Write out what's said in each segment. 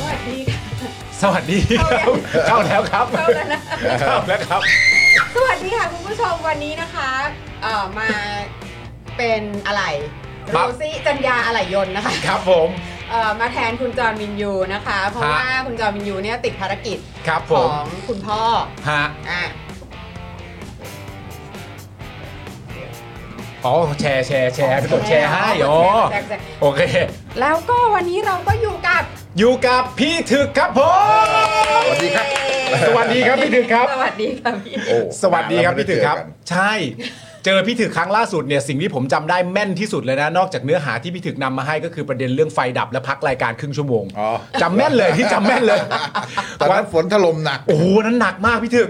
สวัสดีครับเข้าแล้วครับเข้าแล้วครับ สวัสดีค่ะ คุณผู้ชมวันนี้นะคะเอ่อมาเป็นอะไร ครั รู บ ซี่จัญญาอะไหล่ยนต์นะคะ ครับผม เอ่อมาแทนคุณจอร์นวินยูนะคะ เพราะ ฮะ ว่าคุณจอร์นวินยูเนี่ยติดภารกิจ ครับผ ขอ ม งคุณพ่อ ฮะ อ่ะ อ๋อแชร์แชร์แชร์ไปกดแชร์ให้อ๋อ แชร์แชร์ โอเค แล้วก็วันนี้เราก็อยู่กับ อยู่กับพี่ถึกครับผม สวัสดีครับ สวัสดีครับพี่ถึกครับ สวัสดีค่ะพี่ โอ้ สวัสดีครับ นานแล้ว พี่ถึกครับ ไม่ได้เจอกั ใช่ เจอพี่ถึกครั้งล่าสุดเนี่ยสิ่งที่ผมจำได้แม่นที่สุดเลยนะ นอกจากเนื้อหาที่พี่ถึกนำมาให้ก็คือประเด็นเรื่องไฟดับและพักรายการครึ่งชั่วโมง นอ๋อ จำแม่นเลยที่จำแม่นเลย ตอน ว่า นั้นฝนถล่มหนัก โอ้โหนั้นหนักมากพี่ถึก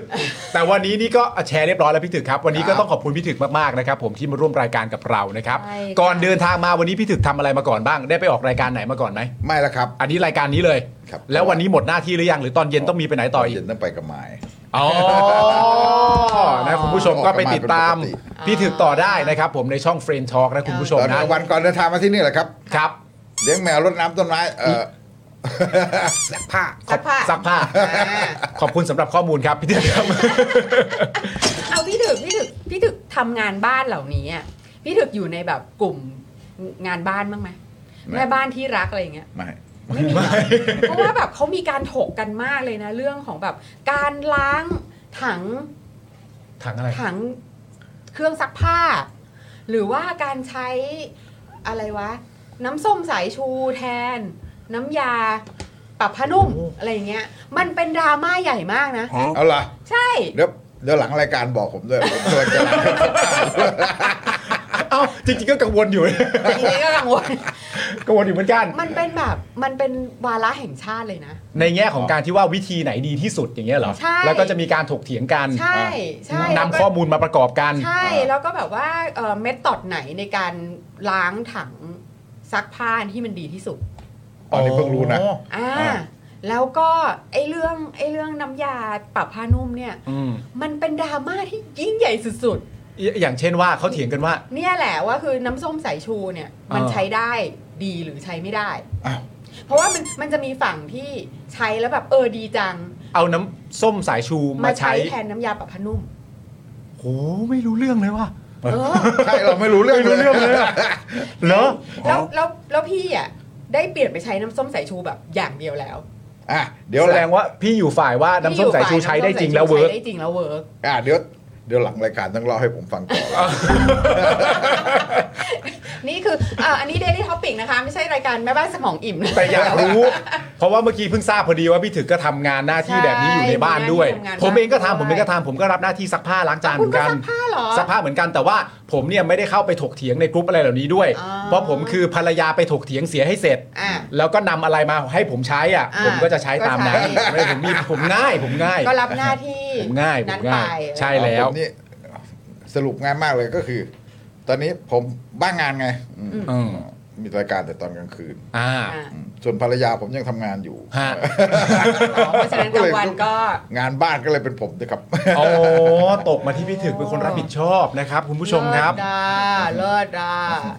แต่วันนี้นี่ก็แชร์เรียบร้อยแล้วพี่ถึกครับวันนี้ก็ ครับ ต้องขอบคุณพี่ถึกมากๆนะครับผมที่มาร่วมรายการกับเรานะครับ ใช่ค่ะ ก่อนเดินทางมาวันนี้พี่ถึกทำอะไรมาก่อนบ้าง ได้ไปออกรายการไหนมาก่อนไหม ไม่ละครับ อันนี้รายการนี้เลย ครับ แล้ววันนี้หมดหน้าที่หรือยังหรือตอนเย็นต้องมีไปไหนต่ออีก เย็นต้องไปกับหมาย อ๋อ นะคุณผู้ชมก็ไปติดตาม ออกมาเป็นปกติ พี่ถึกต่อได้นะครับผมในช่อง Friend Talk นะคุณผู้ชม ตอนก นะ ลางวันก่อนเดินทางมาที่นี่แหละครับ ครับ เลี้ยงแมวรดน้ำต้นไม้เออซักผ้า ซักผ้า ซักผ้า ขอบคุณสำหรับข้อมูลครับ พี่ถึกครับ เอาพี่ถึกพี่ถึกพี่ถึกทำงานบ้านเหล่านี้อะพี่ถึกอยู่ในแบบกลุ่มงานบ้านบ้างไหม ไม่ แม่บ้านที่รักอะไรอย่างเงี้ย ไม่ ไม่มีเพราะว่าแบบเขามีการถกกันมากเลยนะ เรื่องของแบบการล้างถัง ถังอะไร ถังเครื่องซักผ้า หรือว่าการใช้อะไรวะ น้ำส้มสายชูแทน น้ำยาปรับผ้านุ่มอะไรอย่างเงี้ย มันเป็นดราม่าใหญ่มากนะ เอาล่ะ ใช่ เดี๋ยวเดี๋ยวหลังรายการบอกผมด้วย ผมเคยจะล้าง เอ้า จริงๆก็กังวลอยู่ ทีนี้ก็กังวล กังวลอยู่เหมือนกัน มันเป็นแบบมันเป็นวาระแห่งชาติเลยนะ ในแง่ของการที่ว่าวิธีไหนดีที่สุดอย่างเงี้ยเหรอ ใช่ แล้วก็จะมีการถกเถียงกัน ใช่ใช่ นำข้อมูลมาประกอบกัน ใช่แล้วก็แบบว่าเม็ดตอดไหนในการล้างถังซักผ้าที่มันดีที่สุด ตอนนี้เพิ่งรู้นะ อ๋อ อ่า อ่า แล้วก็ไอ้เรื่องไอ้เรื่องน้ำยาปรับผ้านุ่มเนี่ย อืม มันเป็นดราม่าที่ยิ่งใหญ่สุด อย่างเช่นว่าเขาเถียงกันว่า ๆ เนี่ยแหละว่าคือน้ำส้มสายชูเนี่ย มัน อ่า ใช้ได้ดีหรือใช้ไม่ได้ อ้าว เพราะว่ามันมันจะมีฝั่งที่ใช้แล้วแบบเออดีจัง เอาน้ำส้มสายชู มา มา ใช้ ใช้ แทนน้ำยาปรับผ้านุ่ม โหไม่รู้เรื่องเลยว่ะ เออ ใช่เราไม่รู้เรื่อง ไม่รู้เรื่องเลยอะ เหรอ แล้วแล้วแล้วพี่อ่ะได้เปลี่ยนไปใช้น้ำส้มสายชูแบบอย่างเดียวแล้ว อ่ะเดี๋ยว แส ห ด ลั ง ง ว่าพี่อยู่ฝ่ายว่าน้ำส้มสายชูใช้ได้จริงแล้วเวิร์ก ใช้ได้จริงแล้วเวิร์ก อ่ะเดี๋ยวเดี๋ยวหลังรายการต้องเล่าให้ผมฟังต่อละ นี่คืออ่าอันนี้ Daily Topic นะคะ ไม่ใช่รายการแม่บ้านสมองอิ่มนะ แต่อยากรู้ เพราะว่าเมื่อกี้เพิ่งทราบพอดีว่าพี่ถึกก็ทำงานหน้าที่แบบนี้อยู่ในบ้านด้วย ผมเองก็ทำผมเองก็ทำผมก็รับหน้าที่ซักผ้าล้างจานเห คุ มื ณ อน ก็ กัน ซักผ้าเหรอ ซักผ้าเหมือนกันแต่ว่าผมเนี่ยไม่ได้เข้าไปถกเถียงในกรุ๊ปอะไรเหล่านี้ด้วย อ๋อ เพราะผมคือภรรยาไปถกเถียงเสียให้เสร็จ อ่ะ แล้วก็นำอะไรมาให้ผมใช้อ่ะ อ่า ผมก็จะใช้ตามนั้น ก็ใช้ ไม่ผมมีผมง่ายผมง่าย ก็รับหน้าที่ ผมง่ายผ นั้ ม นไป ง่าย ใช่แล้ว ผมนี่สรุปง่ายมากเลยก็คือ ตอนนี้ผมบ้างงานไงอืม อืม มีรายการแต่ตอนกลางคืน อ่า อ่ะ อืมส่วนภรรยาผมยังทำงานอยู่ ฮะ อ๋อเพราะฉะนั้นกลางวันก็ งานบ้านก็เลยเป็นผมนะครับ โอ้ตกมาที่พี่ถึกเป็นคนรับผิดชอบนะครับคุณผู้ชมครับ เลิศดาเลิศดา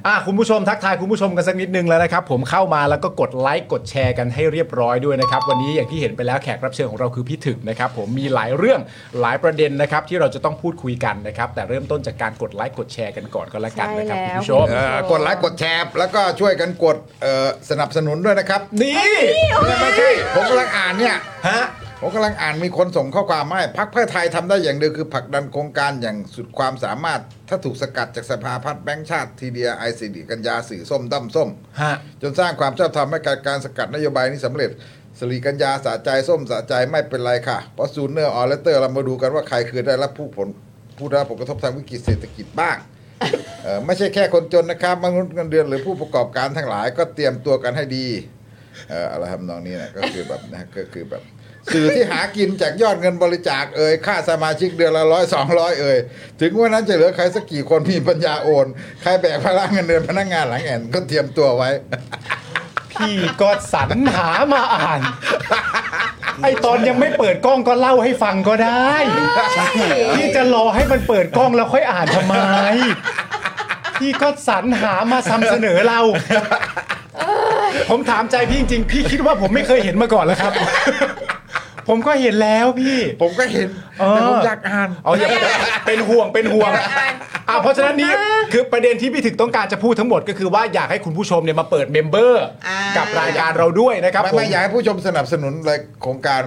อ่ะคุณผู้ชมทักทายคุณผู้ชมกันสักนิดนึงแล้วนะครับผมเข้ามาแล้วก็กดไลค์กดแชร์กันให้เรียบร้อยด้วยนะครับ วันนี้อย่างที่เห็นไปแล้วแขกรับเชิญของเราคือพี่ถึกนะครับผมมีหลายเรื่องหลายประเด็นนะครับที่เราจะต้องพูดคุยกันนะครับ แต่เริ่มต้นจากการกดไลค์กดแชร์กันก่อนก็แล้วกันนะครับ ใช่ คุณ แล้ว ผู้ชม เอ่อกดไลค์กดแชร์แล้วก็ช่วยกันกดเอ่อสนับสนุนด้วยนะครับ นี่ ไม่ไม่ใช่ผมกำลังอ่านเนี่ย ฮะ ผมกำลังอ่านมีคนส่งข้อความมาให้พักเพื่อไทยทำได้อย่างเดียวคือผลักดันโครงการอย่างสุดความสามารถ ถ้าถูกสกัดจากสภาพัฒน์แบงค์ชาติทีเดียไอซีดีกัญญาสื่อส้มด้อมส้ม ฮะ จนสร้างความชอบธรรมให้การการสกัดนโยบายนี้สำเร็จสรีกัญญาสะใจส้มสะใจไม่เป็นไรค่ะ เพราะซูเนอร์ออเลเตอร์เรามาดูกันว่าใครคือได้รับผู้ผลผู้ได้รับผลกระทบทางวิกฤตเศรษฐกิจบ้าง เอ่อไม่ใช่แค่คนจนนะครับมนุษย์เงินเดือนหรือผู้ประกอบการทั้งหลายก็เตรียมตัวกันให้ดีเอ่ออะไรทำนองนี้นะก็คือแบบนะก็คือแบบ สื่อที่หากินจากยอดเงินบริจาคเอ่ยค่าสมาชิกเดือนละร้อยสองร้อยเอ่ยถึงวันนั้นจะเหลือใครสักกี่คนมีปัญญาโอนใครแบกภาระเงินเดือนพนักงานหลังแอนก็เตรียมตัวไว้ พี่ก็สรรหามาอ่ านไอตอนยังไม่เปิดกล้องก็เล่าให้ฟังก็ได้พี่จะรอให้มันเปิดกล้องแล้วค่อยอ่านทำไมพี่ก็สรรหามาทำเสนอเรา ผมถามใจพี่จริงๆ พี่คิดว่าผมไม่เคยเห็นมาก่อนแล้วครับ ผมก็เห็นแล้วพี่ ผมก็เห็น เออ แต่ผมอยากอ่าน เอาอย่าเป็นห่วงเป็นห่วง อย่าไปอ่าน อ่ะเพราะฉะนั้นนี่คือประเด็นที่พี่ถึกต้องการจะพูดทั้งหมดก็คือว่าอยากให้คุณผู้ชมเนี่ยมาเปิดเมมเบอร์ อ่ากั กับรายการเราด้วยนะครับ ไม่ ผม ไม่อยากให้ผู้ชมสนับสนุนอะไรโครงการ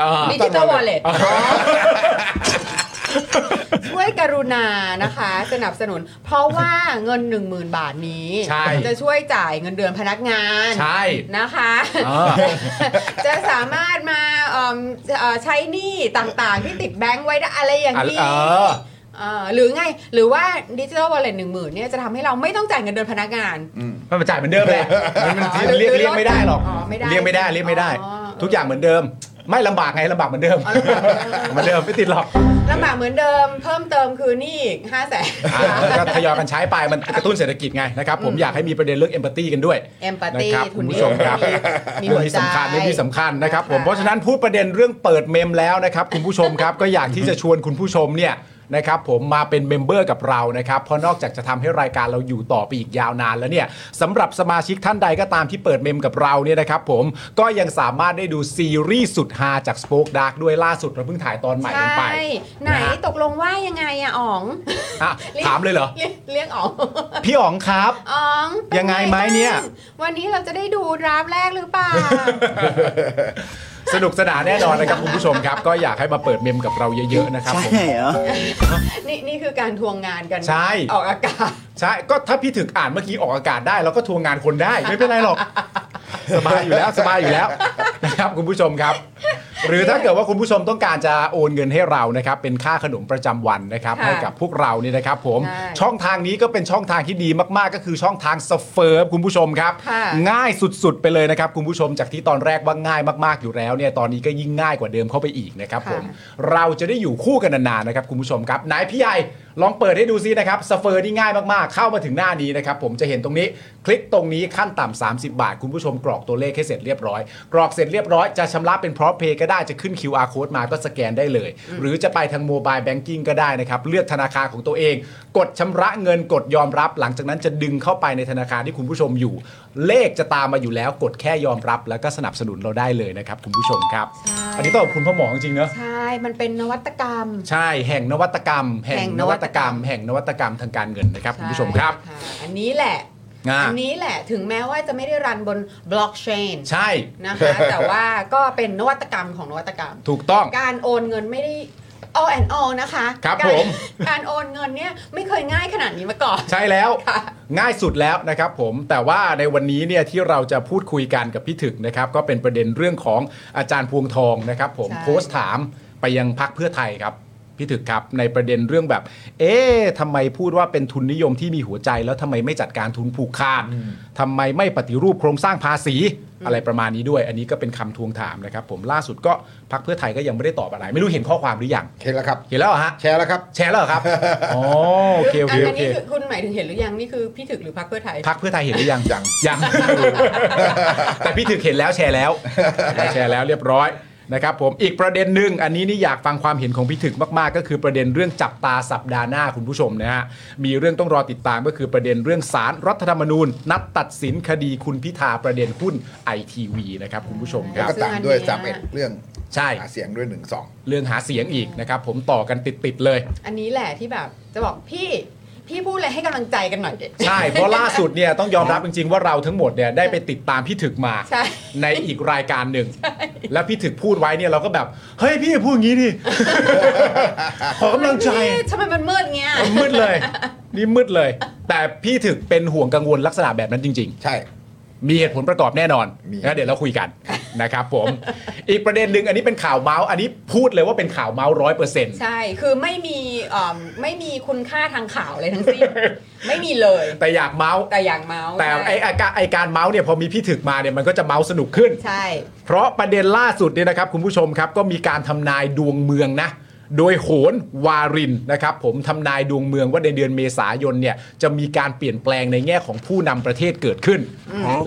อ่า ดิจิตอลวอลเล็ตช่วยกรุณานะคะ สนับสนุน เพราะว่าเงิน 10,000 บาทนี้ ใช่ จะช่วยจ่ายเงินเดือนพนักงาน ใช่ นะคะ อ่า จะสามารถมาเอิ่มเอ่อใช้หนี้ต่างๆ ที่ติดแบงค์ไว้ได้อะไรอย่างนี้ เออ เอ่อหรือไง หรือว่าดิจิทัลวอลเล็ตหนึ่งหมื่นเนี่ยจะทำให้เราไม่ต้องจ่ายเงินเดือนพนักงาน มันมาจ่ายเหมือนเดิมแหละมันมัน อ๋อ เรียก หรือ เรียกไม่ได้หรอก อ๋อไม่ได้ เรียกไม่ได้เรียกไม่ได้ อ๋อ ทุกอย่างเหมือนเดิม ไม่ลำบากไงลำบากเหมือนเดิมเหมือนเดิมไม่ติดหรอก ลำบากเหมือนเดิมเพิ่มเติมคือหนี่อีกห้าแสน อ่ะก็ทยอยกันใช้ไปมันกระตุ้นเศรษฐกิจไงนะครับผมอยากให้มีประเด็นเรื่องเอมพัตตีกันด้วย เอมพัต นะ ตี ครับ ทุ คุ น ณ นิ ผู้ ย ช ม มครับ มี เรื่อหัว งนี้ ใจสำคัญเรื่องนี้สำคัญนะครับผม ค่ะ เพราะฉะนั้นพูดประเด็นเรื่องเปิดเมมแล้วนะครับคุณผู้ชมครับก็อยากที่จะชวนคุณผู้ชมเนี่ยนะครับผมมาเป็นเมมเบอร์กับเรานะครับเพราะนอกจากจะทำให้รายการเราอยู่ต่อไปอีกยาวนานแล้วเนี่ยสำหรับสมาชิกท่านใดก็ตามที่เปิดเมมกับเราเนี่ยนะครับผมก็ยังสามารถได้ดูซีรีส์สุดฮาจาก Spoke Dark ด้วยล่าสุดเราเพิ่งถ่ายตอนใหม่ ใช กันไป่ ไหน นะฮะ ตกลงว่ายังไงอะอ๋อง อ่ะถามเลยเหรอ เรียกเรียกอ๋อง พี่อ๋องครับ อ๋องเป็น ยังไงไหมเนี่ย บ้างวันนี้เราจะได้ดูดราฟต์แรกหรือเป ล่า สนุกสนานแน่นอนนะครับคุณผู้ชมครับก็อยากให้มาเปิดเมมกับเราเยอะๆนะครับผม นี่นี่คือการทวงงานกัน ใช่ ออกอากาศ ใช่ ก็ถ้าพี่ถึกอ่านเมื่อกี้ออกอากาศได้ เราก็ทวงงานคนได้ ไม่เป็นไรหรอก สบายอยู่แล้วสบายอยู่แล้วนะครับคุณผู้ชมครับ หรือถ้าเกิดว่าคุณผู้ชมต้องการจะโอนเงินให้เรานะครับเป็นค่าขนมประจำวันนะครับ ค่ะ ให้กับพวกเราเนี่ยนะครับ ผม ใช่ ช่องทางนี้ก็เป็นช่องทางที่ดีมากๆ ก็คือช่องทางสเฟิร์คุณผู้ชมครับ ค่ะ ง่ายสุดๆ ไปเลยนะครับ คุณผู้ชมจากที่ตอนแรกว่าง่ายมากๆอยู่แล้วเนี่ยตอนนี้ก็ยิ่งง่ายกว่าเดิมเข้าไปอีกนะครับผม เราจะได้อยู่คู่กันนานๆนะครับคุณผู้ชมครับนายพี่ใหญ่ลองเปิดให้ดูซินะครับสเฟอร์นี่ง่ายมากๆ เข้ามาถึงหน้านี้นะครับผมจะเห็นตรงนี้ คลิกตรงนี้ขั้นต่ำ30 บาท คุณผู้ชมกรอกตัวเลขให้เสร็จเรียบร้อย กรอกเสร็จเรียบร้อยจะชำระเป็นพร้อมเพย์ก็ได้จะขึ้น QR code มาก็สแกนได้เลย หรือจะไปทางโมบายแบงกิ้งก็ได้นะครับเลือกธนาคารของตัวเอง กดชำระเงินกดยอมรับ หลังจากนั้นจะดึงเข้าไปในธนาคารที่คุณผู้ชมอยู่ เลขจะตามมาอยู่แล้วกดแค่ยอมรับ แล้วก็สนับสนุนเราได้เลยนะครับคุณผู้ชมครับ ใช่ อันนี้ต้องขอบคุณพ่อหมอจริงๆเนอะ ใช่ มันเป็นนวัตกรรม ใช่แห่งนวัตกรรม แห่ แห่ง ง น นวั วัต ต ก ก ร ร ร ร ม ม แห่งนวัตกรรมทางการเงินนะครับคุณผู้ชมครับ ใะอันนี้แหละ อ่า อันนี้แหละถึงแม้ว่าจะไม่ได้รันบนบล็อกเชน ใช่ นะคะ แต่ว่าก็เป็นนวัตกรรมของนวัตกรรม ถูกต้อง การโอนเงินไม่ได้ all and all นะคะ ครับ กา ผม การโอนเงินเนี่ยไม่เคยง่ายขนาดนี้มาก่อน ใช่แล้ว ค่ะ ง่ายสุดแล้วนะครับผมแต่ว่าในวันนี้เนี่ยที่เราจะพูดคุยกันกับพี่ถึกนะครับก็เป็นประเด็นเรื่องของอาจารย์พวงทองนะครับผม ใช่ โพสต์ถามไปยังพักเพื่อไทยครับ พี่ถึกครับในประเด็นเรื่องแบบ เอ๊ะทำไมพูดว่าเป็นทุนนิยมที่มีหัวใจ แล้วทำไมไม่จัดการทุนผูกขาดทำไมไม่ปฏิรูปโครงสร้างภาษีอะไรประมาณนี้ด้วย อันนี้ก็เป็นคำทวงถามนะครับผมล่าสุดก็พักเพื่อไทยก็ยังไม่ได้ตอบอะไร ไม่รู้เห็นข้อความหรือยัง เห็นแล้วครับ เห็นแล้วเหรอฮะ แชร์แล้วครับ แชร์แล้วเหรอครับอ๋อโอเคโอเคโอ อัน เค นี้คือคุณหมายถึงเห็นหรือยังนี่คือพี่ถึกหรือพักเพื่อไทย พักเพื่อไทยเห็นหรือยัง ยัง ยัง แต่พี่ถึกเห็นแล้วแชร์แล้วแชร์แล้วเรียบร้อยนะครับผมอีกประเด็นหนึ่งอันนี้นี่อยากฟังความเห็นของพี่ถึกมากๆ ก็คือประเด็นเรื่องจับตาสัปดาห์หน้าคุณผู้ชมนะฮะมีเรื่องต้องรอติดตามก็คือประเด็นเรื่องสารรัฐธรรมนูญ นัดตัดสินคดีคุณพิธาประเด็นหุ้นไอทีวีนะครับคุณผู้ชมค แล้รับวก็ตามด้วย ซึ่งอันสามเนี้ยเอ็ดเรื่อง ใช่ หาเสียงด้วยหนึ่งสอง เรื่องหาเสียงอีกนะครับผมต่อกันติดๆเลย อันนี้แหละที่แบบจะบอกพี่พี่พูดอะไรให้กำลังใจกันหน่อยดิ ใช่ เพราะล่าสุดเนี่ยต้องยอมรับจริงๆ ว่าเราทั้งหมดเนี่ยได้ไปติดตามพี่ถึกมา ใช่ อีกรายการหนึ่ง แล้วพี่ถึกพูดไว้เนี่ยเราก็แบบ เฮ้ยพี่พูดอย่างนี้ดิ ขอกำลังใจ พี่ทำไมมันมืดเงี้ย มืดเลย นี่มืดเลย แต่พี่ถึกเป็นห่วงกังวลลักษณะแบบนั้นจริง ๆ ใช่ มีเหตุผลประกอบแน่นอน มี นะเดี๋ยวเราคุยกัน นะครับผม อีกประเด็นหนึ่งอันนี้เป็นข่าวเมาส์อันนี้พูดเลยว่าเป็นข่าวเมาส์ร้อยเปอร์เซ็นต์ ใช่ คือไม่มีเอิ่มไม่มีคุณค่าทางข่าวเลยทั้ง สิ้น ไม่มีเลย แต่อยากเมาส์ แต่อย่างเมาส์ แต่ไอไอ้การไอการเมาส์เนี่ยพอมีพี่ถึกมาเนี่ยมันก็จะเมาส์สนุกขึ้น ใช่ เพราะประเด็นล่าสุดเนี่ยนะครับคุณผู้ชมครับก็มีการทำนายดวงเมืองนะ โดยโหนวารินนะครับผมทำนายดวงเมืองว่าในเดือนเมษายนเนี่ยจะมีการเปลี่ยนแปลงในแง่ของผู้นำประเทศเกิดขึ้น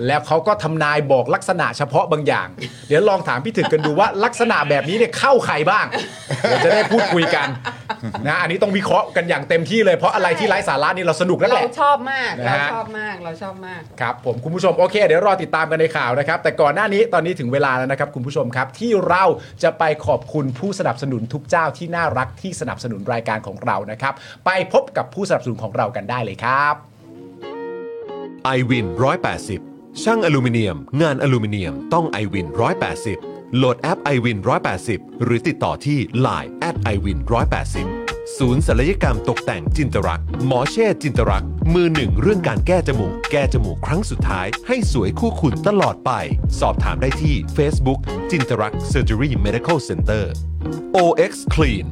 แล้วเขาก็ทำนายบอกลักษณะเฉพาะบางอย่าง เดี๋ยวลองถามพี่ถึกกันดูว่าลักษณะแบบนี้เนี่ยเข้าใครบ้างเดี๋ยวจะได้พูดคุยกันนะอันนี้ต้องวิเคราะห์กันอย่างเต็มที่เลยเพราะอะไรที่ไร้สาระนี่เราสนุกนั่นแห เรา ละ ชอบมาก นะ เรา ฮะ ชอบมากเราชอบมาก ครับผมคุณผู้ชมโอเค เดี๋ยวรอติดตามกันในข่าวนะครับ แต่ก่อนหน้านี้ตอนนี้ถึงเวลาแล้วนะครับ คุณผู้ชมครับ ที่เราจะไปขอบคุณผู้สนับสนุนทุกเจ้าที่น่ารักที่สนับสนุนรายการของเรานะครับ ไปพบกับผู้สนับสนุนของเรากันได้เลยครับ i w วิน180 ช่างอลูมิเนียม งานอลูมิเนียมต้อง i w วิน180 โหลดแอป i w วิน180 หรือติดต่อที่ Line at i w วิน180 ศูนย์ศัลยกรรมตกแต่งจินตรัก หมอเช่จินตรัก มือหนึ่งเรื่องการแก้จมูก แก้จมูกครั้งสุดท้าย ให้สวยคู่คุณตลอดไป สอบถามได้ที่ Facebook จินตรัก Surgery Medical Center OX Clean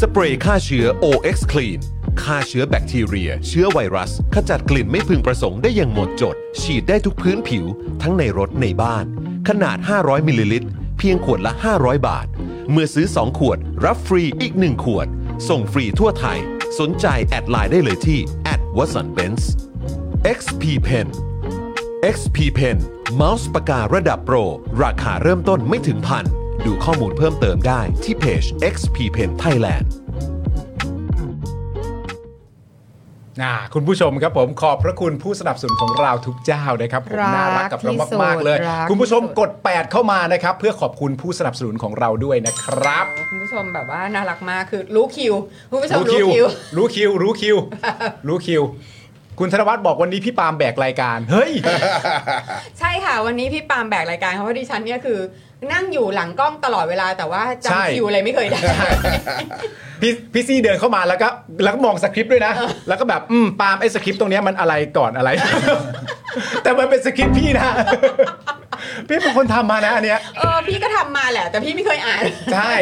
สเปรย์ฆ่าเชื้อ OX Clean ฆ่าเชื้อแบคทีเรีย เชื้อไวรัส ขจัดกลิ่นไม่พึงประสงค์ได้อย่างหมดจด ฉีดได้ทุกพื้นผิว ทั้งในรถในบ้าน ขนาด 500 มิลลิลิตร เพียงขวดละ 500 บาท เมื่อซื้อ 2 ขวด รับฟรีอีก 1 ขวด ส่งฟรีทั่วไทย สนใจแอดไลน์ได้เลยที่ w a t s o n b e n z XP Pen XP Pen เมาส์ปากการะดับโปร ราคาเริ่มต้นไม่ถึงพัน ดูข้อมูลเพิ่มเติมได้ที่เพจ XP Pen Thailand อ่าคุณผู้ชมครับผมขอบพระคุณผู้สนับสนุนของเราทุกเจ้านะครับผม รัก น่ารักกับเรามาก ๆ เลย ที่สุดรัก คุณผู้ชมกด 8 เข้ามานะครับเพื่อขอบคุณผู้สนับสนุนของเราด้วยนะครับ คุณผู้ชมแบบว่าน่ารักมากคือรู้คิวคุณผู้ชม รู้ รู้ คิว คิว รู้คิว รู้คิว รู้คิว คุณธนวัฒน์บอกวันนี้พี่ปาล์มแบกรายการ เฮ้ย ใช่ค่ะ วันนี้พี่ปาล์มแบกรายการเพราะว่าดิฉันเนี่ยคือ นั่งอยู่หลังกล้องตลอดเวลาแต่ว่า ใช่ จำคิวอะไรไม่เคยได้ พี่พี่ซี่เดินเข้ามาแล้วก็แล้วก็มองสคริปต์ด้วยนะ แล้วก็แบบ อืมปาล์มไอ้สคริปต์ตรงเนี้ยมันอะไรก่อน อะไร แต่มันเป็นสคริปต์พี่นะ พี่เป็นคนทำมานะอันเนี้ย เออพี่ก็ทำมาแหละ แต่พี่ไม่เคยอ่าน ใช่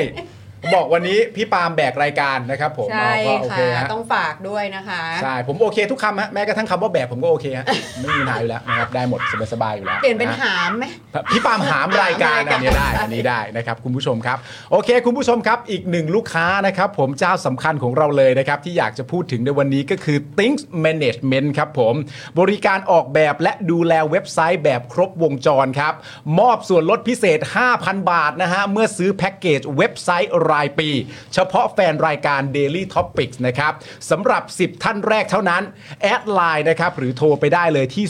บอกวันนี้พี่ปาล์มแบกรายการนะครับผม ใช่ อ๋อก็โอ ค่ะ เคฮะ ต้องฝากด้วยนะคะ ใช่ ผมโอเคทุกคำฮะแม้กระทั่งคำว่าแบกผมก็โอเคฮะไม่มีปัญหาอยู่แล้วนะครับได้หมดสบายๆอยู่แล้ว เปลี่ยนเป็นะ หามไหม พี่ปาล์มหามรายการอันนี้ได้อันนี้ได้นะครับคุณผู้ชมครับ โอเค คุณผู้ชมครับอีกหนึ่งลูกค้านะครับผมเจ้าสำคัญของเราเลยนะครับ ที่อยากจะพูดถึงในวันนี้ก็คือ Things Management ครับผม บริการออกแบบและดูแลเว็บไซต์แบบครบวงจรครับ มอบส่วนลดพิเศษ 5,000 บาทนะฮะ เมื่อซื้อแพ็กเกจเว็บไซต์รายปี เฉพาะแฟนรายการ Daily Topics นะครับสำหรับ 10 ท่านแรกเท่านั้น แอดไลน์นะครับหรือโทรไปได้เลยที่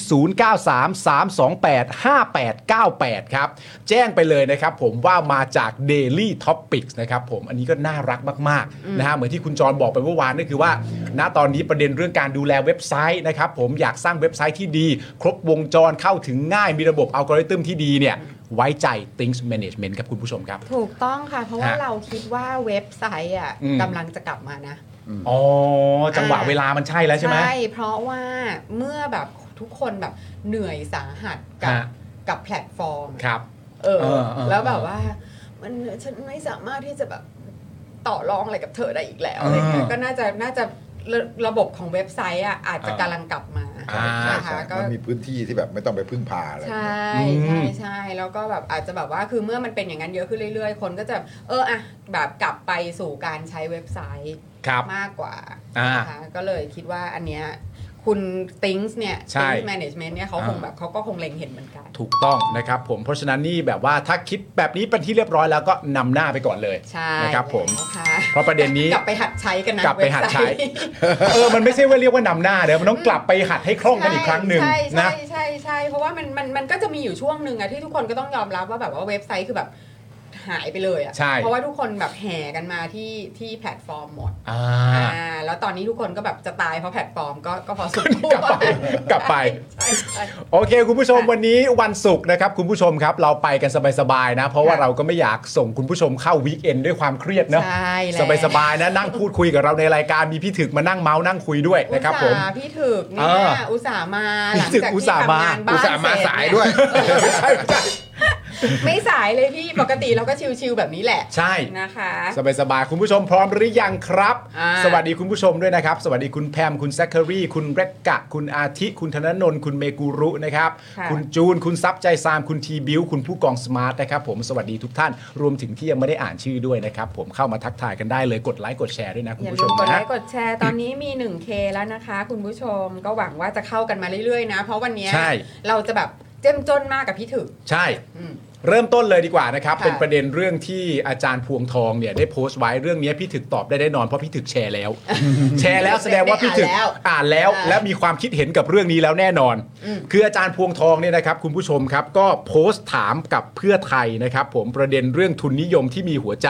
0933285898 ครับ แจ้งไปเลยนะครับผมว่ามาจาก Daily Topics นะครับผมอันนี้ก็น่ารักมากๆนะฮะเหมือนที่คุณจรบอกไปเมื่อวานนั่นคือว่า ณตอนนี้ประเด็นเรื่องการดูแลเว็บไซต์นะครับผมอยากสร้างเว็บไซต์ที่ดี ครบวงจรเข้าถึงง่ายมีระบบอัลกอริทึมที่ดีเนี่ยไว้ใจ Things Management ครับคุณผู้ชมครับ ถูกต้องค่ะ เพราะว่า ฮะ เราคิดว่าเว็บไซต์อ่ะ อืม กำลังจะกลับมานะ อ๋อจังหวะเวลามันใช่แล้วใช่ไหม ใช่ เพราะว่าเมื่อแบบทุกคนแบบเหนื่อยสาหัสกับ ฮะ กับแพลตฟอร์ม ครับ เออ เออเออ แล้วแบบ เออ ว่า มันฉันไม่สามารถที่จะแบบ ต่อรองอะไรกับเธอได้อีกแล้วอะไรเงี้ย อ่า ก็น่าจะน่าจะระระบบของเว็บไซต์อ่ะอาจอ่ากจะำลังกลับมา อ่า ใช่ นะคะ ใช่ ก็ มันมีพื้นที่ที่แบบไม่ต้องไปพึ่งพาอะไร ใช่ อื ใช่ ม ใช่แล้วก็แบบอาจจะแบบว่าคือเมื่อมันเป็นอย่างนั้นเยอะขึ้นเรื่อยๆ คนก็จะเอออะแบบกลับไปสู่การใช้เว็บไซต์ ครับ มากกว่า อ่า นะคะก็เลยคิดว่าอันเนี้ยคุณ Things เนี่ย ใช่ Things Management เนี่ยเขาคง อ่า แบบเขาก็คงเล็งเห็นเหมือนกัน ถูกต้องนะครับผมเพราะฉะนั้นนี่แบบว่าถ้าคิดแบบนี้เป็นที่เรียบร้อยแล้วก็นำหน้าไปก่อนเลย ใช่ นะครับผม แล้วค่ะ เพราะประเด็น นี้ กลับไปหัดใช้กันนะ กลับไปหัดใช้ เว็บไซต์ เออ มันไม่ใช่ว่าเรียกว่านำหน้าเด้อมันต้องกลับไปหัดให้คล่องกันอีกครั้งหนึ่ง ใช่ นะ ใช่ใช่ใช่เพราะว่ามันมันมันก็จะมีอยู่ช่วงหนึ่งอะที่ทุกคนก็ต้องยอมรับว่าแบบว่าเว็บไซต์คือแบบหายไปเลยอะ ใช่ เพราะว่าทุกคนแบบแห่กันมาที่ที่แพลตฟอร์มหมด อ่า อ่าแล้วตอนนี้ทุกคนก็แบบจะตายเพราะแพลตฟอร์มก็ก็พอสุด ก ลับไปกลับไป ใช่ใช่ โอเค คุณผู้ชมวันนี้วันศุกร์นะครับ คุณผู้ชมครับ เราไปกันสบายๆนะ เพราะว่า ค่ะ เราก็ไม่อยากส่งคุณผู้ชมเข้าวีคเอนด้วยความเครียดเนอะ ใช่แล้ว สบายๆนะนั่งพูดคุยกับเราในรายการมีพี่ถึกมานั่งเมาส์นั่งคุยด้วย อุต นะครับผม ส่าห์พี่ถึกเนี่ เอย อ อุตส่าห์มา พี่ หลัง ถึก จาก อุต ที่ ส่าห์ ทำ มา งานบ้าน อุตส่าห์มา เร็จ สายด้วย เอ อไม่สายเลยพี่ปกติเราก็ชิลๆแบบนี้แหละ ใช่ นะคะ สบายๆ คุณผู้ชมพร้อมหรือยังครับ อ่า สวัสดีคุณผู้ชมด้วยนะครับ สวัสดีคุณแพมคุณแซคเคอรี่ คุณเรกกะ คุณอาทิ คุณธนนนท์คุณเมกุรุนะครับ ค่ะ ณจูน คุณซับใจซาม คุณทีบิวคุณผู้กองสมาร์ทนะครับผมสวัสดีทุกท่านรวมถึงที่ยังไม่ได้อ่านชื่อด้วยนะครับ ผมเข้ามาทักทายกันได้เลยกดไลค์กดแชร์ด้วยนะคุณ อย่า ผู้ช ลื ม มกดไล นะ ค์กดแชร์ตอนนี้มี 1K แล้วนะคะ คุณผู้ชมก็หวังว่าจะเข้ากันมาเรื่อยๆนะ เพราะวันเนี้ย ใช่ เราจะแบบเจ้มจนมากกับพี่ถึก ใช่ อืม เริ่มต้นเลยดีกว่านะครับ ค่ะ เป็นประเด็นเรื่องที่อาจารย์พวงทองเนี่ยได้โพสต์ไว้เรื่องนี้พี่ถึกตอบได้แน่นอนเพราะพี่ถึกแชร์แล้ว แชร์แล้วแสดงว่าพี่ถึกอ่านแล้ว และมีความคิดเห็นกับเรื่องนี้แล้วแน่นอน คืออาจารย์พวงทองเนี่ยนะครับ คุณผู้ชมครับก็โพสต์ถามกับเพื่อไทยนะครับ ผมประเด็นเรื่องทุนนิยมที่มีหัวใจ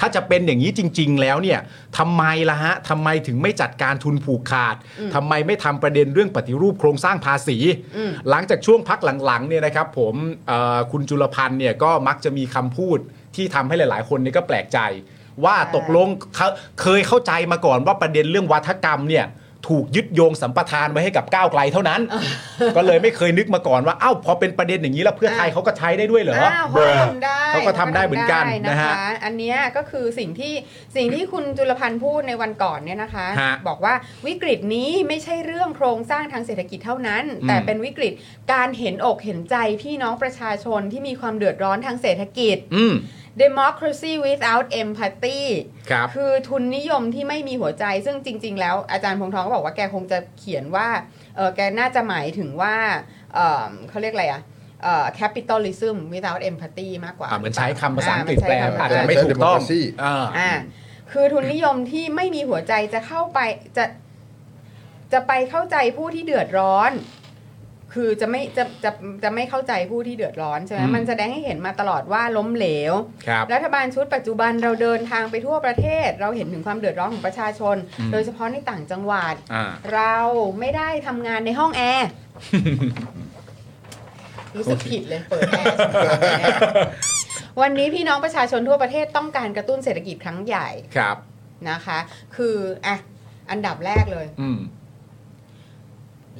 ถ้าจะเป็นอย่างนี้จริง ๆ แล้วเนี่ยทำไมล่ะฮะทำไมถึงไม่จัดการทุนผูกขาดทำไมไม่ทำประเด็นเรื่องปฏิรูปโครงสร้างภาษี หลังจากช่วงพักหลังๆเนี่ยนะครับ ผมเอ่อคุณจุลพันธ์เนี่ยก็มักจะมีคำพูดที่ทำให้หลาย ๆ คนเนี่ยก็แปลกใจ ว่าตกลงเขาเคยเข้าใจมาก่อนว่าประเด็นเรื่องวัฒกรรมเนี่ยถูกยึดโยงสัมปทานไว้ให้กับก้าวไกลเท่า นั้น ก็เลยไม่เคยนึกมาก่อนว่าเอ้าพอเป็นประเด็นอย่างนี้แล้วเพื่อไทยเขาก็ใช้ได้ด้วยเหรอ อ้าวเขาก็ทำได้ เขาก็ทำได้เหมือนกัน ขาก็ทำได้ นะฮะ อันเนี้ยก็คือสิ่งที่สิ่งที่คุณจุลพันธ์พูดในวันก่อนเนี่ยนะคะ ฮะ บอกว่าวิกฤตนี้ไม่ใช่เรื่องโครงสร้างทางเศรษฐกิจเท่านั้น อืม แต่เป็นวิกฤตการเห็นอกเห็นใจพี่น้องประชาชนที่มีความเดือดร้อนทางเศรษฐกิจ อืม democracy without empathy ครับ คือทุนนิยมที่ไม่มีหัวใจ ซึ่งจริง ๆ แล้วอาจารย์พงษ์ทองก็บอกว่าแกคงจะเขียนว่าเออแกน่าจะหมายถึงว่าเอ่อเขาเรียกอะไรอะเอ่อ capitalism without empathy มากกว่า อ่าเหมือนใช้คำภาษาอังกฤษ อ่า แปล มันใช้คำ อาจจะไม่ถูกต้อง ใช้ democracy อ่า อ่าคือทุนนิยมที่ไม่มีหัวใจจะเข้าไปจะจะไปเข้าใจผู้ที่เดือดร้อน คือจะไม่จะจะจะไม่เข้าใจผู้ที่เดือดร้อนใช่ไหม อืม มันแสดงให้เห็นมาตลอดว่าล้มเหลว ครับ รัฐบาลชุดปัจจุบันเราเดินทางไปทั่วประเทศ เราเห็นถึงความเดือดร้อนของประชาชน อืม โดยเฉพาะในต่างจังหวัด อ่า เราไม่ได้ทำงานในห้องแอ ร์ รู้สึกผิดเลยเปิดแอร์วันนี้พี่น้องประชาชนทั่วประเทศต้องการกระตุ้นเศรษฐกิจครั้งใหญ่ ครับ นะคะ คืออ่ะอันดับแรกเลย อืม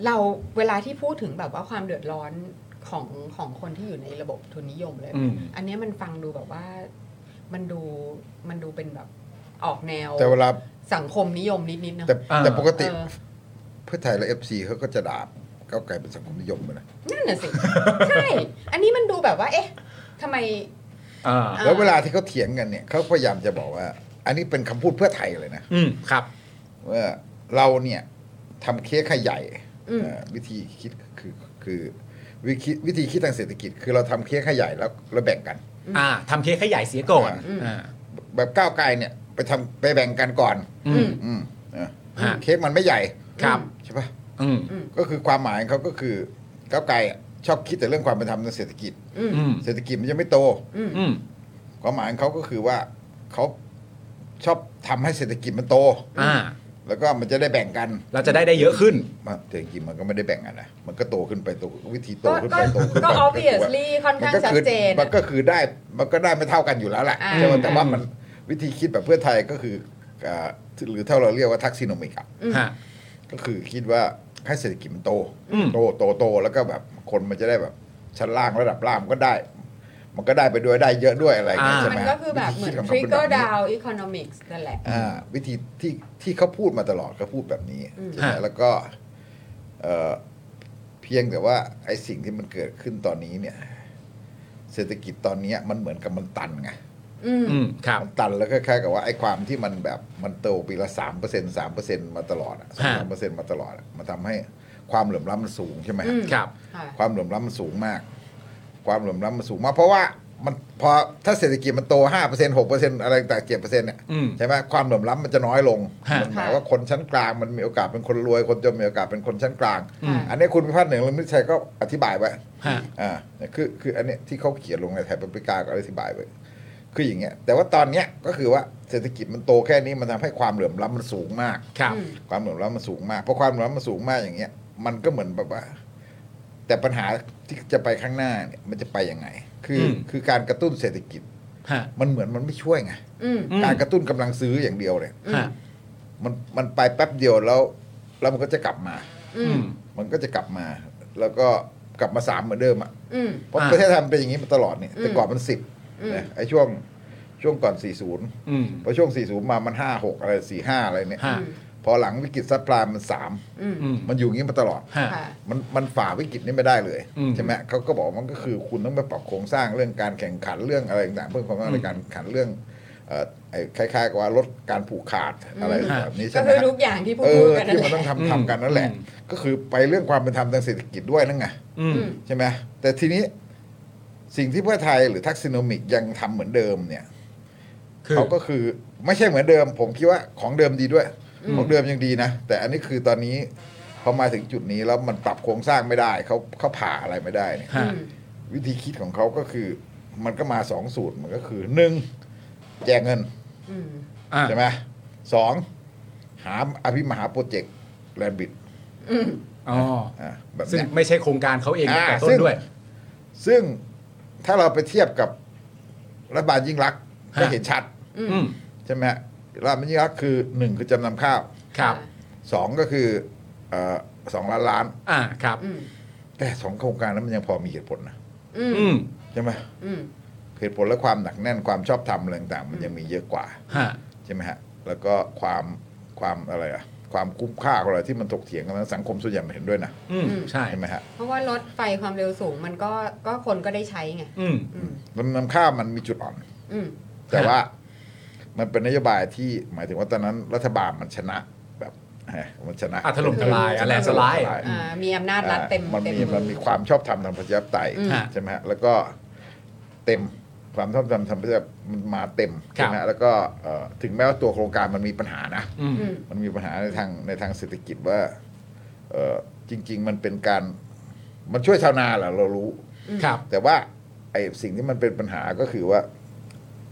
เราเวลาที่พูดถึงแบบว่าความเดือดร้อนของของคนที่อยู่ในระบบทุนนิยมเลย อืม อันเนี้ยมันฟังดูแบบว่ามันดูมันดูเป็นแบบออกแนว แต่เวลา สังคมนิยมนิดๆเนอะ แต่ อ่า แต่ปกติ เออ เพื่อไทยและเอฟซีเขาก็จะด่าก้าวไกลเป็นสังคมนิยมไปนะ นั่นน่ะสิ ใช่ อันนี้มันดูแบบว่า เอ๊ะทำไม อ่า อ่า แล้วเวลาที่เขาเถียงกันเนี่ยเขาพยายามจะบอกว่า อันนี้เป็นคำพูดเพื่อไทยเลยนะ อืม ครับ ว่าเราเนี่ยทำเค้กให้ใหญ่ อืม เอ่อวิธีคิดคือคือวิธีวิธีคิดทางเศรษฐกิจ คือเราทำเค้กให้ใหญ่แล้วเราแบ่งกัน อ่าทำเค้กให้ใหญ่เสียก่อน อืม อ่า แบบก้าวไกลเนี่ยไปทำไปแบ่งกันก่อน อืม อืมเออ ฮะ เค้กมันไม่ใหญ่ ครับ ใช่ปะ อืม ก็คือความหมายของเขาก็คือก้าวไกลอะชอบคิดแต่เรื่องความเป็นธรรมทางเศรษฐกิจ อืม อืม เศรษฐกิจมันยังไม่โต อืม อืม ความหมายของเขาก็คือว่าเขาชอบทำให้เศรษฐกิจมันโต อ่า แล้วก็มันจะได้แบ่งกัน เราจะได้ได้เยอะขึ้น มันเศรษฐกิจมันก็ไม่ได้แบ่งกันนะมันก็โตขึ้นไปโตวิธีโต ก็ ขึ้น ก็ ไปโตขึ้น ก็ ไป obviously ค่อน มัน ข้าง ก็ ชัด คือ เจน มันก็คือได้มันก็ได้ไม่เท่ากันอยู่แล้วแหละ อ่า ใช่ไหมแต่ว่า อืม มันวิธีคิดแบบเพื่อไทยก็คืออ่าหรือถ้าเราเรียกว่าทักซิโนมิกอะ ฮะ ก็คือคิดว่าให้เศรษฐกิจมันโต อืม โตโตโตแล้วก็แบบคนมันจะได้แบบชั้นล่างระดับล่างก็ได้ มันก็ได้ไปด้วยได้เยอะด้วยอะไรอย่างเงี้ย อ่า ใช่ไห มั ม น ฮะ ก็คือแบบเหมือน วิธีคิดขงขาป็ trigger นี้ down economics นั่นแหละ อ่าวิธีที่ที่เขาพูดมาตลอดเขาพูดแบบนี้ อืม ใช่ไหม ฮะ แล้วก็เอ่อเพียงแต่ว่าไอ้สิ่งที่มันเกิดขึ้นตอนนี้เนี่ย เศรษฐกิจตอนเนี้ยมันเหมือนกับมันตันไง อืม อืมครับ มันตันแล้วก็คล้ายๆกับว่าไอ้ความที่มันแบบมันโตปีละสามเปอร์เซ็นสามเปอร์เซ็นมาตลอดสามเปอร์เซ็นมาตลอดอะมันทำให้ความเหลื่อมล้ำมันสูงใช่ไหมฮะ อืม ครับ ค่ะ ความเหลื่อมล้ำมันสูงมาก ความเหลื่อมล้ำมันสูงมาก เพราะว่ามันพอถ้าเศรษฐกิจมันโตห้าเปอร์เซ็นหกเปอร์เซ็นอะไรต่างเจ็ดเปอร์เซ็นเนี่ย อืม ใช่ไหมความเหลื่อมล้ำมันจะน้อยลง ฮะ มันหมายว่าคนชั้นกลางมันมีโอกาสเป็นคนรวย คนจนมีโอกาสเป็นคนชั้นกลาง อืม อันนี้คุณพิพัฒน์เหนึ่งเรืองนิชัยก็อธิบายไว้ ฮะ อ่าคือคืออันเนี้ยที่เขาเขียนลงในไทยปริกาก็อธิบายไว้ คืออย่างเงี้ย แต่ว่าตอนเนี้ยก็คือว่าเศรษฐกิจมันโตแค่นี้มันทำให้ความเหลื่อมล้ำมันสูงมาก ครับ อืม ความเหลื่อมล้ำมันสูงมากเพราะความเหลื่อมล้ำมันสูงมากอย่างเงี้ย มันก็เหมือนแบบว่า แต่ปัญหาที่จะไปข้างหน้าเนี่ยมันจะไปยังไง คือ ม คือการกระตุ้นเศรษฐกิจ ฮะ มันเหมือนมันไม่ช่วยไง อืม อืม การกระตุ้นกำลังซื้ออย่างเดียวเนี่ย ฮะ มันมันไปแป๊บเดียวแล้ว แล้วมันก็จะกลับมา อื อื ม ม มันก็จะกลับมา แล้วก็กลับมาสามเหมือนเดิมอ่ะ อืม เพราะ อ่า ประเทศไทยมันเป็นอย่างนี้มาตลอดเนี่ยแต่ก่อนมันสิบ อืม นะไอ้ช่วงช่วงก่อนสี่ศูนย์ อืม พอช่วงสี่ศูนย์มามันห้าหกอะไรสี่ห้าอะไรเนี่ย ฮะ พอหลังวิกฤตซัพพลายมันสาม อืม อืม มันอยู่อย่างนี้มาตลอด ฮะ ค่ะ มันมันฝ่าวิกฤตนี้ไม่ได้เลย อืม ใช่ไหมเขาก็บอกมันก็คือคุณต้องไปปรับโครงสร้างเรื่องการแข่งขันเรื่องอะไรต่างๆเพิ่มความสามารถ อืม ในการแข่งขันเรื่องเอ่อไอ้คล้ายๆกับว่าลดการผูกขาดอะไร อืม แบบนี้ใช่ ก็ ไหม คือ ฮะ ทุกอย่างที่พูด เอ พูด อ กันนั่ ที่มันแหน ละ ต้องทำ อืม ทำกันนั่นแหละ อืม ก็คือไปเรื่องความเป็นธรรมทางเศรษฐกิจด้วยนั่นไง อืม อืม ใช่ไหมแต่ทีนี้สิ่งที่เพื่อไทยหรือทักซิโนมิกยังทำเหมือนเดิมเนี่ย คือ เขาก็คือไม่ใช่เหมือนเดิม ผมคิดว่าของเดิมดีด้วย อืม ของเดิมยังดีนะ แต่อันนี้คือตอนนี้พอมาถึงจุดนี้แล้วมันปรับโครงสร้างไม่ได้เขาเขาผ่าอะไรไม่ได้เนี่ย ฮะ วิธีคิดของเขาก็คือมันก็มาสองสูตรมันก็คือหนึ่งแจกเงิน อืม อ่า ใช่ไหมสองหาอภิมหาโปรเจกต์แลนบิด อืม อ๋อ อ่ะแบบ ซึ่ง เนี้ย ไม่ใช่โครงการเขาเอง อ่า แต่ต้น ซึ่ง ด้วย ซึ่งถ้าเราไปเทียบกับรัฐบาลยิ่งรักษณ์ก็ ฮะ เห็นชัด อืม ใช่ไหมฮะรัฐบาลยิ่งรักษณ์คือหนึ่งคือจำนำข้าว ครับ สองก็คือเอ่อสองล้านล้าน อ่าครับ อืม แต่สองโครงการนั้นมันยังพอมีเหตุผลนะ อืม อืม ใช่ไหม อืม เหตุผลและความหนักแน่นความชอบธรรมอะไรต่างๆมันยังมีเยอะกว่า ฮะ ใช่ไหมฮะ แล้วก็ความความอะไรอะความคุ้มค่าของเราที่มันถกเถียงกันนะสังคมส่วนใหญ่มันเห็นด้วยนะ อืม อืม ใช่ ใช่ไหมฮะ เพราะว่ารถไฟความเร็วสูงมันก็ก็คนก็ได้ใช้ไง อืม อืม ลำนำข้าวมันมีจุดอ่อน อืม แต่ ฮะ ว่ามันเป็นนโยบายที่หมายถึงว่าตอนนั้นรัฐบาลมันชนะแบบฮะมันชนะ อ่ะถล่มทลายอ่ะแลนด์สไลด์ อ่า มีอำนาจรัฐเต็ม มัน เต็ มีมันมี อ ความชอบธรรมทางประชาธิปไตย อืม ใช่ไหมฮะแล้วก็เต็มความชอบธรรมทางประชาธิปไตยมันมาเต็มใช่ไหมฮะแล้วก็เอ่อถึงแม้ว่าตัวโครงการมันมีปัญหานะ อืมื ม มันมีปัญหาในทางในทางเศรษฐกิจว่าเออจริง ๆ มันเป็นการมันช่วยชาวนาแหละเรารู้ ครับ แต่ว่าไอ้สิ่งที่มันเป็นปัญหาก็คือว่า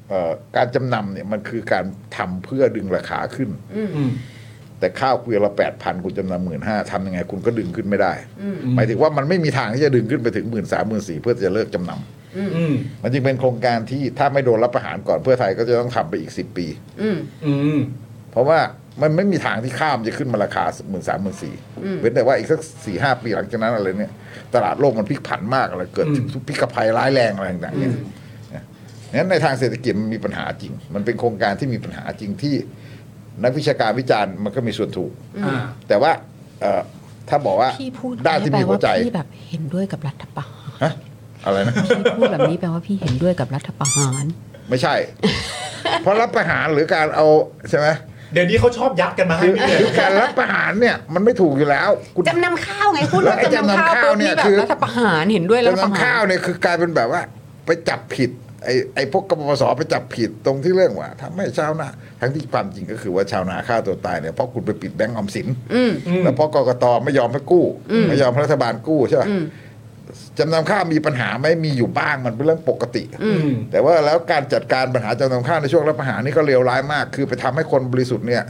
เอ่อการจำนำเนี่ยมันคือการทำเพื่อดึงราคาขึ้น อืม แต่ข้าวเกวียนละแปดพันคุณจำนำหมื่นห้าทำยังไงคุณก็ดึงขึ้นไม่ได้ อืม หมายถึงว่ามันไม่มีทางที่จะดึงขึ้นไปถึงหมื่นสามหมื่นสี่เพื่อจะเลิกจำนำ อืม มันจึงเป็นโครงการที่ถ้าไม่โดนรับประหารก่อนเพื่อไทยก็จะต้องทำไปอีกสิบปี อืม อืม เพราะว่ามันไม่มีทางที่ข้ามจะขึ้นมาราคาหมื่นสามหมื่นสี่ อืม เว้นแต่ว่าอีกสักสี่ห้าปีหลังจากนั้นอะไรเนี่ย ตลาดโลกมันพลิกผันมากอะไรเกิด อืม ทุกพิกภัยร้ายแรงอะไรต่างๆเนี่ยนะงั้นในทางเศรษฐกิจมันมีปัญหาจริง มันเป็นโครงการที่มีปัญหาจริงที่ นักวิชาการวิจารณ์มันก็มีส่วนถูก อ่า แต่ว่าเอ่อถ้าบอกว่า พี่พูด ด้านที่ แปล มีหัว ว่า ใจ พี่แบบเห็นด้วยกับรัฐประหาร ฮะอะไรนะ พี่พูดแบบนี้แปลว่าพี่เห็นด้วยกับรัฐประหาร ไม่ใช่ เพราะรับประหารหรือการเอาใช่ไหม เดี๋ยวนี้เขาชอบยัดกันมาให้ คือ เนี่ย คือการรับประหารเนี่ย มันไม่ถูกอยู่แล้วคุณ จำนำข้าวไงพูด แล้ว ว่า ไอ้ จำนำ จำนำ ข้าว ข้าว ปุ๊บ เนี่ นี่ ย แบบ คือ รัฐประหารเห็นด้วยรัฐ จำ ประ นำ หา ข้าว ร เนี่ยคือกลายเป็นแบบว่า ไปจับผิด ไอ้ไอ้พวกกบพศไปจับผิดตรงที่เรื่องว่าทำให้ชาวนาทั้งที่ความจริงก็คือว่าชาวนาฆ่าตัวตายเนี่ยเพราะคุณไปปิดแบงก์ออมสิน อืม อืม แล้วเพราะกกตไม่ยอมให้กู้ ไม่ยอมให้รัฐบาลกู้ใช่ป่ะ อืม จำนำข้าวมีปัญหาไหม่มีอยู่บ้างมันเป็นเรื่องปกติ อืม แต่ว่าแล้วการจัดการปัญหาจำนำข้าวในช่วงรัฐประหารนี่ก็เลวร้ายมาก คือไปทำให้คนบริสุทธิ์เนี่ย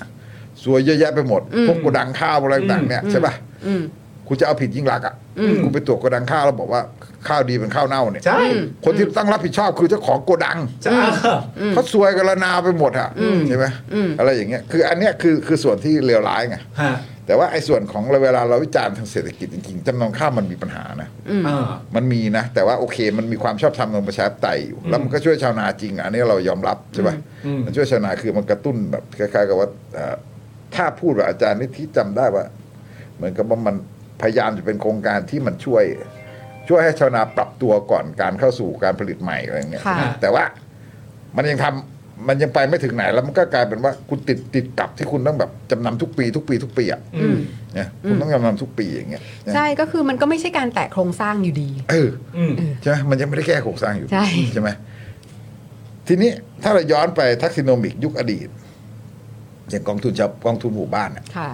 ซวยเยอะแยะไปหมดพวกโกดังข้าวอะไรต่างๆเนี่ยใช่ป่ะ อืม คุณจะเอาผิดยิ่งรักษณ์อ่ะคุณไปตรวจโกดังข้าวแล้วบอกว่าข้าวดีเป็นข้าวเน่าเนี่ย ใช่ คนที่ต้องรับผิดชอบคือเจ้าของโกดัง ใช่ เขาซวยกันละนาวไปหมดอะใช่ไหมอะไรอย่างเงี้ยคืออันเนี้ยคือคือส่วนที่เลวร้ายไง ฮะ แต่ว่าไอ้ส่วนของเวลาเราวิจารณ์ทางเศรษฐกิจจริงๆจำนองข้าวมันมีปัญหานะ อ่า มันมีนะ แต่ว่าโอเคมันมีความชอบธรรมของประชาธิปไตยอยู่ แล้วมันก็ช่วยชาวนาจริงอะอันนี้เรายอมรับใช่ปะ อืม มันช่วยชาวนาคือมันกระตุ้นแบบคล้ายๆกับว่าเอ่อถ้าพูดแบบอาจารย์นิธิจำได้ว่า เหมือนกับว่ามันพยายามจะเป็นโครงการที่มันช่วย ช่วยให้ชาวนาปรับตัวก่อนการเข้าสู่การผลิตใหม่อะไรอย่างเงี้ย ค่ะ แต่ว่ามันยังทำมันยังไปไม่ถึงไหนแล้วมันก็กลายเป็นว่าคุณติดติดกับที่คุณต้องแบบจำนำทุกปีทุกปีทุกปีอ่ะ อืม เนี่ยคุณต้องจำนำทุกปีอย่างเงี้ยนะ ใช่ก็คือมันก็ไม่ใช่การแตะโครงสร้างอยู่ดี เออ อืม ใช่ไหมมันยังไม่ได้แก้โครงสร้างอยู่ ใช่ ใช่ไหมทีนี้ถ้าเราย้อนไปทักซิโนมิกยุคอดีต อย่างกองทุนชาวกองทุนหมู่บ้านน่ะ ค่ะ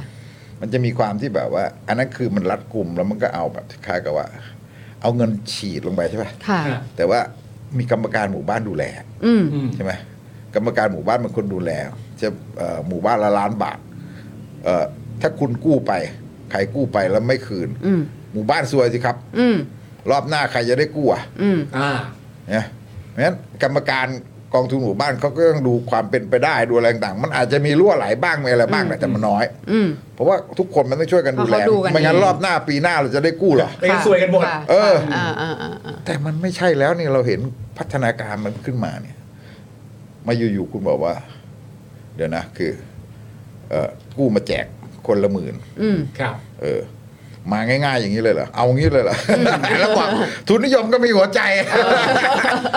มันจะมีความที่แบบว่า อันนั้นคือมันรัดกลุ่มแล้วมันก็เอาแบบคล้ายๆกับว่า เอาเงินฉีดลงไปใช่ป่ะ ค่ะ อ่ะ แต่ว่ามีกรรมการหมู่บ้านดูแล อืม อืม ใช่ไหมกรรมการหมู่บ้านเป็นคนดูแลจะเอ่อหมู่บ้านละล้านบาทเอ่อถ้าคุณกู้ไปใครกู้ไปแล้วไม่คืน อืม หมู่บ้านซวยสิครับ อืม รอบหน้าใครจะได้กู้อะ อืม อ่า นะเพราะฉะนั้นกรรมการกองทุนหมู่บ้านเขาก็ต้องดูความเป็นไปได้ดูอะไรต่างๆ มันอาจจะมีรั่วไหลบ้างมีอะไรบ้างแหละแต่มันน้อย อืม เพราะว่าทุกคนมันต้องช่วยกันดูแล เพราะเขาดูกัน ไม่งั้น เอง รอบหน้าปีหน้าเราจะได้กู้เหรอ ไม่งั้นซวยกันหมด ค่ะ เออ ค่ะอ่าอ่าอ่า แต่มันไม่ใช่แล้วนี่เราเห็นพัฒนาการมันขึ้นมาเนี่ย มาอยู่ๆคุณบอกว่า เดี๋ยวนะคือ เออกู้มาแจกคนละหมื่น อืม ครับ เออ มาง่าย ๆ อย่างนี้เลยเหรอเอางี้เลยเหรอ แล้วกว่าทุนนิยมก็มีหัวใจ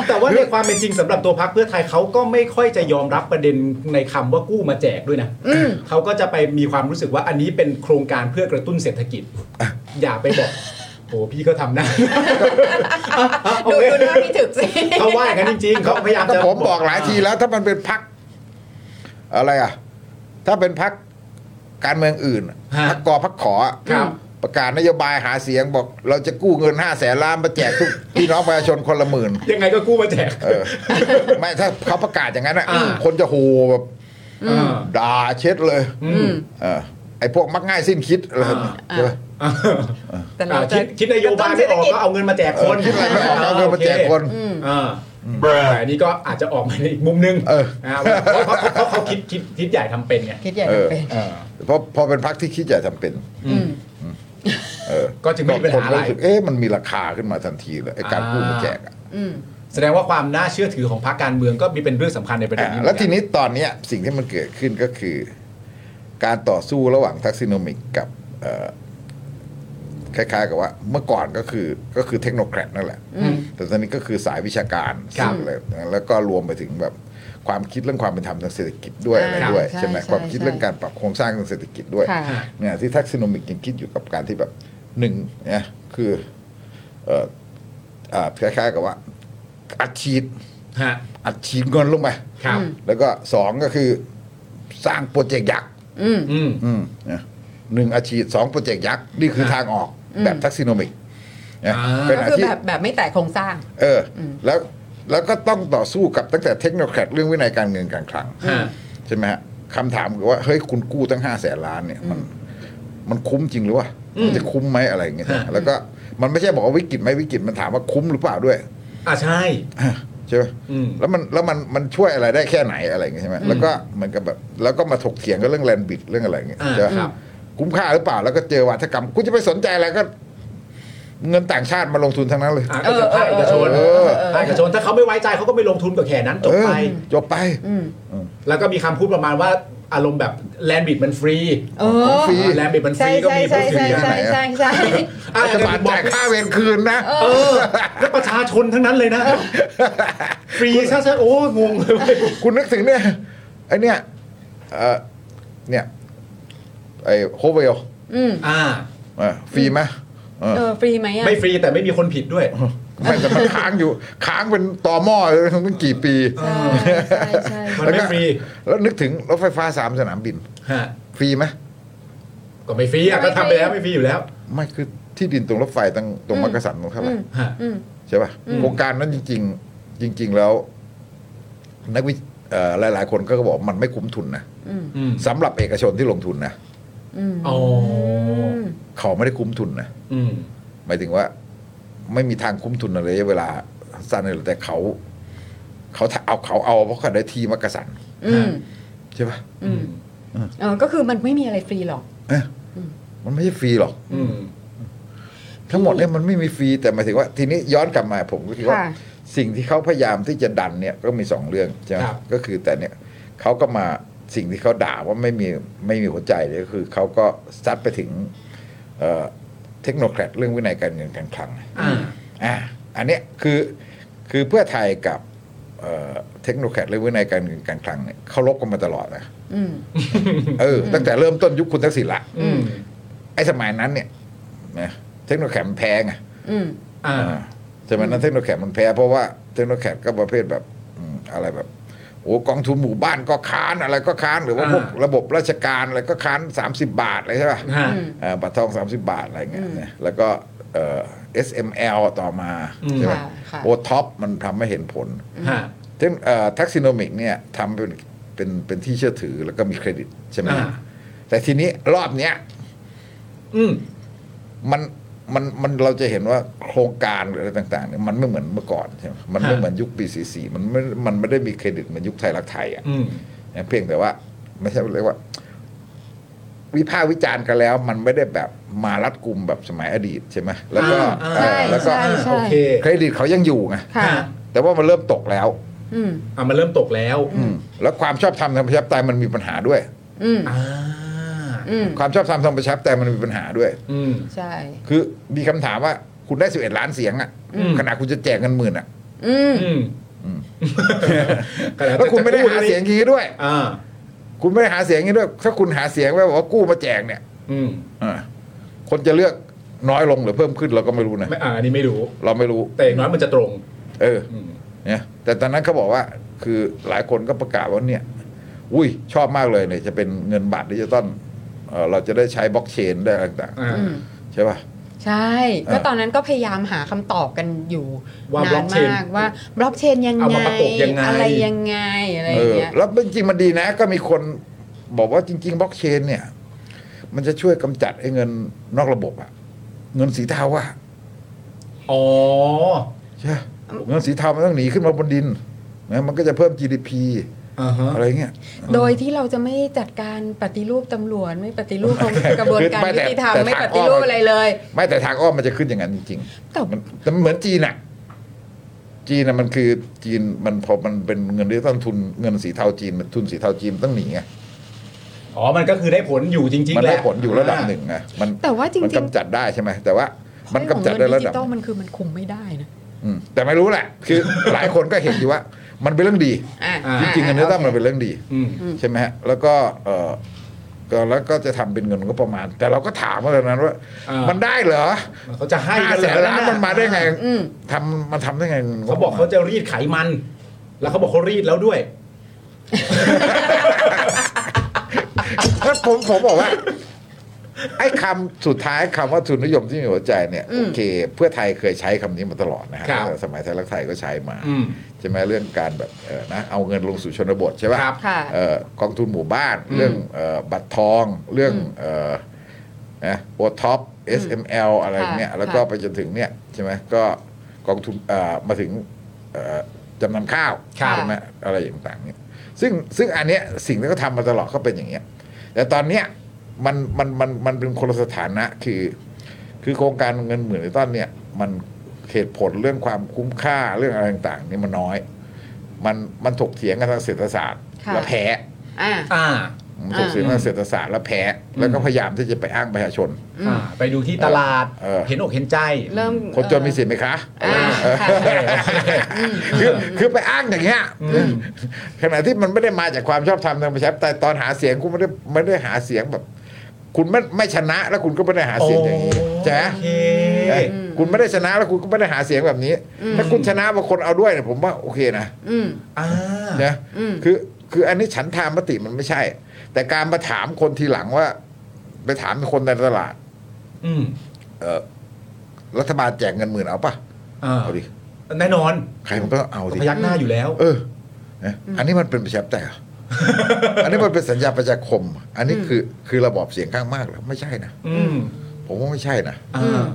แต่ว่าในความเป็นจริงสำหรับตัวพรรคเพื่อไทยเขาก็ไม่ค่อยจะยอมรับประเด็นในคำว่ากู้มาแจกด้วยนะเขาก็จะไปมีความรู้สึกว่าอันนี้เป็นโครงการเพื่อกระตุ้นเศรษฐกิจ อย่าไปบอกโอ้พี่ก็ทำนะ โอ ดู เค ดูหน้าพี่ถึกสิ เขาว่าอย่างนั้นจริงๆเขาพยายาม ก็ จะ ผมบอกหลายทีแล้วถ้ามันเป็นพักอะไรอ่ะ ถ้าเป็นพักการเมืองอื่น ฮะ พักกอพักขออ่ะ ครับ ประกาศนโยบายหาเสียงบอก เราจะกู้เงินห้าแสนล้านมาแจกทุก พี่น้องประชาชนคนละหมื่น ยังไงก็กู้มาแจก เออ ไม่ถ้าเขาประกาศอย่างนั้นอ่ะ อ่า คนจะโหแบบ เอ่า ด่าเช็ดเลย อืม เออไอ้พวกมักง่ายสิ้นคิดอะไรแบบนี้ อ่า ใช่ปะ แต่เรา อ่า จะ คิดคิดนโยบายไม่ออกก็เอาเงินมาแจกคน คิดอะไรไม่ออกเอาเงินมาแจกคน อ่าแต่อันนี้ก็อาจจะออกมาในอีกมุมนึง เออ นะว่าเพราะเขาเขาเขาคิดคิดคิดใหญ่ทำเป็นไง คิดใหญ่ เออ เป็น เออ เพราะพอเป็นพักที่คิดจะทำเป็น อืม เออ ก็จึงไม่มีปัญหาอะไร คนก็สึกเอ๊ะมันมีราคาขึ้นมาทันทีเลยไอ้การกู้มาแจกอ่ะ อืม แสดงว่าความน่าเชื่อถือของพรรคการเมืองก็มีเป็นเรื่องสำคัญในประเด็นนี้ อ่า เหมื แล้ อ วน กั ทีนี้ตอนเนี้ยสิ่งที่มันเกิดขึ้นก็คือ การต่อสู้ระหว่างทักซิโนมิกกับเอ่อคล้ายๆกับว่า เมื่อก่อนก็คือก็คือเทคโนแครดนั่นแหละ อืม แต่ตอนนี้ก็คือสายวิชาการ ครับ ซึ่งอะไรแล้วก็รวมไปถึงแบบความคิดเรื่องความเป็นธรรมทางเศรษฐกิจด้วย อ่า อะไรด้วย ใช่ ใช่ไหม ใช่ ความคิด ใช่ เรื่องการปรับโครงสร้างทางเศรษฐกิจด้วย ค่ะ เนี่ยที่ทักซิโนมิกยังคิดอยู่กับการที่แบบหนึ่งเนี่ยคือเอ่ออ่าคล้ายๆกับว่าอัดฉีด ฮะ อัดฉีดเงินลงไป ครับ แล้วก็สองก็คือสร้างโปรเจกต์ยักษ์ อืม อืม อืมนะหนึ่งอาชีพสองโปรเจกต์ยักษ์นี่คือ ครับ ทางออกแบบทักซิโนมิกนะ อ่า เป็น ก็ อา คือ ชีพ แบบแบบไม่แตะโครงสร้าง เอออแล้วแล้วก็ต้องต่อสู้กับตั้งแต่เทคโนแครดเรื่องวินัยการเงินการคลัง ฮะ ใช่ไหมฮะคำถามคือว่า เฮ้ย คุณกู้ตั้งห้าแสนล้านเนี่ย มัน มันคุ้มจริงหรือวะมันจะคุ้มไหมอะไรอย่างเงี้ย ฮะ แล้วก็มันไม่ใช่บอกว่าวิกฤตไหมวิกฤตมันถามว่าคุ้มหรือเปล่าด้วย อ่าใช่ ใช่ไหม อืม แล้วมันแล้วมันมันช่วยอะไรได้แค่ไหนอะไรอย่างเงี้ยใช่ไหมแล้วก็เหมือนกับแบบแล้วก็มาถกเถียงกันเรื่องแลนบิดเรื่องอะไรอย่างเงี้ย อ่า ใช่ไหม ครับ คุ้มค่าหรือเปล่าแล้วก็เจอวาทกรรมกูจะไปสนใจอะไรก็ เงินต่างชาติมาลงทุนทั้งนั้นเลย อ่าก็จะภาคเอกชน เออ ภาคเอกชน ถ้าเขาไม่ไว้ใจเขาก็ไม่ลงทุนกับแค่นั้นจบไป เออจบไป แล้วก็มีคำพูดประมาณว่าอารมณ์แบบแลนบิดมันฟรี เออ ของฟรี แลนบิดมันฟ ใช่ รีก็ ใช่ มีผู้เสีใช่ยใช่หาย ใช่ใช่ใช่ อ่า รัฐบาล บอก จ่ายค่าเวรคืนนะ เออแล้วประชาชนทั้งนั้นเลยนะ ฟรีซะซะโอ้งงเลย คุณนึกถึงเนี่ยไอเนี่ยเอ่อเนี่ยไอโฮเวล อืม อ่า อ่ะฟรีไหมเออ เออ ฟรีไหมอ่ะ ไม่ฟรีแต่ไม่มีคนผิดด้วย ไม่แต่มันค้างอยู่ ค้างเป็นต่อหม้อเลยตั้งกี่ปี ใช่ใช่ใช่ มันไม่ฟรี แล้วนึกถึงรถไฟฟ้าสามสนามบิน ฮะ ฟรีไหม ก็ไม่ฟรีอ่ะก็ทำไปแล้วไม่ฟรีอยู่แล้ว ไม่คือที่ดินตรงรถไฟตรงตรงมักกะสันตรงเท่าไหร่ ฮะ ใช่ป่ะโครงการนั้นจริง ๆ จริง ๆ แล้ว นักวิเอ่อหลาย ๆ คนก็บอกมันไม่คุ้มทุนนะ อืม สำหรับเอกชนที่ลงทุนนะ อ๋อ เขาไม่ได้คุ้มทุนนะ อืม หมายถึงว่าไม่มีทางคุ้มทุนในระยะเวลาสั้นเลยแต่เขา เขาเอาเขาเอาเพราะเขาได้ทีมากระสัน อืม ใช่ปะ อืม เออ ก็คือมันไม่มีอะไรฟรีหรอก เอ๊ะ มันไม่ใช่ฟรีหรอก อืม ทั้งหมดเนี่ยมันไม่มีฟรีแต่หมายถึงว่า ทีนี้ย้อนกลับมาผมก็คิดว่า ค่ะ สิ่งที่เขาพยายามที่จะดันเนี่ยก็มีสองเรื่องใช่ไหม ครับ ก็คือแต่เนี่ยเขาก็มาสิ่งที่เขาด่าว่าไม่มีไม่มีหัวใจเลยก็คือเขาก็ซัดไปถึงเทคโนแครดเรื่องวินัยการเงินการคลัง อ่า อ่ะอันเนี้ยคือคือเพื่อไทยกับเทคโนแครดและวินัยการเงินการคลังเนี่ยเขารบกันมาตลอดนะ อืม เออตั้งแต่เริ่มต้นยุคคุณทักษิณละ อืม ไอ้สมัยนั้นเนี่ยนะเทคโนแครดมันแพงอ่ะ อืม อ่า สมัยนั้นเทคโนแครดมันแพ้เพราะว่าเทคโนแครดก็ประเภทแบบอืมอะไรแบบโอ้กองทุนหมู่บ้านก็ค้านอะไรก็ค้านหรือว่า อ่า พวกระบบราชการอะไรก็ค้าน 30 บาทอะไรใช่ป่ะ ฮะ อ่าบัตรทอง 30 บาทอะไรเงี้ยนะแล้วก็เอ่อ SML ต่อมาใช่ไหม ค่ะค่ะ โอท็อปมันทำให้เห็นผล ฮะ เช่นทักซิโนมิกเนี่ยทำเป็นเป็นเป็นที่เชื่อถือแล้วก็มีเครดิตใช่ไหม อ่า แต่ทีนี้รอบเนี้ย อืม มันมันมันเราจะเห็นว่าโครงการหรืออะไรต่างๆเนี่ยมันไม่เหมือนเมื่อก่อนใช่ไหมมันไม่ ฮะ เหมือนยุคปีสี่สี่มันไม่มันไม่ได้มีเครดิตเหมือนยุคไทยรักไทยอ่ะ อืม เพียงแต่ว่า ไม่ใช่เรียกว่า วิพากษ์วิจารณ์กันแล้ว มันไม่ได้แบบมารัดกลุ่มแบบสมัยอดีตใช่ไหมแล้วก็ อ่า เอ่อ ใช่ แล้วก็ ใช่ใช่ โอเค เครดิตเขายังอยู่ไง ค่ะ อ่ แต่ว่ามันเริ่มตกแล้ว อืม อ่ะมันเริ่มตกแล้ว อืมแล้วความชอบธรรมทางประชาธิปไตยมันมีปัญหาด้วย อืม อ่า อืม ความชอบธรรมทางประชาธิปไตยมันมีปัญหาด้วย อืม ใช่ คือมีคำถามว่าคุณได้ 11 ล้านเสียงอะ อืม ขณะคุณจะแจกเงินหมื่นอะ อืม อืม แล้วคุณไม่ได้หาเสียงอย่างนี้ด้วย อ่า คุณไม่ได้หาเสียงอย่างนี้ด้วย ถ้าคุณหาเสียงไว้บอกว่ากู้มาแจกเนี่ย อืม อ่าคนจะเลือกน้อยลงหรือเพิ่มขึ้นเราก็ไม่รู้นะ ไม่อ่าอันนี้ไม่รู้ เราไม่รู้ แต่อย่างน้อยมันจะตรง เออ อืม เนี่ยแต่ตอนนั้นเขาบอกว่า คือหลายคนก็ประกาศว่าเนี่ย อุ้ยชอบมากเลยเนี่ยจะเป็นเงินบาทดิจิตอลเอ่อเราจะได้ใช้บล็อกเชนได้อะไรต่าง อ่า อืม ๆใช่ป่ะ ใช่ เออ ก็ตอนนั้นก็พยายามหาคำตอบกันอยู่ ว่าน าบนล็อกเชน มากว่าบล็อกเชนยัง เอา ไง มาประกบยังไง อะไรยังไงอะไรอ เอย่าง อ เงี้ย แล้วจริงๆมันดีนะ ก็มีคนบอกว่าจริง ๆบล็อกเชนเนี่ย มันจะช่วยกำจัดไอ้เงินนอกระบบอะเงินสีเทาอะ อ๋อ ใช่ปะเงินสีเทามันต้องหนีขึ้นมาบนดินนะมันก็จะเพิ่ม GDP อ่าฮะ อะไรเงี้ย โดยที่เราจะไม่จัดการปฏิรูปตำรวจไม่ปฏิรูปของกระบวนการยุติธรรมไม่ปฏิรูปอะไรเลย ไม่แต่ทางอ้อมมันจะขึ้นอย่างนั้นจริง แต่ ๆมันแต่มันเหมือนจีนอะจีนอะมันคือจีนมันพอมันเป็นเงินดิจิตอลทุนเงินสีเทาจีนมันทุนสีเทาจีนมันต้องหนีไง อ๋อ มันก็คือได้ผลอยู่จริง มั ๆ น แหละ ได้ผลอยู่ระดับหนึ่งไงมัน แต่ว่าจริงๆ มันกำจัดได้ใช่ไหมแต่ว่า มันกำจัด เรื่ ได้ อระงของเงินดิ ดั จิ บ ตอลมันคือมันคุมไม่ได้นะ อืมแต่ไม่รู้แหละ คือ หลายคนก็เห็นอยู่ว่า มันเป็นเรื่องดี อ่ะ า จริงๆเงินดิจิตอลมันเป็นเรื่องดี อืม ใช่ไหมฮะ แล้วก็เออก็แล้วก็จะทำเป็นเงินก็ประมาณ แต่เราก็ถามว่าตอนนั้นว่า อ่ามั มันได้เหรอ เขาจะให้ ห้า กัน แสน เรอ ล้านมันมาได้ไง อืม ทำมันทำได้ไงงิน เขาบอกเขาจะรีดไขมัน แล้วเขาบอกเขารีดแล้วด้วย แล้วผมผมบอกว่า ไอ้คำสุดท้ายคำว่าทุนนิยมที่มีหัวใจเนี่ยโอเค เพื่อไทยเคยใช้คำนี้มาตลอดนะฮะ ครับ สมัยไทยรักไทยก็ใช้มา อืม ใช่ไหมเรื่องการแบบเออนะเอาเงินลงสู่ชนบทใช่ปะ ครับ ค่ะ เอ่อกองทุนหมู่บ้าน อืม เรื่องเอ่อบัตรทองเรื่องเอ่อนะโอท็อป SML อะไร ค่ะ เนี่ยแล้วก็ ค่ะ ไปจนถึงเนี่ยใช่ไหมก็กองทุนเอ่อมาถึงเอ่อจำนำข้าว ครับ ใช่ไหมอะไรอย่างต่างๆเนี่ยซึ่งซึ่งอันเนี้ยสิ่งที่เขาทำมาตลอดก็เป็นอย่างเงี้ยแต่ตอนเนี้ยมันมันมันมันเป็นคนละสถานะคือ คือโครงการเงินหมื่นในต้นเนี่ย มันเหตุผลเรื่องความคุ้มค่าเรื่องอะไรต่างๆนี่มันน้อย มันมันถกเถียงกันทางเศรษฐศาสตร์ ค่ะ และแพ้ อ่า อ่า มันถกเถียงทางเศรษฐศาสตร์และแพ้ อืม แล้วก็พยายามที่จะไปอ้างประชาชน อ่า ไปดูที่ตลาด เออ เห็นอกเห็นใจ เริ่ม คนจนมีสิทธิ์ไหมคะ อ่าค่ะ คือคือไปอ้างอย่างเงี้ย อืม ขณะที่มันไม่ได้มาจากความชอบธรรมทางประชาธิปไตยตอนหาเสียงคุณไม่ได้ไม่ได้หาเสียงแบบ คุณไม่ไม่ชนะแล้วคุณก็ไม่ได้หาเสียงอย่างนี้ใช่ไหม โอเค เอ้ยคุณไม่ได้ชนะแล้วคุณก็ไม่ได้หาเสียงแบบนี้ ถ้าคุณชนะบางคนเอาด้วยเนี่ยผมว่าโอเคนะ อืม อ่า นะ อืม คือคืออันนี้ฉันทามติมันไม่ใช่ แต่การมาถามคนทีหลังว่า ไปถามคนในตลาด อืม เออรัฐบาลแจกเงินหมื่นเอาปะ อ่า เอาดิ แน่นอน ใครมันก็เอาดิ พยักหน้าอยู่แล้ว เออนะอันนี้มันเป็นประชาธิปไต ยเหรออันนี้มันเป็นสัญญาประชาคม อันนี้คือคือระบอบเสียงข้างมากเหรอไม่ใช่นะ อืม ผมว่าไม่ใช่นะ อ่า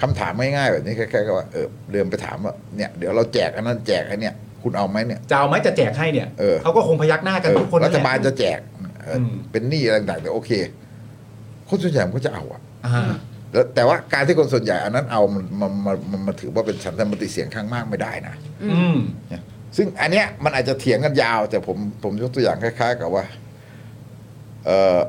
คำถามง่ายๆแบบนี้แค่ๆก็ว่าเออเดินไปถามว่าเนี่ยเดี๋ยวเราแจกอันนั้นแจกอันเนี้ยคุณเอาไหมเนี่ย จะเอาไหมจะแจกให้เนี่ย เออ ก็คงพยักหน้ากันทุกคน เออรัฐบาล นั่นแห จะแจกเอออ ม เป็นหนี้อะไรต่างๆแต่โอเค คนส่วนใหญ่มันก็จะเอาอะ อ่า แล้วแต่ว่าการที่คนส่วนใหญ่อันนั้นเอามันมันมันมันมันถือว่าเป็นฉันทามติเสียงข้างมากไม่ได้นะ อืม ซึ่งอันเนี้ยมันอาจจะเถียงกันยาว แต่ผมผมยกตัวอย่างคล้าย ๆ กับว่าเออ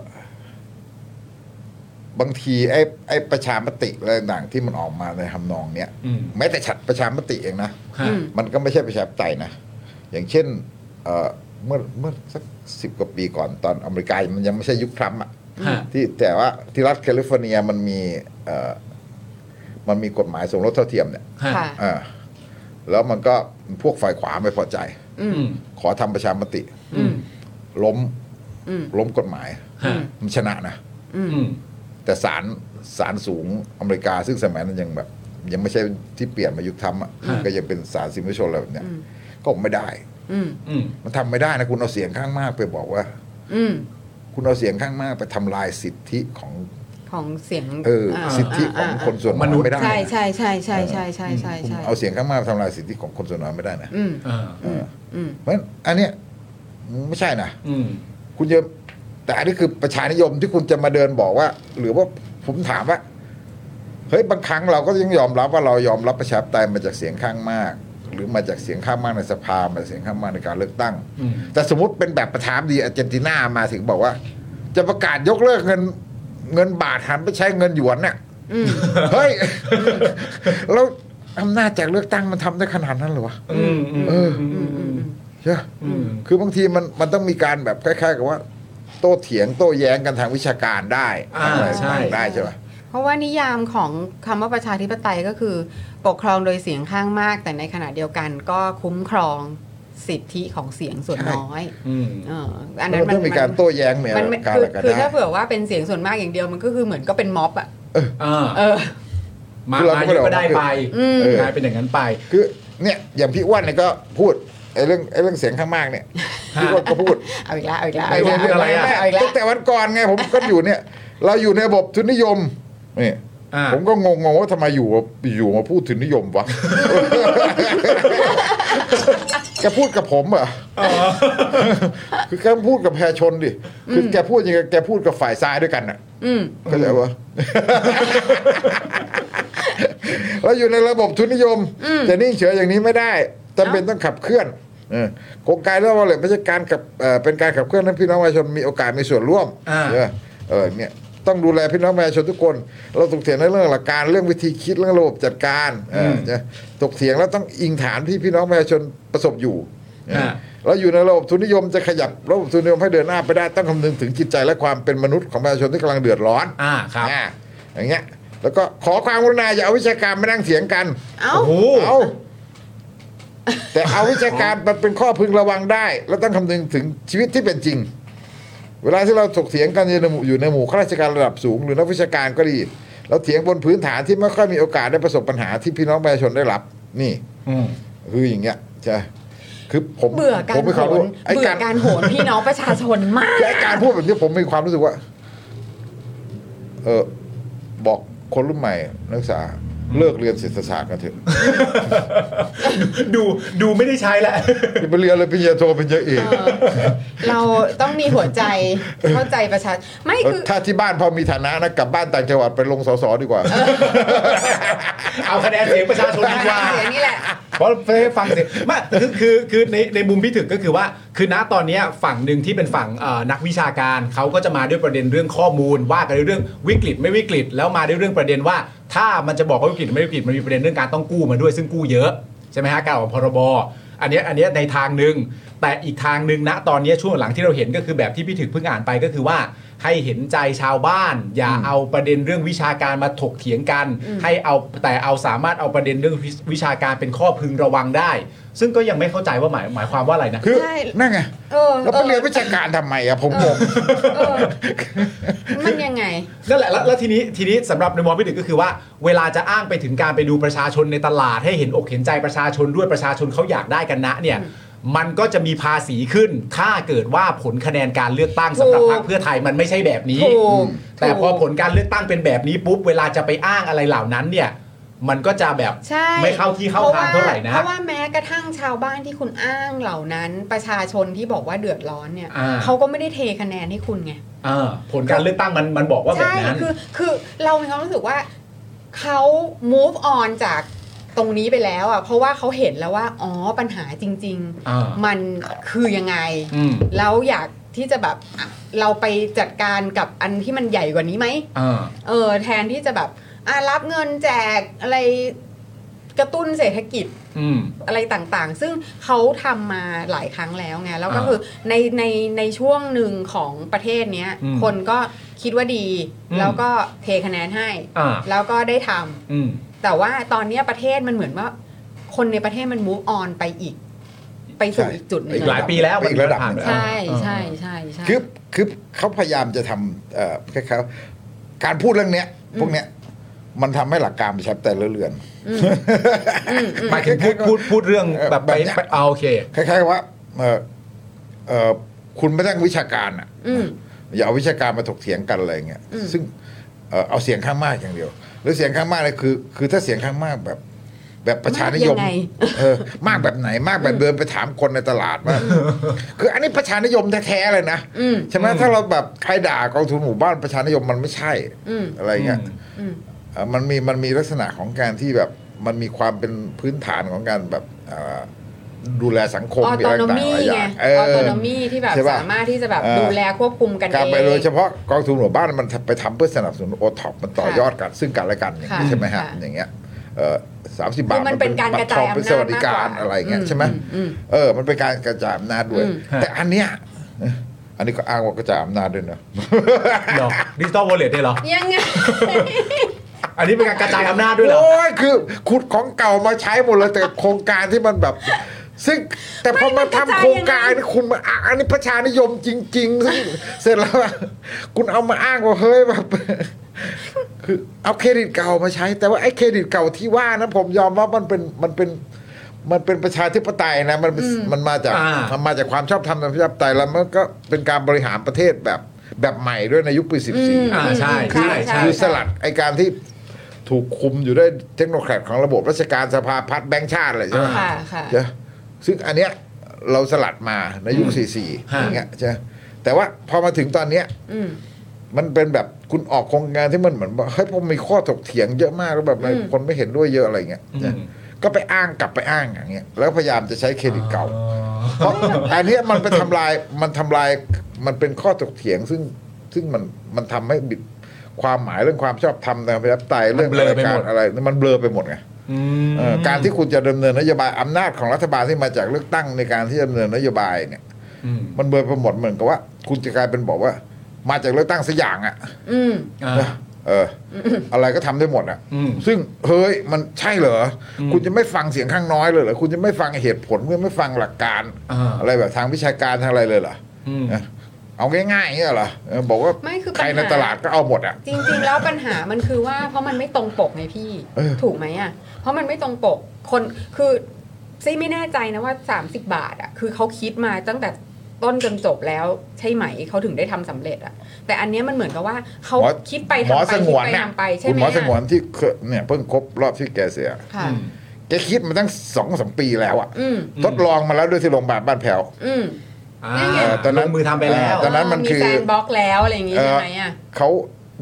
บางทีไอ้ไอ้ประชามติอะไรต่างๆที่มันออกมาในทำนองเนี้ย อืม แม้แต่ฉัดประชามติเองนะ ฮะ มันก็ไม่ใช่ประชาธิปไตยนะ อย่างเช่นเอ่อเมื่อเมื่อสักสิบกว่าปีก่อนตอนอเมริกามันยังไม่ใช่ยุคทรัมป์อะ ฮะ ที่แต่ว่าที่รัฐแคลิฟอร์เนียมันมีเอ่อมันมีกฎหมายสมรสเท่าเทียมเนี่ย ฮะ ค่ะ เออแล้วมันก็พวกฝ่ายขวาไม่พอใจ อืม ขอทำประชามติ อืม ล้ม อืม ล้มกฎหมาย ฮะ มันชนะนะ อืม แต่ศาลศาลสูงอเมริกาซึ่งสมัยนั้นยังแบบ ยังไม่ใช่ที่เปลี่ยนมายุคทรัมป์อะก็ยังเป็นศาลสิมชนอะไรแบบเนี้ยก็ไม่ได้ อืม อืม มันทำไม่ได้นะคุณเอาเสียงข้างมากไปบอกว่า อืม คุณเอาเสียงข้างมากไปทำลายสิทธิของ ของเสียง เอออา สิทธิของคนส่วนน้อยไม่ได้ ใช่ นะ ใช่ใช่ใช่ใช่ใช่ใช่ คุณ ใช่ เอาเสียงข้างมากไปทำลายสิทธิของคนส่วนน้อยไม่ได้นะ อืม อ่า เออ อืม เพราะฉะนั้นอันเนี้ยไม่ใช่นะ อืม คุณจะแต่อันนี้คือประชานิยมที่คุณจะมาเดินบอกว่า หรือว่าผมถามว่าเฮ้ยบางครั้งเราก็ยังยอมรับว่าเรายอมรับประชาธิปไตยมาจากเสียงข้างมาก หรือมาจากเสียงข้างมากในสภามาจากเสียงข้างมากในการเลือกตั้ง อืม แต่สมมติเป็นแบบประธานดีอาร์เจนตินามาถึงบอกว่า จะประกาศยกเลิกเงินเงินบาทหันไปใช้เงินหยวน เนี่ย อืม เฮ้ย แล้วอำนาจจากเลือกตั้งมันทำได้ขนาดนั้นเหรอวะ อืมอืม เออ อืมอืมอืม ใช่ อืม คือบางทีมันมันต้องมีการแบบคล้าย ๆ กับว่า โต้เถียงโต้แย้งกันทางวิชาการได้ อ่าใช่ ได้ใช่ปะ เพราะว่านิยามของคำว่าประชาธิปไตยก็คือ ปกครองโดยเสียงข้างมาก แต่ในขณะเดียวกันก็คุ้มครองสิทธิของเสียงส่วนน้อย อืม เอออัน มั นั้น นมัน ต้องมีการโต้แย้งเหมือน มันไม่ การ คืออะไรกัน คือ ได้ ถ้าเผื่อว่าเป็นเสียงส่วนมากอย่างเดียวมันก็คือเหมือนก็เป็นม็อบอ่ะ อ่า เออ มามาเยอะก็ได้ไปกลายเป็นอย่างนั้นไป คือเนี่ยอย่างพี่อ้วนเนี่ยก็พูดไอ้เรื่องไอ้เรื่องเสียงข้างมาก เนี่ยพี่อ้วนก็พูด เอาอีกแล้วเอาอีกแล้ว ไอ้ เอาอีก ผ แล้ ม ว เรื่อ เอาอีกแล้วงอะไรแม่ เอาอีกแล้ว ตั้งแต่วันก่อนไงผมก็อยู่เนี่ย เราอยู่ในระบบทุนนิยมนี่ อ่า ผมก็งงๆว่าทำไมอยู่อยู่มาพูดทุนนิยม วะ แกพูดกับผมเหรอ คือแกพูดกับแพรชนดิคือแกพูดยังไงแกพูดกับฝ่ายซ้ายด้วยกันน่ะ อืม เข้าใจปะ เราอยู่ในระบบทุนนิยมจะนิ่งเฉยอย่างนี้ไม่ได้จำเป็นต้องขับเคลื่อนเออโครงการแล้วว่าเลยไม่ใช่การขับเอ่อเป็นการขับเคลื่อนให้พี่น้องประชาชนมีโอกาสมีส่วนร่วม อ่า เออเออเนี่ยต้องดูแลพี่น้องประชาชนทุกคน เราถกเถียงในเรื่องหลักการเรื่องวิธีคิดเรื่องระบบจัดการเออเนี่ยถกเถียงแล้วต้องอิงฐานที่พี่น้องประชาชนประสบอยู่ อ่า เราอยู่ในระบบทุนนิยมจะขยับระบบทุนนิยมให้เดินหน้าไปได้ต้องคำนึงถึงจิตใจและความเป็นมนุษย์ของประชาชนที่กำลังเดือดร้อน อ่าครับ อ่าอย่างเงี้ย แล้วก็ขอความกรุณาอย่าเอาวิชาการมานั่งเถียงกัน เอ้า โอ้โห เอาแต่เอาวิชาการมันเป็นข้อพึงระวังได้ และต้องคำนึงถึงชีวิตที่เป็นจริง เวลาที่เราถกเถียงกันอยู่ในหมู่อยู่ในหมู่ข้าราชการระดับสูง หรือนักวิชาการก็ดี เราเถียงบนพื้นฐานที่ไม่ค่อยมีโอกาสได้ประสบปัญหาที่พี่น้องประชาชนได้รับ นี่ อืม คืออย่างเงี้ยใช่คือผม เบื่อการ ผมไม่ โห ความรู้ น ไอ้ เบื่อ การ การโหนพี่น้องประชาชนมาก ไอ้การพูดแบบนี้ผมมีความรู้สึกว่า เออบอกคนรุ่นใหม่นักศึกษาเลิกเรียนเศรษฐศาสตร์กันเถอะ ดูดูไม่ได้ใช้แล้ว อย่าไปเรียนเลยปริญญาโทปริญญาเอก เราต้องมีหัวใจเข้าใจประชาไม่ เออ คือ ถ้าที่บ้านพอมีฐานะนะกลับบ้านต่างจังหวัดไปลงสสดีกว่า เอาคะแนนเสียงประชาชนดีกว่า เสียงนี่แหละ เพราะเพื่อให้ฟังเสียงไมาคือคือคือในในมุมพี่ถึงก็คือว่า คือณตอนเนี้ยฝั่งหนึ่งที่เป็นฝั่งเอ่อนักวิชาการเขาก็จะมาด้วยประเด็นเรื่องข้อมูล ว่ากันด้วยเรื่องวิกฤตไม่วิกฤต แล้วมาด้วยเรื่องประเด็นว่า ถ้ามันจะบอกว่าวิกฤตไม่วิกฤตมันมีประเด็นเรื่องการต้องกู้มาด้วยซึ่งกู้เยอะใช่ไหมฮะการออกพรบอันเนี้ยอันเนี้ยในทางหนึ่งแต่อีกทางหนึ่งณตอนเนี้ยช่วงหลังที่เราเห็นก็คือแบบที่พี่ถึกเพิ่งอ่านไปก็คือว่า ให้เห็นใจชาวบ้าน อย่าเอาประเด็นเรื่องวิชาการมาถกเถียงกัน ให้เอาแต่เอาสามารถเอาประเด็นเรื่องวิวิชาการเป็นข้อพึงระวังได้ ซึ่งก็ยังไม่เข้าใจว่าหมายหมายความว่าอะไรนะ คือ ใช่ นั่นไง เออ แล้ว เอ ไป อ เรียนวิชาการทำไมอะผมงง เออมันยังไง นั่นแหละแล้วแล้วทีนี้ทีนี้สำหรับในมองพี่ถึงก็คือว่า เวลาจะอ้างไปถึงการไปดูประชาชนในตลาดให้เห็นอกเห็นใจประชาชนด้วยประชาชนเขาอยากได้กันนะเนี่ยมันก็จะมีภาษีขึ้น ถ้าเกิดว่าผลคะแนนการเลือกตั้งสำหรับพรรคเพื่อไทยมันไม่ใช่แบบนี้ ถูก แต่ ถูก พอผลการเลือกตั้งเป็นแบบนี้ปุ๊บเวลาจะไปอ้างอะไรเหล่านั้นเนี่ย มันก็จะแบบ ใช่ ไม่เข้าที่เข้าทางเท่าไหร่นะ เพราะว่าแม้กระทั่งชาวบ้านที่คุณอ้างเหล่านั้น ประชาชนที่บอกว่าเดือดร้อนเนี่ย อ่า เขาก็ไม่ได้เทคะแนนให้คุณไง อ่าผลการเลือกตั้งมันมันบอกว่าแบบ ใช่ นั้น คือ คือเรามีความรู้สึกว่าเขา move on จากตรงนี้ไปแล้วอ่ะ เพราะว่าเขาเห็นแล้วว่า อ๋อ ปัญหาจริง อ่า ๆ มันคือยังไง อืม แล้วอยากที่จะแบบอ่ะเราไปจัดการกับอันที่มันใหญ่กว่านี้ไหม อ่า เออ แทนที่จะแบบอ่ะรับเงินแจกอะไรกระตุ้นเศรษฐกิจ อืม อะไรต่างๆ ซึ่งเขาทำมาหลายครั้งแล้วไง แล้วก็ อ่า คือในในในช่วงหนึ่งของประเทศเนี้ย อืม คนก็คิดว่าดี อืม แล้วก็เทคะแนนให้ อ่า แล้วก็ได้ทำ อืม แต่ว่าตอนเนี้ยประเทศมันเหมือนว่า คนในประเทศมัน move on ไปอีก ไปสู่ ใช่ อีกจุดหนึ่ อี ง กหลายปีแล้ว อีกระดับ มันผ่านไปแล้ว ใช่ใช่ใช่ใช่ คือคือเขาพยายามจะทำเอ่อคล้ายๆการพูดเรื่องเนี้ย พวกเนี้ยมันทำให้หลักการประชาธิปไตยเลอะเลือน หมายถึงพูดพูดพูดเรื่องแบบไปไปเอาโอเค คล้ายๆว่าเอ่อเอ่อคุณไม่ต้องวิชาการอ่ะ อืม อย่าเอาวิชาการมาถกเถียงกันอะไรเงี้ย อืม ซึ่งเอ่อเอาเสียงข้างมากอย่างเดียว แล้วเสียงข้างมากเลยคือ คือถ้าเสียงข้างมากแบบ แบบประชานิยม มากยังไง เออมากแบบไหนมากแบบเดินไปถามคนในตลาดว่าคืออันนี้ประชานิยมแท้ๆเลยนะ อืม ใช่ไหมถ้าเราแบบใครด่ากองทุนหมู่บ้านประชานิยมมันไม่ใช่ อืม อะไรเงี้ย อืม อืม เอ่อมันมีมันมีลักษณะของการที่แบบมันมีความเป็นพื้นฐานของการแบบเอ่อดูแลสังคมมี autonomy อะไรต่างๆหลายอ ไง ย่าง อ เอ อ อ โตโนมีที่แบบ ใช่ปะ สามารถที่จะแบบ เออ ดูแลควบคุมกัน การ เอ ไป ง โดยเฉพาะกองทุนหมู่บ้านมันไปทำเพื่อสนับสนุนโอท็อปมันต่อยอดกันซึ่งกันและกันอย่างนี้ ค่ะ ใช่ไหมฮะ ค่ะ อย่างเงี้ยสามสิบบาท คือมันเป็นการกระจาย บัตทองเป็น อำนาจ สวัสดิการ มากกว่า อะไรเงี้ย อืม ใช่ไหม อืม เออมันเป็นการกระจายอำนาจด้วย อืม แต่อันเนี้ยอันนี้ก็อ้างว่ากระจายอำนาจด้วยเนอะ เหรอดิจิตอลวอลเล็ตเนี่ยเหรอ ยังไง อันนี้เป็นการกระจายอำนาจด้วยเหรอ โอ้ยคือขุดของเก่ามาใช้หมดเลยแต่โครงการที่มันแบบ ซึ่งแต่พอมาทำโครงการนี่คุณมาอ่ะอันนี้ประชานิยมจริง ๆ ซึ่งเสร็จแล้วอ่ะคุณเอามาอ้างว่าเฮ้ยแบบคือเอาเครดิตเก่ามาใช้ แต่ว่าไอ้เครดิตเก่าที่ว่านะผมยอมว่ามันเป็นมันเป็นมันเป็นประชาธิปไตยนะมันเป็นมันมาจาก อ่ามั มันมาจากความชอบธรรมทางประชาธิปไตยแล้วมันก็เป็นการบริหารประเทศแบบแบบใหม่ด้วยในยุคปีสิบสี่ อ่าใช่ คือ ใช่ใช่ คือสลัดไอการที่ถูกคุมอยู่ด้วยเทคโนแครดของระบบราชการสภาพัฒน์แบงค์ชาติอะไรใช่ไหม อ่า ค่ะค่ะ ใช่ซึ่งอันเนี้ยเราสลัดมาในยุค 44 ฮะ อย่างเงี้ยใช่ไหมแต่ว่าพอมาถึงตอนเนี้ย อืม มันเป็นแบบคุณออกโครงการที่มันเหมือนว่าเฮ้ยผมมีข้อถกเถียงเยอะมากแล้วแบบอะไรคนไม่เห็นด้วยเยอะอะไรเงี้ย อืม นะก็ไปอ้างกลับไปอ้างอย่างเงี้ยแล้วพยายามจะใช้เครดิตเก่า เพราะอันเนี้ยมันไปทำลายมันทำลายมันเป็นข้อถกเถียงซึ่งซึ่งมันมันทำให้บิดความหมายเรื่องความชอบธรรมในประชาธิปไตยเรื่อง มันเบลอไปหม การ ด อะไรมันเบลอไปหมดไง อืม เออการที่คุณจะดำเนินนโยบายอำนาจของรัฐบาลที่มาจากเลือกตั้งในการที่ดำเนินนโยบายเนี่ย อืม มันเบลอไปหมดเหมือนกับว่า คุณจะกลายเป็นบอกว่า มาจากเลือกตั้งสักอย่างอ่ะ อืม อ่า เอออะไรก็ทำได้หมดอ่ะ อืม ซึ่งเฮ้ยมันใช่เหรออคุณจะไม่ฟังเสียงข้างน้อยเลยเหรอคุณจะไม่ฟังเหตุผลคุณไม่ฟังหลักการ อ่า อะไรแบบทางวิชาการทางอะไรเลยเหรอ อืม นะเอาง่ายๆอย่างเงี้ยเหรอเออบอกว่า ไม่คือปัญหา ใครในตลาดก็เอาหมดอ่ะ จริงๆ แล้วปัญหามันคือว่าเพราะมันไม่ตรงปกไงพี่ เออ ถูกไหมอ่ะ เพราะมันไม่ตรงปกคนคือซี่ไม่แน่ใจนะว่า 30 บาทอ่ะคือเขาคิดมาตั้งแต่ต้นจนจบแล้วใช่ไหมเขาถึงได้ทำสำเร็จอ่ะ แต่อันเนี้ยมันเหมือนกับว่าเขา หมอ คิดไป หมอ ทำไป สง คิด วน ไป เนี่ย ทำไปใช่ คุณหไหมมอสงว อ่ะ นที่เคยเนี่ยเพิ่งครบรอบที่แกเสีย ค่ะ แกคิดมาตั้งสองสามปีแล้วอ่ะ อืม ทดลองมาแล้วด้วยที่โรงพยาบาลบ้านแผว อืม อ่า เออตอนนั้น ลงมือทำไปแล้ว ตอนนั้นมันคือ แซนบล็อกแล้วอะไรอย่างงี้ใช่ไหมอ่ะ เขา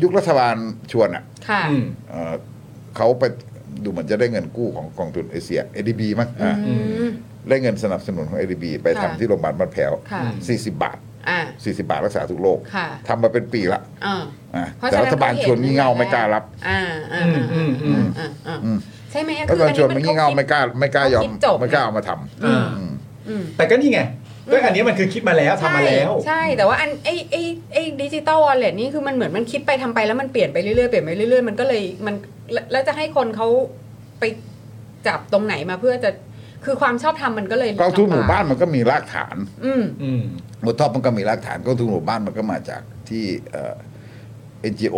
ยุครัฐบาลชวนอ่ะ ค่ะ อืม เอ่อเขาไปดูเหมือนจะได้เงินกู้ของกองทุนเอเชีย ADB มั้งอ่ะ อืม ได้เงินสนับสนุนของ ADB ไปทำ ค่ะ ที่โรงพยาบาลบ้านแผว ค่ะ 40 บาท อ่ะ 40 บาทรักษาทุกโรค ค่ะ ทำมาเป็นปีละ อ่า อ่ะ เพราะ แต่ ฉะนั้น รัฐบาลชวนงี่เง่าไม่กล้ารับ อ่าอ่า อื อ่าม อื อ่าม อ่าอ่า อืม ใช่ไหม รัฐ คือ ตอ อั น น ช นี้ วน มัน มัน เขา งี่เง่า คิ ไม่ ด กล้าไม่กล้ายอม เขาคิดจบ ไม่กล้าเอามาทำ อ่า อืม อืม แต่ก็นี่ไงก็อันนี้มันคือคิดมาแล้วทำมาแล้ว ใช่ใช่ แต่ว่าอันไอไอไอดิจิตอลวอลเล็ตนี่คือมันเหมือนมันคิดไปทำไปแล้วมันเปลี่ยนไปเรื่อยๆเปลี่ยนไปเรื่อยๆมันก็เลยมันแล้วแล้วจะให้คนเขาไปจับตรงไหนมาเพื่อจะคือความชอบธรรมมันก็เลย กองทุนหมู่บ้านมันก็มีรากฐาน อืม อืม หมดท็อปมันก็มีรากฐานกองทุนหมู่บ้านมันก็มาจากที่เอ่อ็นจีโอ NGO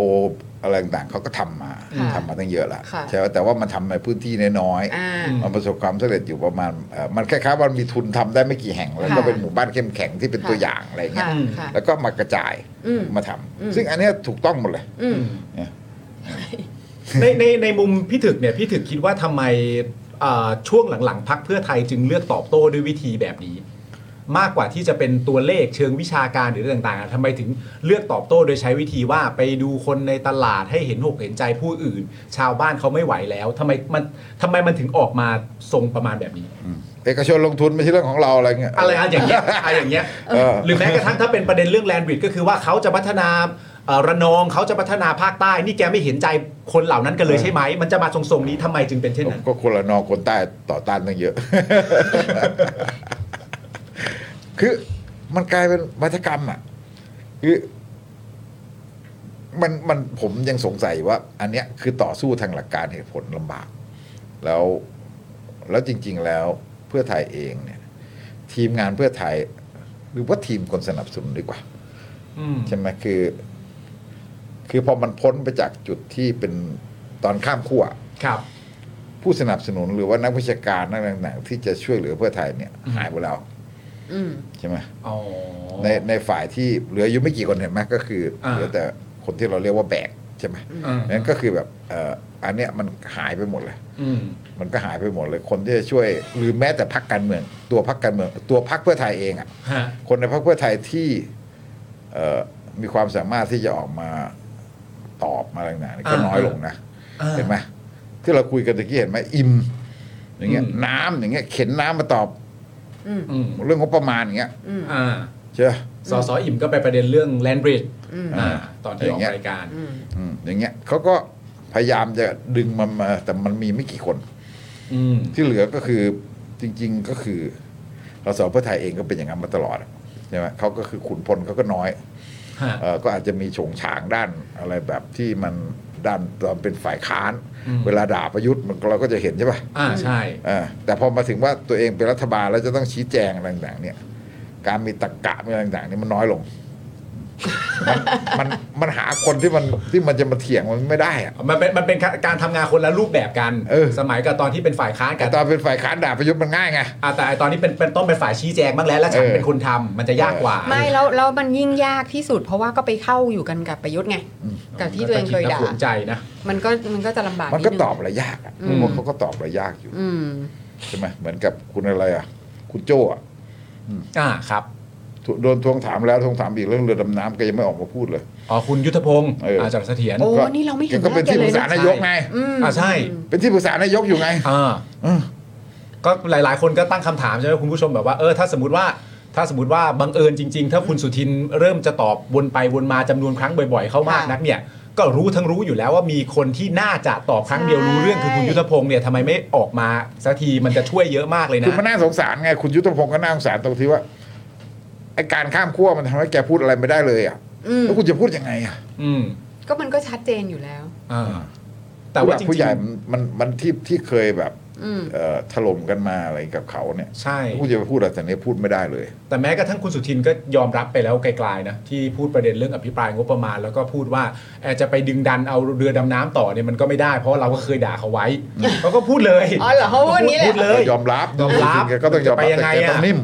อะไรต่างๆเขาก็ทำมา ค่ะ ทำมาตั้งเยอะละ ค่ะ ใช่ไหมแต่ว่ามันทำในพื้นที่น้อย อ่า ๆมันประสบความสำเร็จอยู่ประมาณเอ่อมันคล้ายๆว่ามันมีทุนทำได้ไม่กี่แห่ง แล้วก็ ค่ะ เป็นหมู่บ้านเข้มแข็งที่เป็น ค่ะ ตัวอย่างอะไรอย่างเงี้ย ค่ะ อืม ค่ะ แล้วก็มากระจาย อืม มาทำ อืม ซึ่งอันเนี้ยถูกต้องหมดเลย อืม ในในในมุมพี่ถึกเนี่ยพี่ถึกคิดว่าทำไมเอ่อช่วงหลังๆพักเพื่อไทยจึงเลือกตอบโต้ด้วยวิธีแบบนี้ มากกว่าที่จะเป็นตัวเลขเชิงวิชาการหรืออะไรต่างๆอะทำไมถึงเลือกตอบโต้โดยใช้วิธีว่าไปดูคนในตลาดให้เห็นหกเห็นใจผู้อื่น ชาวบ้านเขาไม่ไหวแล้วทำไมมันทำไมมันถึงออกมาทรงประมาณแบบนี้ เอกชนลงทุนไม่ใช่เรื่องของเราอะไรเงี้ย อะไรอะอย่างเงี้ยอะไรอย่างเงี้ย เออ หรือแม้กระทั่งถ้าเป็นประเด็นเรื่องแลนด์บริดจ์ก็คือว่าเขาจะพัฒนาเอ่อระนองเขาจะพัฒนาภาคใต้ นี่แกไม่เห็นใจคนเหล่านั้นกันเลยใช่ไหม มันจะมาทรงๆนี้ทำไมจึงเป็นเช่นนั้น ก็คนละนอกคนใต้ต่อต้านตั้งเยอะ คือมันกลายเป็นวัฒกรรมอ่ะ คือ มันมันผมยังสงสัยว่า อันเนี้ยคือต่อสู้ทางหลักการเหตุผลลำบาก แล้วแล้วจริง ๆ แล้วเพื่อไทยเองเนี่ย ทีมงานเพื่อไทย หรือว่าทีมคนสนับสนุนดีกว่า อืม ใช่ไหมคือ คือพอมันพ้นไปจากจุดที่เป็นตอนข้ามขั้ว ครับ ผู้สนับสนุนหรือว่านักวิชาการนักต่างๆที่จะช่วยเหลือเพื่อไทยเนี่ย อืม หายไปแล้ว อืม ใช่ไหม อ๋อ ในในฝ่ายที่เหลืออยู่ไม่กี่คนเห็นไหมก็คืออา เหลือแต่คนที่เราเรียกว่าแบกใช่ไหม อืม นั่นก็คือแบบเอ่ออันเนี้ยมันหายไปหมดเลย อืม มันก็หายไปหมดเลย คนที่จะช่วย หรือแม้แต่พักการเมือง ตัวพักการเมืองตัวพักเพื่อไทยเองอ่ะ ฮะ คนในพรรคเพื่อไทยที่เอ่อมีความสามารถที่จะออกมาตอบมาอะไรต่างๆนี่ก็น้อยลงนะ อ่า เห็นไหมที่เราคุยกันตะกี้เห็นไหมอิมอย่างเงี้ย อืม น้ำอย่างเงี้ยเข็นน้ำมาตอบ อืม เรื่องงบประมาณอย่างเงี้ย อ่า ใช่ไหม สอสออิ่มก็ไปประเด็นเรื่องแลนด์บริดจ์อ่า อ่า ตอนที่ออก อย่างเงี้ย รายการ อืมอย่างเงี้ยเขาก็พยายามจะดึงมันมา แต่มันมีไม่กี่คน อืม ที่เหลือก็คือจริง ๆก็คือเราสอเพื่อไทยเองก็เป็นอย่างนั้นมาตลอดอะใช่ไหมเขาก็คือขุนพลเขาก็น้อย ฮะ เอ่อก็อาจจะมีโฉงฉางด้านอะไรแบบที่มันด้านตอนเป็นฝ่ายค้าน อืม เวลาด่าประยุทธ์มันเราก็จะเห็นใช่ปะ อ่าใช่ เออแต่พอมาถึงว่าตัวเองเป็นรัฐบาลแล้วจะต้องชี้แจงอะไรต่างๆเนี่ย การมีตรกกะมีอะไรต่างๆเนี่ยมันน้อยลง มันมันมันหาคนที่มันที่มันจะมาเถียงมันไม่ได้อะ มันเป็นมันเป็นการทำงานคนละรูปแบบกัน เออ สมัยกับตอนที่เป็นฝ่ายค้านกั แต่ น ตอนเป็นฝ่ายค้านด่าประยุทธ์มันง่ายไง อ่ะแต่ไอ้ตอนนี้เป็นเป็นต้องเป็นฝ่ายชี้แจงบ้างแล้วแล้วฉัน เออ เป็นคนทำมันจะยากกว่า ไม่แล้วแล้วมันยิ่งยากที่สุด เพราะว่าก็ไปเข้าอยู่กันกับประยุทธ์ไง กับที่ตัวเองเคยด่า มันก็คิแล้ภูมิใจนะ มันก็มันก็จะลำบาก มันก็ ดง ตอบอะไรยากอะ อื ผม มว่าเขาก็ตอบอะไรยากอยู่ อืม ใช่ไหมเหมือนกับคุณอะไรอ่ะ คุณโจ้อะ อ่าครับ โดนทวงถามแล้วทวงถามอีกเรื่องเรือดำน้ำก็ยังไม่ออกมาพูดเลย อ๋อคุณยุทธพงศ์ เอออ่ อาจารย์เสถียร โอ้ ก็ นี่เราไม่เห็น ก็เป็น หน้าที่แกปรึกษา เลยนะ นายกไง อืม อ่าใช่ เป็นที่ปรึกษานายกอยู่ไง อ่า เออ ก็หลาย ๆ คนก็ตั้งคำถามใช่ไหมคุณผู้ชมแบบว่าเออถ้าสมมติว่าถ้าสมมติว่าบังเอิญจริง ๆ ถ้าคุณสุทินเริ่มจะตอบวนไปวนมาจำนวนครั้งบ่อย ๆ เข้ามาก ค่ะ นักเนี่ย ก็รู้ทั้งรู้อยู่แล้วว่ามีคนที่น่าจะตอบครั้งเดียวรู้เรื่องคือคุณ ใช่ ยุทธพงศ์เนี่ยทำไมไม่ออกมาสักทีมันจะช่วยเยอะมากเลยนะ คือมันน่าสงสารไง คุณยุทธพงศ์ก็น่าสงสารตรงที่ว่าไอการข้ามขั้วมันทำให้แกพูดอะไรไม่ได้เลยอ่ะ อืม แล้วคุณจะพูดยังไงอ่ะ อืม ก็มันก็ชัดเจนอยู่แล้ว อ่าแต่ว่าจ ผู้ ริ ใหญ่ ง มันมันมันที่ที่เคยแบบ อืม เอ่อถล่มกันมาอะไรกับเขาเนี่ย ๆใช่ คุณจะไปพูดอะไรแต่เนี้พูดไม่ได้เลย แต่แม้กระทั่งคุณสุทินก็ยอมรับไปแล้วไกลๆนะที่พูดประเด็นเรื่องอภิปรายงบประมาณ แล้วก็พูดว่าแอบจะไปดึงดันเอาเรือดำน้ำต่อเนี่ยมันก็ไม่ได้เพราะเราก็เคยด่าเขาไว้เขาก็พูดเลย อ๋อเหรอเขาพูดอย่างนี้เลย พูดเลย ยอมรับ ยอมรับ จงๆแกก็ต้องยอมจะรับไปยัง แต่ ไง แก อะ ต้องนิ่ม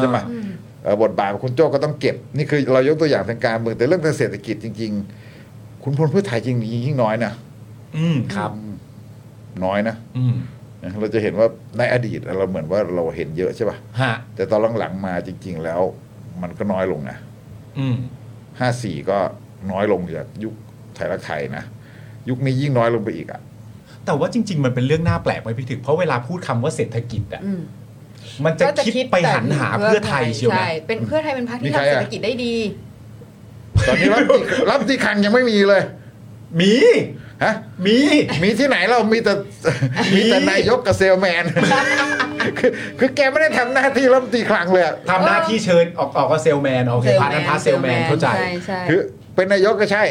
ใช่ไหมเอ่อบทบาทของคุณโจ้ก็ต้องเก็บ นี่คือเรายกตัวอย่างทางการเมืองแต่เรื่องทางเศรษฐกิจจริง ๆ คุณพลเพื่อไทยจริงๆยิ่งน้อยนะ อืมครับ น้อยนะ อืม นะเราจะเห็นว่าในอดีตเราเหมือนว่าเราเห็นเยอะใช่ป่ะ ฮะ แต่ตอนหลังๆมาจริง ๆ แล้ว มันก็น้อยลงนะ อืม ห้าสี่ก็น้อยลงจากยุคไทยรักไทยนะ ยุคนี้ยิ่งน้อยลงไปอีกอ่ะ แต่ว่าจริง ๆ มันเป็นเรื่องน่าแปลกไหมพี่ถึกเพราะเวลาพูดคำว่าเศรษฐกิจอ่ะ อืม มันจะ ก็ คิดไปหันหาเพื่อไทยเชียวนะ ใช่เป็นเพื่อไทยเป็นพรรค มี ที่ ใคร ทำเศรษฐ อะ กิจได้ดี ตอนนี้รับที่รับที่คลังยังไม่มีเลย มี ฮะ มี มีที่ไหนเรามีแต่ มีแต่นายกกับเซลแมน คือคือแกไม่ได้ทำหน้าที่รับตีคลังเลยอะ ทำหน้าที่เชิญออกออกก็เซลแมนโอเคพาร์ทนั้นพาร์ทเซลแมนเข้าใจ ใช่ใช่ คือเป็นนายกก็ใช่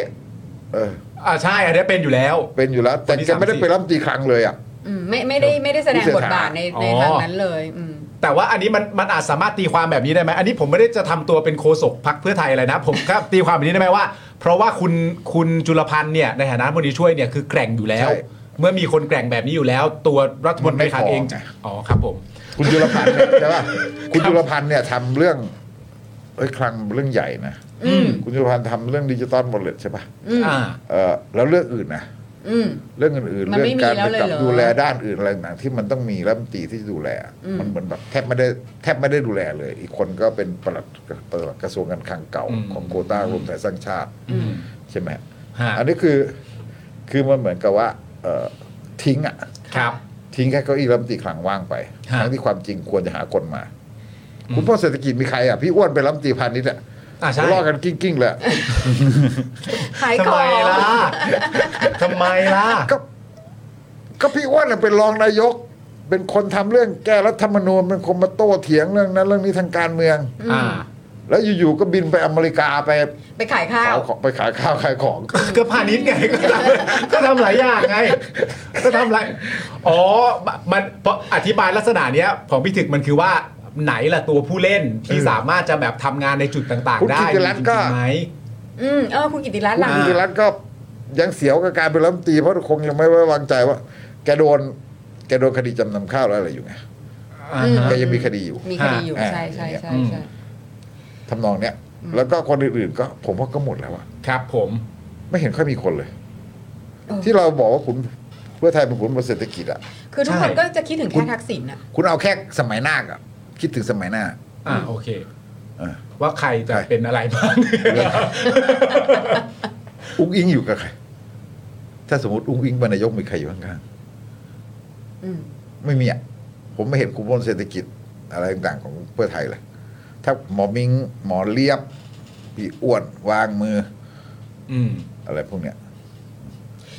เออ อ่าใช่อันนี้เป็นอยู่แล้ว เป็นอยู่แล้ว แต่แกไม่ได้ไปรับตีคลังเลยอ่ะ มไม่ไม่ได้ไม่ได้แสดง คุณเศรษ บ ฐา ทบาทใน อ๋อ ในทางนั้นเลย อืม แต่ว่าอันนี้มันมันอาจสามารถตีความแบบนี้ได้ไหมอันนี้ผมไม่ได้จะทำตัวเป็นโคศกพักเพื่อไทยอะไรนะ ผมก็ตีความแบบนี้ได้ไหมว่า เพราะว่าคุณคุณจุลพันธ์เนี่ยในฐานะมนตรีช่วยเนี่ยคือแกร่งอยู่แล้ว ใช่ เมื่อมีคนแกร่งแบบนี้อยู่แล้ว ตัวรัฐมนตรี มั ขาน ไม่พอ เอง ไง อ๋อครับผม คุณยุรพันธ์เนี่ยใช่ป่ะคุณยุรพันธ์เนี่ยทำเรื่องเอ้ยคลังเรื่องใหญ่นะ อืม คุณยุรพันธ์ทำเรื่องดิจิตอลวอลเล็ตใช่ป่ะ อ่า เออแล้วเรื่องอื่นนะ อืม เรื่องอื่นๆ มัน เรื่อ ไม่ งการ มีแล้วเลยเหรอ กำกับดูแลด้านอื่นอะไรต่างๆที่มันต้องมีรัฐมนตรีที่ดูแล มันเหมือนแบบแทบไม่ได้แทบไม่ได้ดูแลเลย อีกคนก็เป็นปลัดปลัดกระทรวงการคลังเก่า อืม ของโควต้ารวมไทยสร้างชาติ อืม ใช่ไหม ฮะ อันนี้คือคือมันเหมือนกับว่าเอ่อทิ้งอะ ครับ ทิ้งแค่เก้าอี้รัฐมนตรีคลังว่างไป ฮะ ทั้งที่ความจริงควรจะหาคนมา อืม คุณพ่อเศรษฐกิจมีใครอ่ะ พี่อ้วนเป็นรัฐมนตรีพาณิชย์อ่ะ อ่าใช่ ทะเลาะกันกิ้งๆเลยอะ ขายขทำอ ไม ง ล่ะทำไมล่ะ ก็ก็พี่อ้วนน่ะเป็นรองนายก เป็นคนทำเรื่องแก้รัฐธรรมนูญเป็นคนมาโต้เถียงเรื่องนั้นเรื่องนี้ทางการเมือง อ่า แล้วอยู่ๆก็บินไปอเมริกาไป ไปขายข้าว ขายของไปขายข้าวขายของ ก็พาณิชย์ไงก็ทำก็ทำหลายอย่างไง ก็ทำหลายอ๋อมันเพราะอธิบายลักษณะเนี้ย ของพี่ถึกมันคือว่าไหนล่ะตัวผู้เล่นที่ เออ สามารถจะแบบทำงานในจุดต่าง คุ ๆ ณ ได้ กิติรัตน์ก็ มีจริงๆไหม อืมเออคุณกิติรัตน์ คุณ ล่ะ ธีรัตน์ก็ยังเสียวกับการเป็นรัฐมนตรีเพราะคงยังไม่ไว้วางใจว่า แกโดนแกโดนคดีจำนำข้าวแล้วอะไรอยู่ไง อ่าฮะ แกยังมีคดีอยู่ มีคดีอยู่ อ่า ใช่ใช่ใช่ใช่ ทำนองเนี้ยแล้วก็คนอื่นๆก็ผมว่าก็หมดแล้วอะ ครับผม ไม่เห็นค่อยมีคนเลย ที่เราบอกว่าคุณเพื่อไทยเป็นผลบนเศรษฐกิจอะ คือทุกคน ใช่ ก็จะคิดถึงแค่ทักษิณน่ะ คุณเอาแค่สมัยหน้าอะคิดถึงสมัยหน้า อ่าโอเค เออ ว่าใครจะเป็นอะไรบ้าง อุ้งอิงอยู่กับใคร ถ้าสมมติอุ้งอิงบรรยกมีใครอยู่ข้าง อืม ๆไม่มีอะผมไม่เห็นกลุ่มบนเศรษฐกิจอะไรต่างๆของเพื่อไทยเลย ถ้าหมอมิงหมอเลียบพี่อ้วนวางมือ อืม อะไรพวกเนี้ย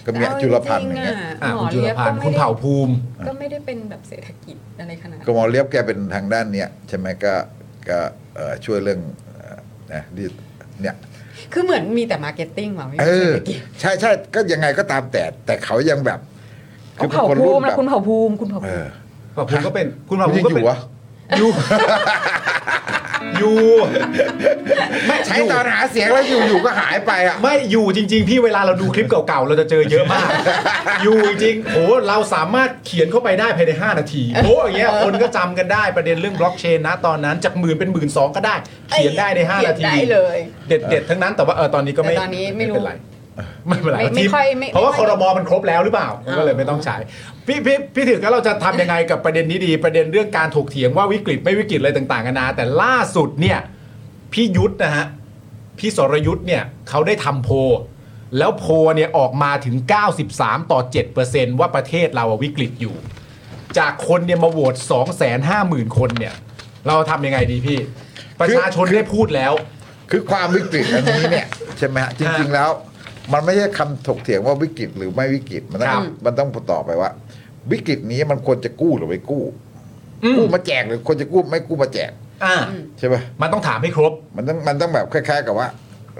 ก็มีอะจุลพันธ์อย่างเงี้ย อ่า หม คุ อ ณจุล เรียบ พั ก็ นธ์ ไม่ คุณ ได้ เผ่าภูมิ ก็ไม่ได้เป็นแบบเศรษฐกิจอะไรขนาด กมอเลียบแกเป็นทางด้านเนี้ยใช่ไหมก็ก็เอ่อช่วยเรื่องเอ่อนะดิเนี่ย คือเหมือนมีแต่มาร์เก็ตติ้งว่ะไม่ เอ ใช่เศรอษฐกิจ ใช่ใช่ก็ยังไงก็ตามแต่ แต่เขายังแบบ เขาเผ่าภูมินะคุณเผ่าภูมิคุณเผ่า เอ ภูมิ อ เผ่าภูมิก็เป็นคุณเผ่าภูมิยัง ก็ อ เป็น ยู่วะ อยู่อยู่ไม่ ใช้ อยู่ ตอนหาเสียงแล้วอยู่อยู่ก็หายไปอ่ะ ไม่อยู่จริง ๆ พี่เวลาเราดูคลิปเก่าๆ เราจะเจอเยอะมาก อยู่จริงๆโหเราสามารถเขียนเข้าไปได้ภายใน 5 นาทีโอ้อย่างเงี้ยคนก็จำกันได้ประเด็นเรื่องบล็อกเชนนะตอนนั้นจากหมื่นเป็นหมื่นสองก็ได้ เขียนได้ใน 5 นาที เขียได้เลย เด็ดๆทั้งนั้นแต่ว่าเออตอนนี้ก็ไม่ แต่ตอนนี้ไม่รู้ เป็นไรไม่เป็นไร ไม่ไม่ ที่ ค่อยไม่ เพราะว่า ไม่ ค ค่ อ อย รมอมันครบแล้วหรือเปล่ามันก็เลยไม่ต้องใช้พี่พี่พี่ถือก็เราจะทำยังไงกับประเด็นนี้ดี ประเด็นเรื่องการถกเถียงว่าวิกฤตไม่วิกฤตอะไรต่างๆกันานาแต่ล่าสุดเนี่ยพี่ยุทธนะฮะพี่สรยุทธเนี่ยเขาได้ทำโพลแล้วโพลเนี่ยออกมาถึง 93 ต่อ 7%ว่าประเทศเราอะวิกฤตอยู่ จากคนเนี่ยมาโหวต250,000 คนเนี่ย เราทำยังไงดีพี่ ประชาชนได้พูดแล้ว คือความวิกฤตอันนี้เนี่ย ใช่ไหมฮะจริง ๆ แล้ว มันไม่ใช่คำถกเถียงว่าวิกฤตหรือไม่วิกฤตมันต้อ ครั ง บ มันต้องต่อบไปว่า วิกฤตนี้มันควรจะกู้หรือไม่กู้ อืม กู้มาแจกหรือควรจะกู้ไม่กู้มาแจก อ่า ใช่ปะ มันต้องถามให้ครบ มันต้องมันต้องแบบคล้าย ๆ กับว่า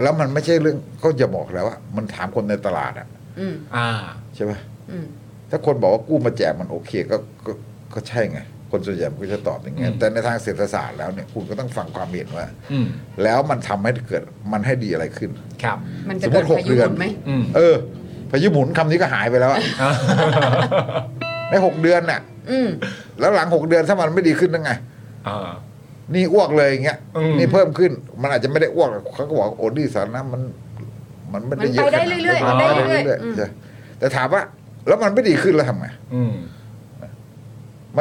แล้วมันไม่ใช่เรื่องก็จะบอกแล้วว่า มันถามคนในตลาดอ่ะ อืม อ่า ใช่ไหม อืม ถ้าคนบอกว่ากู้มาแจกมันโอเคก็ก็ก็ใช่ไง คนส่วนใหญ่มันก็จะตอบอย่างเงี้ย อืม แต่ในทางเศรษฐศาสตร์แล้วเนี่ยคุณก็ต้องฟังความเห็นว่า อืม แล้วมันทำให้เกิดมันให้ดีอะไรขึ้น ครับ มันจะเกิด สมมุติหก พายุ เดื ห อน มุนไหม อืม เออพายุหมุนคำนี้ก็หายไปแล้ว อะ ในหกเดือนน่ะ อืม แล้วหลังหกเดือนถ้ามันไม่ดีขึ้นยังไง อ่า นี่อ้วกเลยอย่างเงี้ย อืม นี่เพิ่มขึ้นมันอาจจะไม่ได้อ้วกหรอกเขาก็บอกว่าโอดีสารนะมัน มันไม่ได้เยอะ มันไปได้ ขา เรื่อยๆ มัน มันได้ไปได้ เรื่ เรื่ อยๆ อย อืม ๆใช่แต่ถามว่า แล้วมันไม่ดีขึ้นแล้วทำไง อืม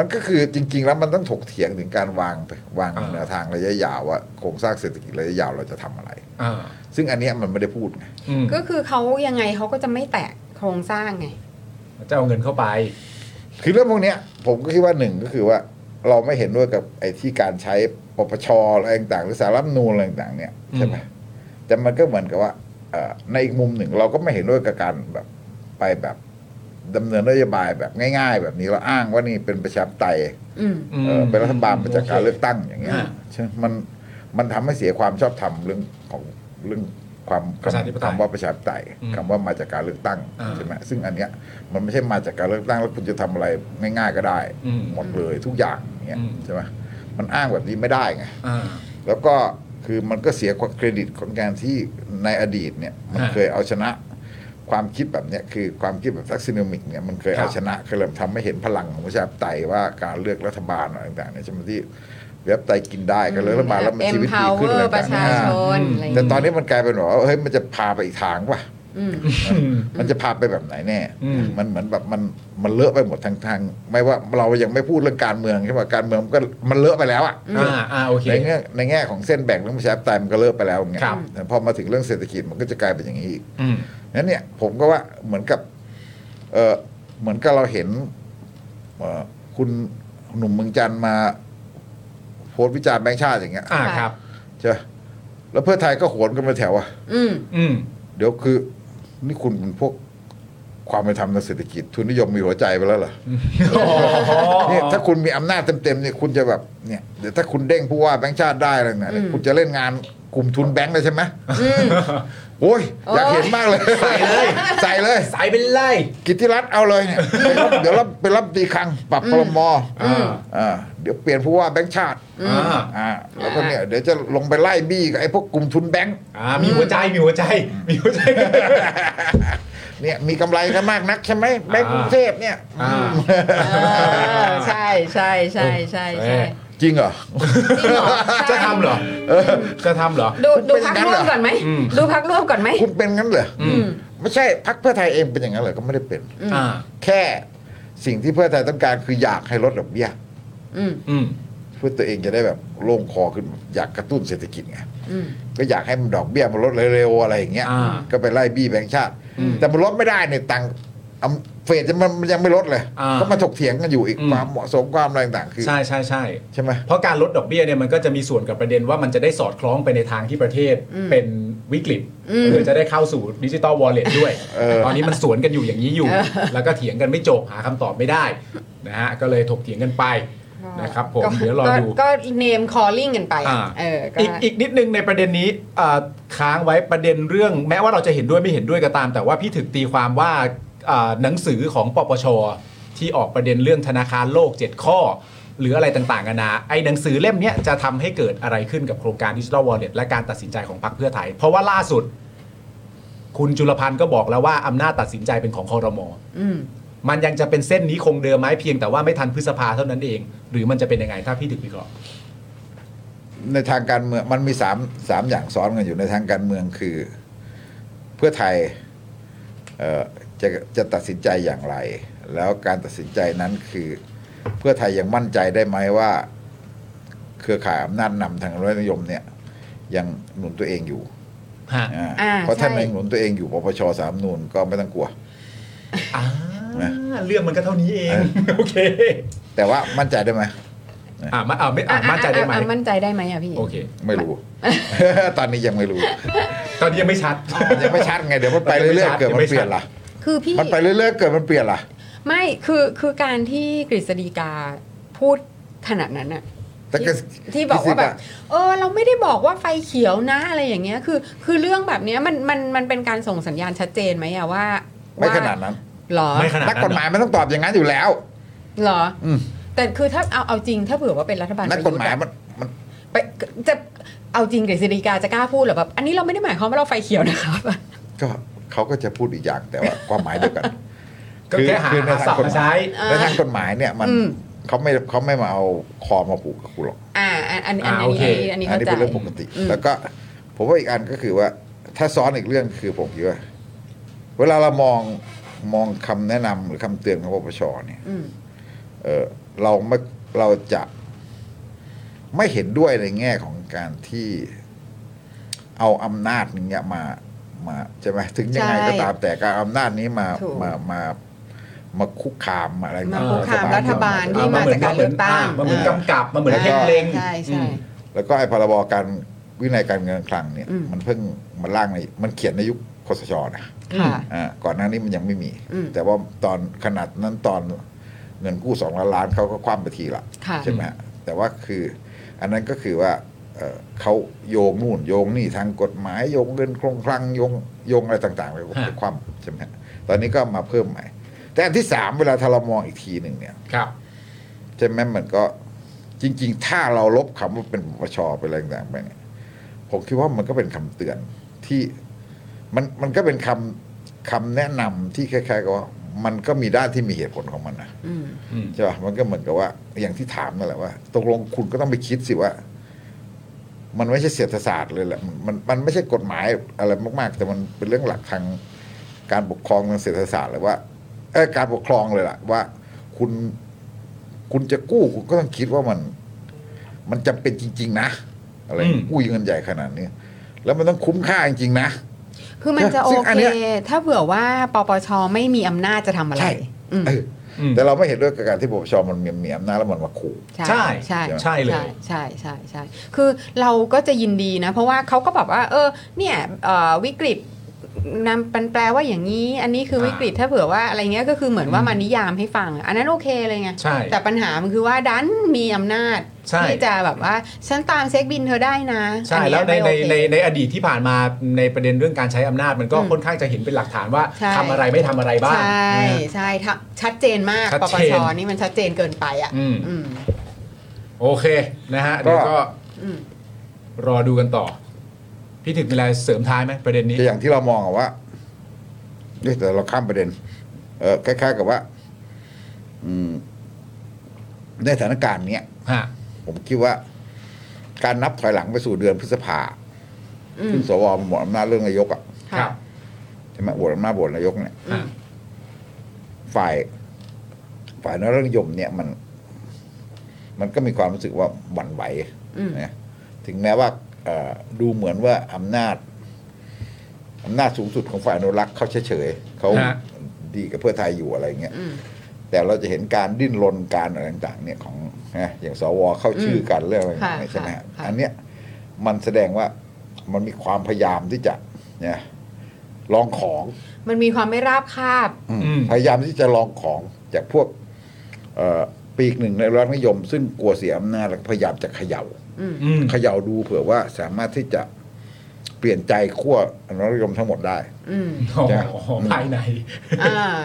มันก็คือจริง ๆ แล้วมันต้องถกเถียงถึงการวางไปวาง อ่า แนวทางระยะยาวว่าโครงสร้างเศรษฐกิจระยะยาวเราจะทำอะไร อ่า ซึ่งอันเนี้ยมันไม่ได้พูดไง อืม ก็คือเขายังไงเขาก็จะไม่แตะโครงสร้างไง จะเอาเงินเข้าไป คือเรื่องพวกเนี้ย ผมก็คิดว่าหนึ่งก็คือว่า เราไม่เห็นด้วยกับไอ้ที่การใช้ปปชอะไรต่างๆหรือสารรัฐธรรมนูลอะไรต่างๆเนี่ยใช่ไหม อืม แต่มันก็เหมือนกับว่าเอ่อในอีกมุมหนึ่งเราก็ไม่เห็นด้วยกับการแบบไปแบบดำเนินนโยบายแบบง่าย ๆ แบบนี้เราอ้างว่านี่เป็นประชาธิปไตย อืม อืม เอ่อเป็นรัฐบาลมาจากการเลือกตั้งอย่างเงี้ย อ่า ใช่มันมันทำให้เสียความชอบธรรมเรื่องของเรื่องความ ประชาธิปไตย คำว่าประชาธิปไตย อืม คำว่ามาจากการเลือกตั้ง อ่า ใช่ไหมซึ่งอันเนี้ยมันไม่ใช่มาจากการเลือกตั้งแล้วคุณจะทำอะไรง่ายๆก็ได้ อืม หมดเลยทุกอย่างอย่างเงี้ย อืม ใช่ไหมมันอ้างแบบนี้ไม่ได้ไง อ่า แล้วก็คือมันก็เสียเครดิตของการที่ในอดีตเนี่ยมัน อ่า เคยเอาชนะความคิดแบบเนี้ยคือความคิดแบบทักซิโนมิกเนี่ยมันเคยเอา ครับ ชนะเคยเริ่มทำให้เห็นพลังของประชาธิปไตยว่าการเลือกรัฐบาลอะไรต่างๆเนี่ยใช่ไหมที่ประชาธิปไตยกินได้ก็เลือกรัฐบาลแล้วมันชีวิตดีขึ้น empower อะไร ป ต่า ระ ง ชาชนๆอ่า อะไรอย่าง แต่ เงี้ย ตอนนี้มันกลายเป็นแบบว่าเฮ้ยมันจะพาไปอีกทางป่ะ อืม มันจะพาไปแบบไหนแน่ อืม มันเหมือนแบบมันมันเลอะไปหมดทางทางไม่ว่าเรายังไม่พูดเรื่องการเมืองใช่ป่ะการเมืองมันก็มันเลอะไปแล้วอ่ะ อ่าอ่าโอเค ในแง่ในแง่ของเส้นแบ่งเรื่องประชาธิปไตยมันก็เลิกไปแล้วไง ครับ แต่พอมาถึงเรื่องเศรษฐกิจมันก็จะกลายเป็นอย่างนี้อีก อืม นั้นเนี่ยผมก็ว่าเหมือนกับเออเหมือนกับเราเห็นเอ่อคุณหนุ่มเมืองจันทร์มาโพสต์วิจารณ์แบงค์ชาติอย่างเงี้ย อ่าครับ ใช่ไหมแล้วเพื่อไทยก็โหนกันมาแถวอ่ะ อืม อืม เดี๋ยวคือ นี่คุณเป็นพวกความเป็นธรรมทางเศรษฐกิจ ทุนนิยมมีหัวใจไปแล้วเหรอ เนี่ยถ้าคุณมีอำนาจเต็มๆเนี่ยคุณจะแบบเนี่ยเดี๋ยวถ้าคุณเด้งผู้ว่าแบงค์ชาติได้อะไรเนี่ยเดี๋ยวคุณจะเล่นงานกลุ่มทุนแบงค์เลยใช่ไหมโอ้ยอยากเห็นมากเลย ใส่เลย ใส่เลย สายเป็นไล่ กิตติรัตน์เอาเลยเนี่ยไปรับเดี๋ยวรับไปรับตีคลังปรับพรม อืม อ่าเดี๋ยวเปลี่ยนผู้ว่าแบงค์ชาติ อ่า อ่าแล้วก็เนี่ยเดี๋ยวจะลงไปไล่บี้กับไอ้พวกกลุ่มทุนแบงค์ อ่ามีหัวใจมีหัวใจ มีหัวใจ เนี่ยมีกำไรกันมากนักใช่ไหมแบงค์กรุงเทพเนี่ย อ่า ใช่ใช่ใช่ใช่ใช่ จริงเหรอ จริงเหรอ จะทำเหรอ จะทำเหรอ ดูดู เป็นอ พั ย่าก งร่นั้นเหร ว อ มก่อนไหม อืม ดูพักร่วมก่อนไหม คุณเป็นงั้นเหรออ ม ไม่ใช่พักเพื่อไทยเองเป็นอย่างนั้นเหรอก็ไม่ได้เป็น อ่า แค่สิ่งที่เพื่อไทยต้องการคืออยากให้ลดดอกเบี้ย อืม อืม เพื่อตัวเองจะได้แบบโล่งคอขึ้นอยากกระตุ้นเศรษฐกิจไง อืม ก็อยากให้มันดอกเบี้ยมันลดเร็วๆอะไรอย่างเงี้ย อ่า ก็ไปไล่บี้แบงค์ชาติ อืม แต่มันลดไม่ได้เนี่ยตังค์อำเฟดจะมันมันยังไม่ลดเลย อ่า ก็มาถกเถียงกันอยู่อีก อืม ความเหมาะสมความอะไรต่างๆคือ ใช่ใช่ใช่ ใช่ไหม เพราะการลดดอกเบี้ยเนี่ยมันก็จะมีส่วนกับประเด็นว่ามันจะได้สอดคล้องไปในทางที่ประเทศเป็นวิกฤตเพื่อจะได้เข้าสู่ดิจิตอลวอลเล็ตด้วย ตอนนี้มันสวนกันอยู่อย่างนี้อยู่ แล้วก็เถียงกันไม่จบหาคำตอบไม่ได้นะฮะก็เลยถกเถียงกันไปนะครับผม ก็ เดี๋ยวรอดู ก็ก็เนมคอลลิ่งกันไป อ่า เออก็ อีกอีกนิดนึงในประเด็นนี้อ่าค้างไว้ประเด็นเรื่อง แม้ว่าเราจะเห็นด้วยไม่เห็นด้วยก็ตาม แต่ว่าพี่ถึกตีความว่าอ่าหนังสือของปปช ที่ออกประเด็นเรื่องธนาคารโลก 7 ข้อ หรืออะไรต่างๆกันานาไอ้หนังสือเล่มเนี้ยจะทำให้เกิดอะไรขึ้นกับโครงการดิจิทัลวอลเล็ตและการตัดสินใจของพรรคเพื่อไทย เพราะว่าล่าสุด คุณจุลพันธ์ก็บอกแล้วว่าอำนาจตัดสินใจเป็นของคอรมอ ม มันยังจะเป็นเส้นนี้คงเดิมไหมเพียงแต่ว่าไม่ทันพฤษภาเท่านั้นเอง หรือมันจะเป็นยังไงถ้าพี่ถึกวิเคราะห์ ในทางการเมืองมันมีสามสามอย่างซ้อนกันอยู่ในทางการเมืองคือ เพื่อไทยเอ่อจะจะตัดสินใจอย่างไร แล้วการตัดสินใจนั้นคือ เพื่อไทยยังมั่นใจได้ไหมว่า เครือข่ายอำนาจนำทางรัฐนิยมเนี่ย ยังหนุนตัวเองอยู่ ฮะ อ่า อ่า เพราะ ใช่ ท่านยังหนุนตัวเองอยู่ปปชสามนูนก็ไม่ต้องกลัว อ่า นะ เรื่องมันก็เท่านี้เอง โอเค แต่ว่ามั่นใจได้ไหม อ่ามาอ่าไม่อ่ามั่นใจได้ไหม อ่ะอ่ะอ่ะมั่นใจได้ไหมอ่ะพี่ โอเค ไม่รู้ ตอนนี้ยังไม่รู้ ตอนนี้ยังไม่ชัด ยังไม่ชัดไงเดี๋ยวมันไปเรื่อยๆเกิดมันเปลี่ยนล่ะ คือพี่ มันไปเรื่อยๆเกิดมันเปลี่ยนล่ะ ไม่คือคือการที่กฤษฎีกาพูดขนาดนั้นอะ แต่ก็ ที่ที่บอกว่าแบบ เออ เราไม่ได้บอกว่าไฟเขียวนะอะไรอย่างเงี้ย คือ คือเรื่องแบบเนี้ยมันมันมันเป็นการส่งสัญญาณชัดเจนไหมอะว่า ไม่ ว่ ขนาดนั้น หรอ ไม่ขนาด นัก นั้น กฎหมายมันต้องตอบอย่างนั้นอยู่แล้ว หรออ ม แต่คือถ้าเอาเอาจริงถ้าเผื่อว่าเป็นรัฐบาล นักกฎหมาย ประทธ์อะ มันมัน ไปจะเอาจริงกฤษฎีกาจะกล้าพูดเหรอแบบอันนี้เราไม่ได้หมายความว่าเราไฟเขียวนะครับ ก็เขาก็จะพูดอีกอย่างแต่ว่าความหมายเดียวกัน ก็แค่หา ใน ศั ทา พท์งกฎ มา หมาย ใช้ ในทางกฎหมายเนี่ยมัน อืม เขาไม่เขาไม่มาเอาคอมาผูกกับคุณหรอก อ่าอันอันอัน อ่า อั โอน เค นี้อันนี้ อัน เข้า นี้ ใจ เป็นเรื่องปกติ อืม แล้วก็ผมว่าอีกอันก็คือว่า ถ้าซ้อนอีกเรื่องคือผมคิดว่า เวลาเรามองมองคำแนะนำหรือคำเตือนของปปชเนี่ย อืม เออเราไม่เราจะไม่เห็นด้วยในแง่ของการที่เอาอำนาจนี้ยมามาใช่ไหมถึงยังไงก็ตามแต่การเอาอำนาจนี้มา ถูก มามามาคุกคามอะไร มา ต่งๆ คุกคามรัฐบาล รั ที่ ฐบ มา เหมื จากการเลือกตั้ง มันเหมือนกำกับมันเหมือนเพ่งเล็ง ใช่ใช่ แล้วก็ไอ้พรบการวินัยการเงินการคลังเนี่ย อืม มันเพิ่งมันร่างในมันเขียนในยุคคสชนะ ค่ะ อ่าก่อนหน้านี้มันยังไม่มี อืม แต่ว่าตอนขนาดนั้นตอนเงินกู้สองล้านล้านเขาก็คว่ำไปทีละ ค่ะ ใช่ไหมฮะแต่ว่าคืออันนั้นก็คือว่าเอ่อเขาโยงนู่นโยงนี่ทางกฎหมายโยงเงินคงคลังโยงโยงอะไรต่างๆไป ฮะ ความใช่ไหมฮะตอนนี้ก็มาเพิ่มใหม่ แต่อันที่สามเวลาถ้าเรามองอีกทีหนึ่งเนี่ย ครับ ใช่ไหมมันก็จริง ๆ ถ้าเราลบคำว่าเป็นปปชไปอะไรต่างๆไปเนี่ยผมคิดว่ามันก็เป็นคำเตือนที่มันมันก็เป็นคำคำแนะนำที่คล้ายๆกับว่า มันก็มีด้านที่มีเหตุผลของมันนะ อืม อืม ใช่ป่ะมันก็เหมือนกับว่าอย่างที่ถามนั่นแหละว่าตกลงคุณก็ต้องไปคิดสิว่า มันไม่ใช่เศรษฐศาสตร์เลยแหละมันมันมันไม่ใช่กฎหมายอะไรมาก ๆ แต่มันเป็นเรื่องหลักทาง การปกครองทางเศรษฐศาสตร์เลยว่าเอ้ยการปกครองเลยล่ะว่าคุณคุณจะกู้คุณก็ต้องคิดว่ามัน มันจำเป็นจริง ๆ นะ อะไร อืม กู้เงินใหญ่ขนาดนี้ แล้วมันต้องคุ้มค่าจริงๆนะ คือมันจะโอ ซึ่งอัน เค เนี้ย ถ้าเผื่อว่าปปชไม่มีอำนาจจะทำอะไร ใช่ อืม เออ อืม แต่เราไม่เห็นด้วยกับการที่ปปชมันมีมีอำนาจแล้วมันมาขู่ ใช่ ใช่ ใช่เลย ใช่ใช่ใช่คือเราก็จะยินดีนะ เพราะว่าเขาก็บอกว่า เออ เนี่ยเอ่อวิกฤตนำมันแปลว่าอย่างนี้ อันนี้คือวิกฤตถ้าเผื่อว่าอะไรเงี้ยก็คือเหมือนว่ามานิยามให้ฟังอะอันนั้นโอเคเลยไง ใช่ แต่ปัญหามันคือว่าดันมีอำนาจ ใช่ ที่จะแบบว่าฉันตามเช็คบินเธอได้นะ ใช่ อัเย แล้วในใน ไม่โอเค ในในอดีตที่ผ่านมาในประเด็นเรื่องการใช้อำนาจมันก็ อืม ค่อนข้างจะเห็นเป็นหลักฐานว่า ใช่ ทำอะไรไม่ทำอะไรบ้าง ใช่ นะ ใช่ถ้าชัดเจนมาก ชัด ปป เจ ช น นี่มันชัดเจนเกินไปอ่ะ อืม อืม โอเคนะฮะเดี๋ยวก็ อืม รอดูกันต่อ พี่ถึกมีอะไรเสริมท้ายไหมประเด็นนี้ แต่อย่างที่เรามองอะว่าเอ้ยแต่เราข้ามประเด็น เออคล้าย ๆ กับว่า อืม ในสถานการณ์เนี้ย ฮะ ผมคิดว่า การนับถอยหลังไปสู่เดือนพฤษภา อืม ซึ่งสวหมดอำนาจเรื่องนายกอ่ะ ค ค่ะ รับ ใช่ไหมโหวตอำนาจโหวตนายกเนี่ย ฮะ ฝ่าย ฝ่ายนรัฐนิยมเนี่ยมัน มันก็มีความรู้สึกว่าหวั่นไหว อืม นะถึงแม้ว่า เอ่อดูเหมือนว่าอำนาจอำนาจสูงสุดของฝ่ายอนุรักษ์เขาเฉยๆเขาดีกับเพื่อไทยอยู่อะไรอย่างเงี้ย อืม แต่เราจะเห็นการดิ้นรนการอะไรต่างๆ เนี่ยของนะอย่างสวเข้าชื่อกันเรื่องอะไร ค่ะ ใช่ไหม ค่ะ ฮะ ค่ะ อันเนี้ยมันแสดงว่ามันมีความพยายามที่จะเนี่ยลองของ มันมีความไม่ราบคาบ อืม อืม พยายามที่จะลองของจากพวกเอ่อปีกหนึ่งในรัฐนิยม ซึ่งกลัวเสียอำนาจแล้วก็พยายามจะเขย่า อืม อืม เขย่าดูเผื่อว่าสามารถที่จะเปลี่ยนใจขั้วอนุรัฐนิยมทั้งหมดได้ อื ม โอ้ จ้ะ โหภายใน อ่า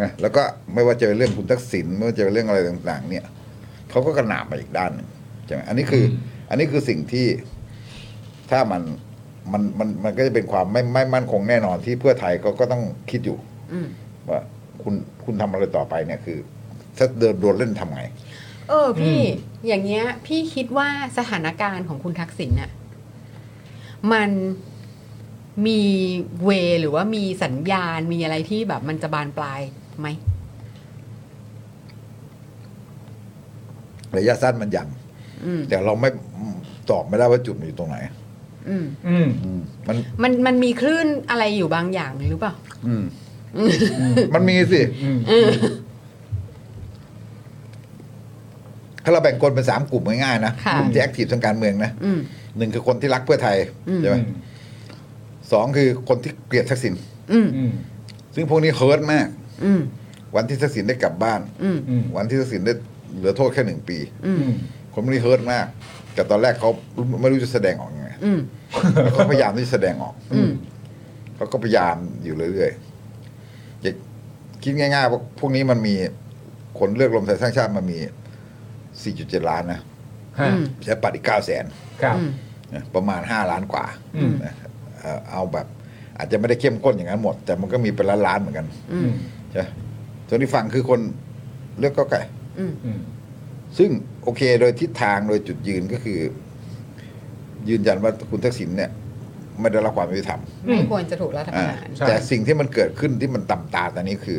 นะแล้วก็ไม่ว่าจะเป็นเรื่องคุณทักษิณไม่ว่าจะเป็นเรื่องอะไรต่าง ๆ เนี่ยเขาก็กระหน่ำมาอีกด้านหนึ่งใช่ไหมอันนี้คืออ ม อันนี้คือสิ่งที่ถ้ามันมันมันมันก็จะเป็นความไม่ไม่มั่นคงแน่นอนที่เพื่อไทยเขาก็ต้องคิดอยู่ อืม ว่าคุณคุณทำอะไรต่อไปเนี่ยคือ ถ้าเดินโดนเล่นทำไง เอออพี่ื อย่างเงี้ย พี่คิดว่าสถานการณ์ของคุณทักษิณน่ะมันมีเวหรือว่ามีสัญญาณมีอะไรที่แบบมันจะบานปลายไหม ระยะสั้นมันยัง อืม แต่เราไม่ตอบไม่ได้ว่าจุดมันอยู่ตรงไหน อืม อืม อืมมัน มันมันมีคลื่นอะไรอยู่บางอย่างหรือเปล่า อืมมันมีสิ อืม ถ้าเราแบ่งคนเป็นสามกลุ่มง่ายๆนะ ค่ะ กลุ่มที่แอคทีฟทางการเมืองนะ อืม หนึ่งคือคนที่รักเพื่อไทย อืม ใช่ไหมสองคือคนที่เกลียดทักษิณ อืม อืม ซึ่งพวกนี้เฮิร์ตมาก อืม วันที่ทักษิณได้กลับบ้าน อืม อืม วันที่ทักษิณได้เหลือโทษแค่หนึ่งปี อื อื ม ม คนพวกนี้เฮิร์ตมาก แต่ตอนแรกเขาไม่รู้จะแสดงออกยังไง อืม แล้วเขาพยายามที่จะแสดงออก อืม เขาก็พยายามอยู่เรื่อยๆอย่าคิดง่ายๆว่าพวกนี้มันมีคนเลือกรวมไทยสร้างชาติมันมี 4.7 ล้านนะ ฮะ อืม ใช้ปัดอีก9แสน ครับ นะประมาณ 5 ล้านกว่า อืม นะเอ่อเอาแบบ อาจจะไม่ได้เข้มข้นอย่างนั้นหมด แต่มันก็มีเป็นล้านๆเหมือนกัน อื อื ม ม ใช่ส่วนที่ฝั่งคือคนเลือกเก้าวไก่ อืม อืม ซึ่งโอเค โดยทิศทางโดยจุดยืนก็คือ ยืนยันว่าคุณทักษิณเนี่ย ไม่ได้รับความยุติธรรม ไม่ควรจะถูกรัฐป อ่า ระหาร แต่สิ่งที่มันเกิดขึ้นที่มันต่ำตาตอนนี้คือ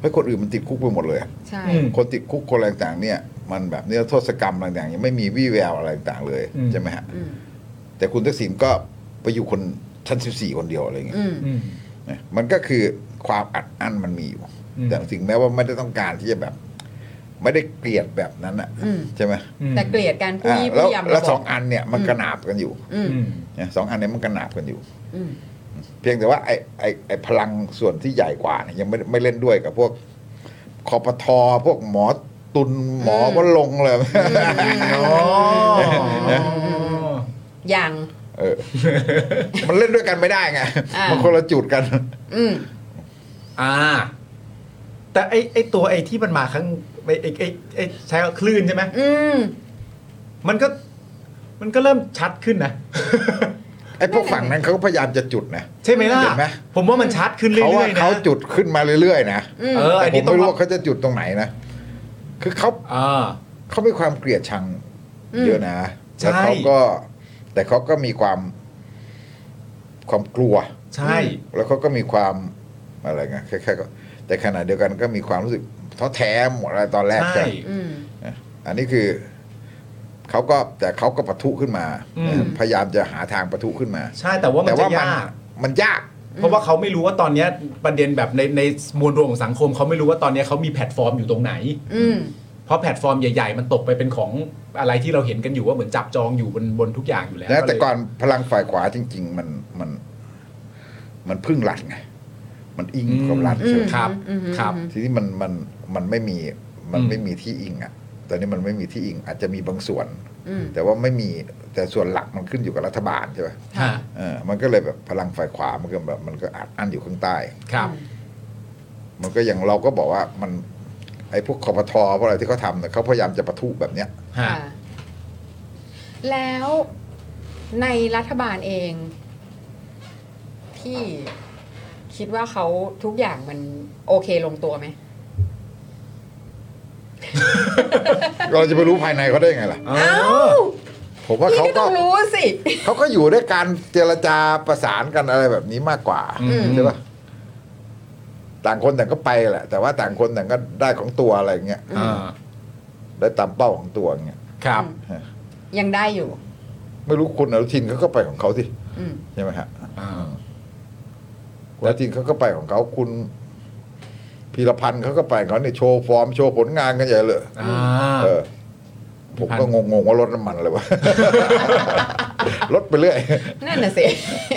เฮ้ยคนอื่นมันติดคุกไปหมดเลยอะ ใช่ อืม คนติดคุกคนอะไรต่างๆเนี่ย มันแบบนิรโทษกรรมอะไรต่างๆยังไม่มีวี่แววอะไรต่างๆเลย อืม ใช่ไหมฮะ อืม แต่คุณทักษิณก็ไปอยู่คนชั้นสิบสี่คนเดียวอะไรเงี้ย อืม อืม นะมันก็คือความอัดอั้นมันมีอยู่ อืม แต่ถึงแม้ว่าไม่ได้ต้องการที่จะแบบ ไม่ได้เกลียดแบบนั้นอะ อืม ใช่ไหม อืม แต่เกลียดการผู้ อ่า ยี่ แล้ว ผู้ยำ แล้ว ระบบ สองอันเนี่ยมันกระหนาบกันอยู่ อืม อืม นะสองอันเนี้มันกระหนาบกันอยู่ อืม เพียงแต่ว่าไอ้ไอ้ไอ้พลังส่วนที่ใหญ่กว่าเนี่ยยังไม่ไม่เล่นด้วยกับพวกคอปทอพวกหมอตุนหมอว่าลงค์เลย อ๋อ อย่าง เออ มันเล่นด้วยกันไม่ได้ไง อ่ามั มันคนละจุดกัน อืม อ่า แต่ไอไอตัวไอที่มันมาข้างไอไอไอ้ไอใช้ว่าคลื่นใช่ไหม อืม มันก็ มันก็เริ่มชัดขึ้นนะ ไอ้พวกฝั่งนั้นเขาก็พยายามจะจุดนะ ใช่ไหมล่ะ เห็นไหม ผมว่ามันชัดขึ้นเรื่ เขา อ ว่าย ๆนะ เขาจุดขึ้นมาเรื่อยๆนะ อืม เออ แต่ อัน ผ นี้ ม ต้อง ไม่รู้ว่าเขาจะจุดตรงไหนนะคือเขา อ่า เขามีความเกลียดชัง อืม เยอะนะ ใช่ แล้วเขาก็ แต่เขาก็มีความความกลัว ใช่ แล้วเขาก็มีความ อะไรเงี้ยแค่แค่ก็แต่ขณะเดียวกันก็มีความรู้สึกท้อแท้หมดอะไรตอนแรก ใช่ ใช่ไหม อืม อันนี้คือเขาก็แต่เขาก็ปะทุขึ้นมา อืม พยายามจะหาทางปะทุขึ้นมา ใช่แต่ว่ามัน แต่ จะ ว่ามั ยาก มันยาก เพราะว่าเขาไม่รู้ว่าตอนเนี้ยประเด็นแบบในในมวลรวมของสังคมเขาไม่รู้ว่าตอนเนี้ยเขามีแพลตฟอร์มอยู่ตรงไหน อืม เพราะแพลตฟอร์มใหญ่ ๆ มันตกไปเป็นของอะไรที่เราเห็นกันอยู่ว่าเหมือนจับจองอยู่บนบนทุกอย่างอยู่แล้ว นะแต่ เลย ก่อนพลังฝ่ายขวาจริง ๆ มันมันมันพึ่งรัฐไงมันอิงกับรัฐ อื ใช่ไห ม ม ครับครับ ทีนี้มันมันมันไม่มีมัน อืม ไม่มีที่อิงอ่ะตอนนี้มันไม่มีที่อิง อาจจะมีบางส่วน อืม แต่ว่าไม่มีแต่ส่วนหลักมันขึ้นอยู่กับรัฐบาลใช่ไหม ฮะ เออมันก็เลยแบบพลังฝ่ายขวามันก็แบบมันก็อัดอั้นอยู่ข้างใต้ ครับ มันก็อย่างเราก็บอกว่ามันไอ้พวกคอปทอพวกอะไรที่เขาทำเนี่ยเขาพยายามจะประทุแบบเนี้ยฮะ ค่ะ แล้วในรัฐบาลเอง ที่คิดว่าเขาทุกอย่างมันโอเคลงตัวไหม เราจะไปรู้ภายในเขาได้ไงล่ะ เอ้า ผมว่า พี่ เขา ก็ ก็ ต้องรู้สิ เขาก็อยู่ด้วยการเจรจาประสานกันอะไรแบบนี้มากกว่า อืม ใช่ปะต่างคนต่างก็ไปแหละ แต่ว่าต่างคนต่างก็ได้ของตัวอะไรอย่างเงี้ย อ่า ได้ตามเป้าของตัวอย่างเงี้ย ครับ ยังได้ อยู่ ไม่รู้คุณอนุทินเขาก็ไปของเขาสิ อืม ใช่ไหมฮะ อ่า คุณอนุทินเขาก็ไปของเขาคุณพีรพันธ์เขาก็ไปของเขาเนี่ยโชว์ฟอร์มโชว์ผลงานกันใหญ่เลย อ่า เออผมก็งงๆว่ารถน้ำมันอะไร วะ รถไปเรื่อย นั่นน่ะ สิ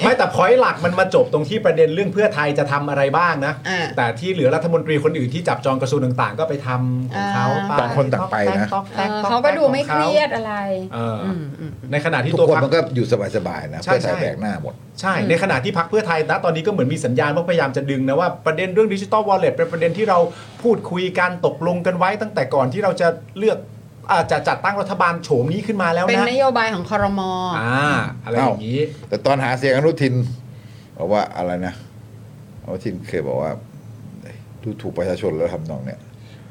ไม่แต่พอยต์หลักมันมาจบตรงที่ประเด็นเรื่องเพื่อไทยจะทำอะไรบ้างนะ อ่า แต่ที่เหลือรัฐมนตรีคนอื่นที่จับจองกระทรวงต่างๆ ก็ไปทำของเขา อ่า ไป ต่างคนต่างไปนะ ต๊อกแต๊ก เออ ต๊อแต๊ เขาก็ดูไม่เครียด ของ อะไร เขาเอออ อืมอืม ในขณะที่ ทุก ตัว คพนรรค มันก็อยู่สบายๆนะ ใช่ เพื่อไทย ใช่ แบกหน้าหมด ใช่ ในขณะที่พักเพื่อไทยนะตอนนี้ก็เหมือนมีสัญญาณว่าพยายามจะดึงนะว่าประเด็นเรื่องดิจิ t a ลวอลเล็ตเป็นประเด็นที่เราพูดคุยกันตกลงกันไว้ตั้งแต่ก่อนที่เราจะเลือกอ่าจะจัดตั้งรัฐบาลโฉมนี้ขึ้นมาแล้ว เป็น นะ นโยบายของคอรมอ อ่าอะไรอย่างนี้ แต่ตอนหาเสียงอนุทินบอกว่าอะไรนะอนุทินเคยบอกว่าดูถูกประชาชนแล้วทำนองเนี้ย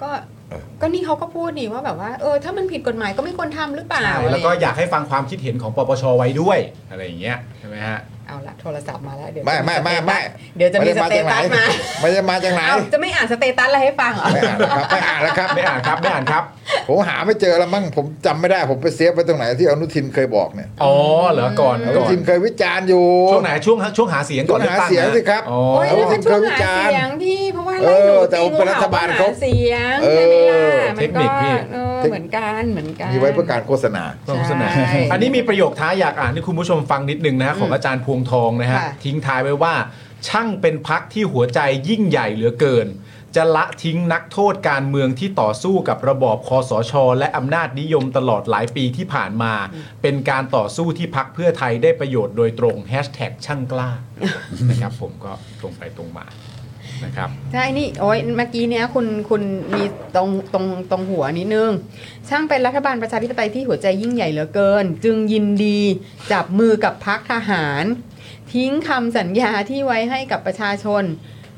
ก็ เออ ก็นี่เขาก็พูดนี่ว่าแบบว่า เออ ถ้ามันผิดกฎหมายก็ไม่ควรทำหรือเปล่า ใช่ อะไร แล้วก็อยากให้ฟังความคิดเห็นของปปชไว้ด้วยอะไรอย่างเงี้ยใช่ไหมฮะ เอาละโทรศัพท์มาแล้ว เดี๋ยว ไม่ไม่ไม่ไม่ เดี๋ยวจะมี ไได้ สเต จากไหน ตัสมา ไม่ได้มาจากไหน เอาจะไม่อ่านสเตตัสอะไรให้ฟังเหรอ ไม่อ่านนะครับไม่อ่านแล้วครับ ไม่อ่านครับไม่อ่านครับ ผมหาไม่เจอแล้วมั้งผมจำไม่ได้ผมไปเซฟไว้ตรงไหนที่อนุทินเคยบอกเนี่ย อ๋อเหรอก่อน อนุ ก่อน ทินเคยวิจารณ์อยู่ ช่วงไหนช่วงช่วงหาเสียงก่อน ช่วงหาเสียง ลือกตั้นะ สิครับ อ๋อ โอ้ย เออ นั่นมันช่วง ผมเคยวิ หา จารณ์ เสียงพี่เพราะว่า เอ ไล่ อ ดู แต่ว่าเป็นรัฐบาล ก็ เขา หเสียง เออ ใช่ไหมล่ะมั เท น ค ก็ นิคพี่ เออเหมือนกันเหมือนกัน มีไว้เพื่อการโฆษณา ใช่ อันนี้มีประโยคท้ายอยากอ่านให้คุณผู้ชมฟังนิดนึงนะฮะของอาจารย์พวงทองนะฮะ ค่ะ ทิ้งท้ายไว้ว่า ช่างเป็นพักที่หัวใจยิ่งใหญ่เหลือเกิน จะละทิ้งนักโทษการเมืองที่ต่อสู้กับระบอบคอสช และอำนาจนิยมตลอดหลายปีที่ผ่านมา เป็นการต่อสู้ที่พักเพื่อไทยได้ประโยชน์โดยตรงแฮชแท็กช่างกล้านะครับผมก็ตรงไปตรงมานะครับ ใช่นี่โอ้ยเมื่อกี้เนี้ยคุณคุณมีตรงตรงตรงหัวนิดนึง ช่างเป็นรัฐบาลประชาธิปไตยที่หัวใจยิ่งใหญ่เหลือเกิน จึงยินดีจับมือกับพักทหาร ทิ้งคำสัญญาที่ไว้ให้กับประชาชน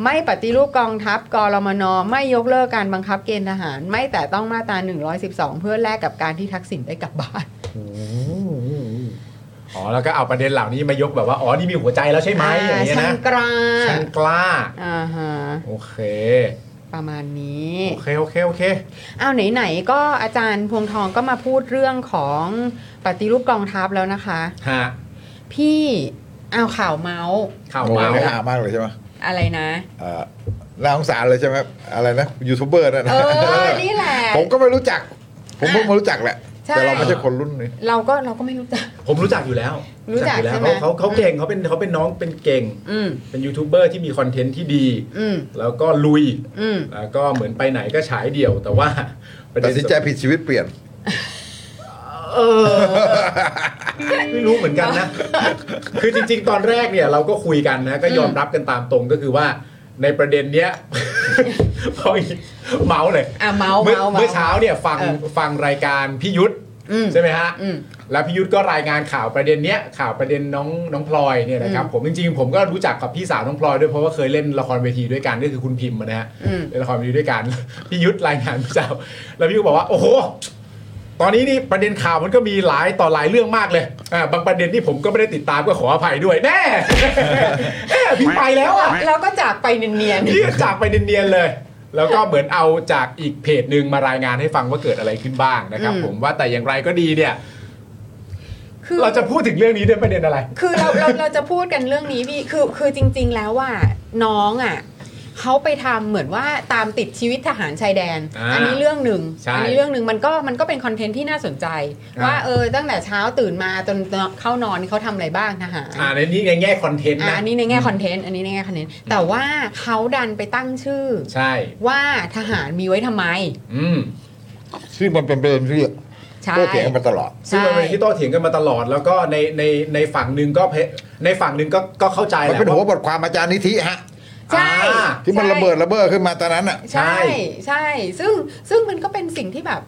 ไม่ปฏิรูปกองทัพกรมนไม่ยกเลิกการบังคับเกณฑ์ทหาร ไม่แต่ต้องมาตรา112 เพื่อแลกกับการที่ทักษิณได้กลับบ้าน อ๋อแล้วก็เอาประเด็นเหล่านี้มายกแบบว่าอ๋อนี่มีหัวใจแล้วใช่ไหมอย่างเงี้ย ช่า นะ งกล้า ช่างกล้า อ่าฮะ โอเค ประมาณนี้ โอเค โอเค โอเค อ้าวไหนๆก็อาจารย์พวงทองก็มาพูดเรื่องของปฏิรูปกองทัพแล้วนะคะ ฮะ พี่เอาข่าวเมาส์ ข่าว โอ้โห เมาส์ น่าหามากเลยใช่ไหม อะไรนะ เอ่อน่าสงสารเลยใช่ไหมอะไรนะยูทูบเบอร์นั่น เอ นะ อ นี่แหละ ผมก็ไม่รู้จัก ผมเพิ่งมารู้จักแหละ ใช่ แต่เราไม่ใช่คนรุ่นนี้ เราก็เราก็ไม่รู้จัก ผมรู้จักอยู่แล้ว รู้จัก อยู่แล้ว ใช่ไหม เขาเขาเขาเก่งเขาเป็นเขาเป็นน้องเป็นเก่ง อืม เป็นยูทูบเบอร์ที่มีคอนเทนต์ที่ดี อืม แล้วก็ลุย อืม แล้วก็เหมือนไปไหนก็ฉายเดี่ยว แต่ว่าประ ตั เด็ ด น สินใจผิดชีวิตเปลี่ยน เออ ไม่รู้เหมือนกันนะ คือจริง ๆ ตอนแรกเนี่ย เราก็คุยกันนะ ก็ยอมรับกันตามตรงก็คือว่า ในประเด็นเนี้ย พออีกเมาส์เลย อ่ะเมาส์ มื่อ เมาส์เมาส์ เมื่อเช้าเนี่ยฟัง เออ ฟังรายการพี่ยุทธ อืม ใช่ไหมฮะ อืม แล้วพี่ยุทธก็รายงานข่าวประเด็นเนี้ยข่าวประเด็นน้องน้องพลอยเนี่ยนะครับ ผมจริงๆผมก็รู้จักกับพี่สาวน้องพลอยด้วยเพราะว่าเคยเล่นละครเวทีด้วยกันก็คือคุณพิมพ์นะฮะ อืม เล่นละครเวทีด้วยกัน พี่ยุทธรายงานพี่สาวแล้วพี่ยุทธบอกว่าโอ้โห ตอนนี้นี่ประเด็นข่าวมันก็มีหลายต่อหลายเรื่องมากเลยอ่าบางประเด็นที่ผมก็ไม่ได้ติดตามก็ขออภัยด้วยแน่ แน่พี่ไปแล้วอ่ะ แล้วก็จากไปเนียน นี่จากไปเนียนๆเลย แล้วก็เหมือนเอาจากอีกเพจหนึ่งมารายงานให้ฟังว่าเกิดอะไรขึ้นบ้างนะครับ ผมว่าแต่อย่างไรก็ดีเนี่ย ๆคือ เราจะพูดถึงเรื่องนี้ด้วยประเด็นอะไร คือเราเราเราจะพูดกันเรื่องนี้พี่คือคือจริง ๆ แล้วว่าน้องอ่ะเขาไปทำเหมือนว่าตามติดชีวิตทหารชายแดน อ่าน นี้เรื่องหนึ่ง ใช่ อันี้เรื่องหนึ่งมันก็มันก็เป็นคอนเทนต์ที่น่าสนใจ อ่า ว่าเออตั้งแต่เช้าตื่นมาจนเข้านอนเขาทำอะไรบ้างทหาร อ่าในนี้ในแง่คอนเทนต์ อ่า นะ อันนี้ในแง่คอนเทนต์อันนี้ในแง่คอนเทนต์แต่ว่าเขาดันไปตั้งชื่อ ใช่ ว่าทหารมีไว้ทำไม อืม ซึ่งมันเป็นประเด็นที่ ใช่ โต้เถียงกันมาตลอด ซึ่ง ใช่ มันเป็นที่โต้เถียงกันมาตลอด แล้วก็ในในในฝั่งหนึ่งก็เพในฝั่งหนึ่งก็ก็เข้าใจแห มัน ละ เป็นหัว ว่า บทความอาจารย์นิธิฮะ ใช่ อ่า ที่มัน ใช่ ระเบิดระเบ้อขึ้นมาตอนนั้นอ่ะ ใช่ ใช่ ใช่ซึ่งซึ่งมันก็เป็นสิ่งที่แบบ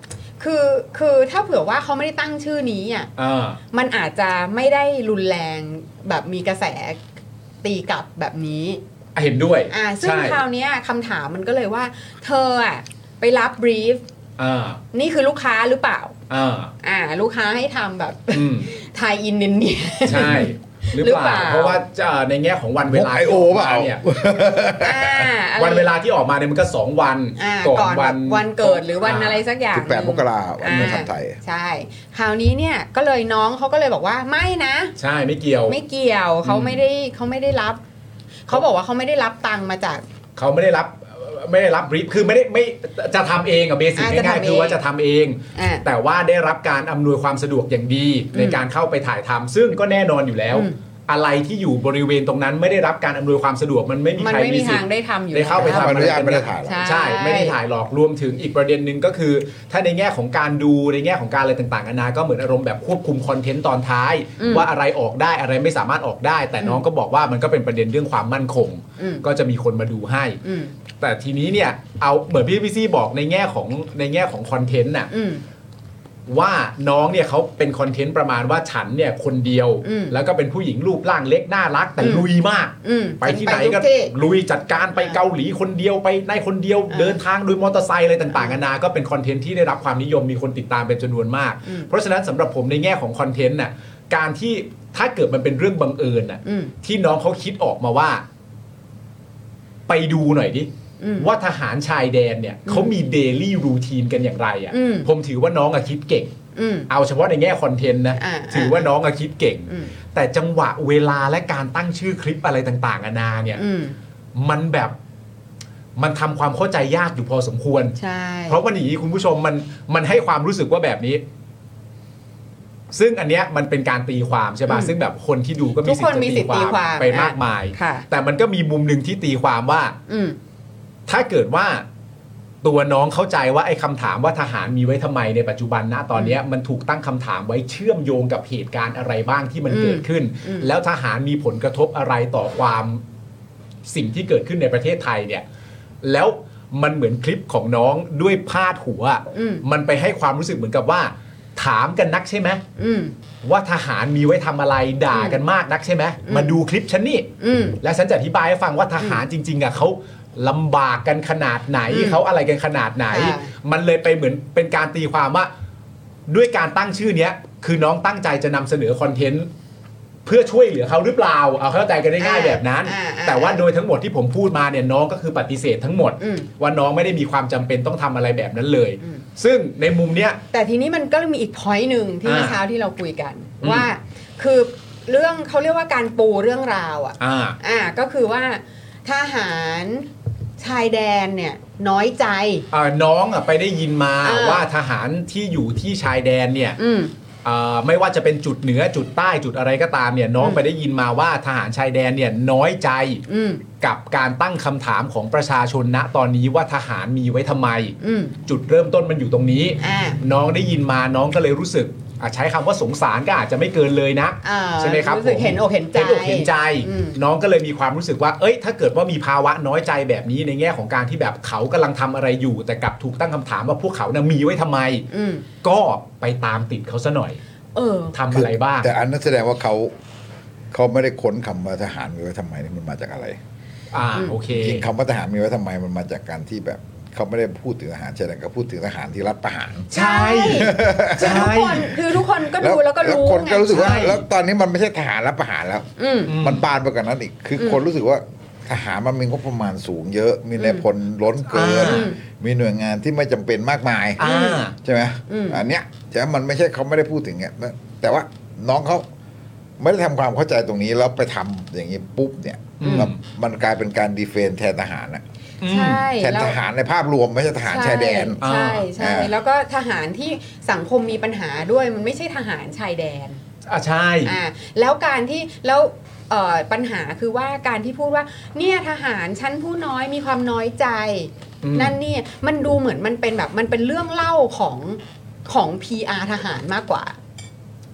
คือคือถ้าเผื่อว่าเขาไม่ได้ตั้งชื่อนี้อ่ะ อ่า มันอาจจะไม่ได้รุนแรงแบบมีกระแสตีกลับแบบนี้ เห็นด้วย อ่าซึ่ง ใช่ คราวเนี้ยคำถามมันก็เลยว่า เธออ่ะไปรับบรีฟ อ่า นี่คือลูกค้าหรือเปล่า อ่า อ่า ลูกค้าให้ทำแบบ อืม ไทยอินเนีย ใช่ หรือ หรือ เป เป ล่า ล่า เพราะว่าจะในแง่ของวันเวลา ไอโอ ที่กม เปล่า เนี่ย ๆอ่าอะไร วันเวลาที่ออกมาเนี่ยมันก็ 2 วัน อ่าก่อนแบบวันเกิดหรือวันอะไรสักอย่างหนึ่ง 18 มกราวันเมืองไทย ใช่ คราวนี้เนี่ยก็เลยน้องเขาก็เลยบอกว่าไม่นะ ใช่ไม่เกี่ยว ไม่เกี่ยวเขา อืม ไม่ได้เขาไม่ได้รับเขาบอกว่าเขาไม่ได้รับตังค์มาจาก เขาไม่ได้รับไม่ได้รับบรีฟคือไม่ได้ไม่จะทำเองอะเบสิก อ่าจะ ง่ายๆ ทำ คือว่า เอง จะทำเอง อ่า แต่ว่าได้รับการอำนวยความสะดวกอย่างดีในการเข้าไปถ่ายทำซึ่งก็แน่นอนอยู่แล้ว อืม อะไรที่อยู่บริเวณตรงนั้นไม่ได้รับการอำนวยความสะดวกมันไม่มี มัน ใคร ไม่ มี มี สิท ทาง ธิ์ ได้ทำอยู่ ได้เข้าไปทำ อนุญาต ะร ไม่ได้ถ่ายหรอก ใช่ใช่ ใช่ ไม่ได้ถ่ายหรอกรวมถึงอีกประเด็นหนึ่งก็คือ ถ้าในแง่ของการดูในแง่ของการอะไรต่างๆนานาก็เหมือนอารมณ์แบบควบคุมคอนเทนต์ตอนท้าย ว่าอะไรออกได้อะไรไม่สามารถออกได้ แต่น้องก็บอกว่ามันก็เป็นประเด็นเรื่องความมั่นคง อืม ก็จะมีคนมาดูให้ อืม แต่ทีนี้เนี่ยเอาเหมือนพี่พี่ซี่บอกในแง่ของในแง่ของคอนเทนต์น่ะ อืม ว่าน้องเนี่ยเขาเป็นคอนเทนต์ประมาณว่าฉันเนี่ยคนเดียว อืม แล้วก็เป็นผู้หญิงรูปร่างเล็กน่ารักแต่ อืม ลุยมาก อืม ไปที่ไหนก็ ทุที่ ลุยจัดการไปเกาหลีคนเดียวไปในคนเดียว อ่า เดินทางโดยมอเตอร์ไซค์อะไรต่างๆนานาก็เป็นคอนเทนต์ที่ได้รับความนิยมมีคนติดตามเป็นจำนวนมาก อืม เพราะฉะนั้นสำหรับผมในแง่ของคอนเทนต์น่ะการที่ถ้าเกิดมันเป็นเรื่องบังเอิญน่ะ อืม ที่น้องเขาคิดออกมาว่า ไปดูหน่อยดิ อืม ว่าทหารชายแดนเนี่ยเขามีเดลี่รูทีนกันอย่างไร อืม อะ่ะผมถือว่าน้องอะคิดเก่ง อืม เอาเฉพาะในแง่คอนเทนต์นะ อ่า ถือว่าน้องอะคิดเก่ง อืม แต่จังหวะเวลาและการตั้งชื่อคลิปอะไรต่างๆนานาเนี่ย อืม มันแบบมันทำความเข้าใจยากอยู่พอสมควร ใช่ เพราะวันนี้คุณผู้ชมมันมันให้ความรู้สึกว่าแบบนี้ ซึ่งอันเนี้ยมันเป็นการตีความใช่ป่ะ อืม ซึ่งแบบคนที่ดูก็ ทุ มี กคนมีสิ สิท ทธิ์ ธิ์จะตี ตีคคาววาม ม ไปมากมาย ค่ะ แต่มันก็มีมุมหนึ่งที่ตีความว่า อืม ถ้าเกิดว่าตัวน้องเข้าใจว่าไอ้คำถามว่าทหารมีไว้ทำไมในปัจจุบันนะตอนเนี้ยมันถูกตั้งคำถามไว้เชื่อมโยงกับเหตุการณ์อะไรบ้างที่มันเกิดขึ้น แล้วทหารมีผลกระทบอะไรต่อความสิ่งที่เกิดขึ้นในประเทศไทยเนี่ย แล้วมันเหมือนคลิปของน้องด้วยพาดหัวอะ อืม มันไปให้ความรู้สึกเหมือนกับว่า ถามกันนักใช่ไหม อืม ว่าทหารมีไว้ทำอะไรด่ากันมากนักใช่ไหมมาดูคลิปฉันนี่ อืม และฉันจะอธิบายให้ฟังว่าทหารจริง ๆอ่ะเขาลำบากกันขนาดไหน อืม เขาอะไรกันขนาดไหน อ่า มันเลยไปเหมือนเป็นการตีความว่า ด้วยการตั้งชื่อเนี้ย คือน้องตั้งใจจะนำเสนอคอนเทนต์เพื่อช่วยเหลือเขาหรือเปล่า เอาเข้าใจกันได้ง่ายแบบนั้น อ่าอ่า แต่ว่าโดยทั้งหมดที่ผมพูดมาเนี่ยน้องก็คือปฏิเสธทั้งหมด อืม ว่าน้องไม่ได้มีความจำเป็นต้องทำอะไรแบบนั้นเลย อืม ซึ่งในมุมเนี้ย แต่ทีนี้มันก็มีอีกพอยต์หนึ่งที่เมื่อ อ่า เช้าที่เราคุยกัน อืม ว่า คือเรื่องเขาเรียกว่าการปูเรื่องราวอ่ะ อ่า อ่าก็คือว่าทหารชายแดนเนี่ยน้อยใจ เอ่อน้องอะไปได้ยินมา อ่า ว่าทหารที่อยู่ที่ชายแดนเนี่ย อืม เอ่อไม่ว่าจะเป็นจุดเหนือจุดใต้จุดอะไรก็ตามเนี่ยน้อง อืม ไปได้ยินมาว่าทหารชายแดนเนี่ยน้อยใจ อืม กับการตั้งคำถามของประชาชนณตอนนี้ว่าทหารมีไว้ทำไม อืม จุดเริ่มต้นมันอยู่ตรงนี้ อ่า น้องได้ยินมาน้องก็เลยรู้สึกอ่ะใช้คำว่าสงสารก็อาจจะไม่เกินเลยนะ อ่า ใช่ไหมครับ รู้สึก ผม เห็นอกเห็นใจ เห็นอกเห็นใจ อืม น้องก็เลยมีความรู้สึกว่า เอ้ย ถ้าเกิดว่ามีภาวะน้อยใจแบบนี้ในแง่ของการที่แบบเขากำลังทำอะไรอยู่ แต่กลับถูกตั้งคำถามว่าพวกเขานะมีไว้ทำไม อืม ก็ไปตามติดเขาซะหน่อย เออ ทำอะไรบ้าง แต่อันนั้นแสดงว่าเขาเขาไม่ได้ค้นคำว่าทหารมีไว้ทำไมนี่มันมาจากอะไร อ่าโอเค จริงๆคำว่าทหารมีไว้ทำไมมันมาจากการที่แบบ เขาไม่ได้พูดถึงทหารชายแดนเขาพูดถึงทหารที่รัฐประหาร ใช่ คือทุก ใช่ คนคือทุกคนก็ดูแล้วก็รู้ คนก็รู้สึกว่า ใช่ แล้วตอนนี้มันไม่ใช่ทหารรับประหารแล้ว อืม มันบานไปกว่านั้นอีก คืออคนรู้สึกว่าทหารมันมีงบประมาณสูงเยอะ มีนายพลล้นเกิน อ่า มีหน่วยงานที่ไม่จำเป็นมากมาย อ่า ใช่ไหม อืม อันเนี้ยใช่ไหมมันไม่ใช่เขาไม่ได้พูดถึงเนี้ยนะแต่ว่าน้องเขาไม่ได้ทำความเข้าใจตรงนี้แล้วไปทำอย่างนี้ปุ๊บเนี่ย อืม มันมันกลายเป็นการดีเฟนแทนทหารนะ อืม ใช่ แทน แล้ว ทหารในภาพรวมไม่ใช่ทหารชายแดน ใช่ใช่ อ่า แล้วก็ทหารที่สังคมมีปัญหาด้วยมันไม่ใช่ทหารชายแดน อ่ะใช่ อ่าแล้วการที่แล้วเอ่อปัญหาคือว่าการที่พูดว่าเนี่ยทหารชั้นผู้น้อยมีความน้อยใจ อืม นั่นนี่มันดูเหมือนมันเป็นแบบมันเป็นเรื่องเล่าของของ PR ทหารมากกว่า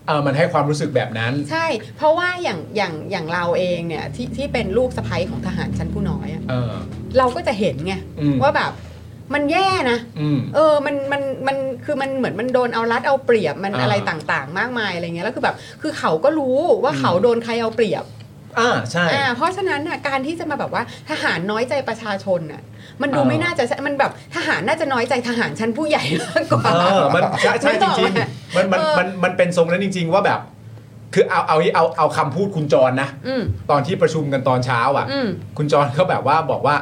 เออมันให้ความรู้สึกแบบนั้น ใช่ เพราะว่าอย่างอย่างอย่างเราเองเนี่ยที่ที่เป็นลูกสะใภ้ของทหารชั้นผู้น้อยอะ เออ เราก็จะเห็นไง อืม ว่าแบบมันแย่นะ อืม เออ มัน มัน มัน คือ มัน เหมือน มัน โดน เอา รัด เอา เปรียบ มัน อ่า อะไร ต่าง ๆ มากมาย อะไร เงี้ย แล้ว คือ แบบ คือ เขาก็รู้ว่า อืม เขา โดน ใคร เอา เปรียบ อ่าใช่ อ่า เพราะฉะนั้นน่ะการ ที่ จะ มา แบบว่า ทหาร น้อยใจ ประชาชน น่ะ มัน ดู อ่า ไม่ น่า จะใช่มัน แบบ ทหาร น่าจะ น้อยใจ ทหาร ชั้น ผู้ ใหญ่ มาก กว่า เออมันใช่ใช่ ไม่ จ ต้อง ริง อะ ๆมันมัน เออ มันมันเป็นทรงนั้นจริง ๆ ว่าแบบ คือเอาเอาเอาเอาคำพูดคุณจรนะ อืม ตอนที่ประชุมกันตอนเช้าอ่ะ อืม คุณจรก็แบบว่าบอกว่า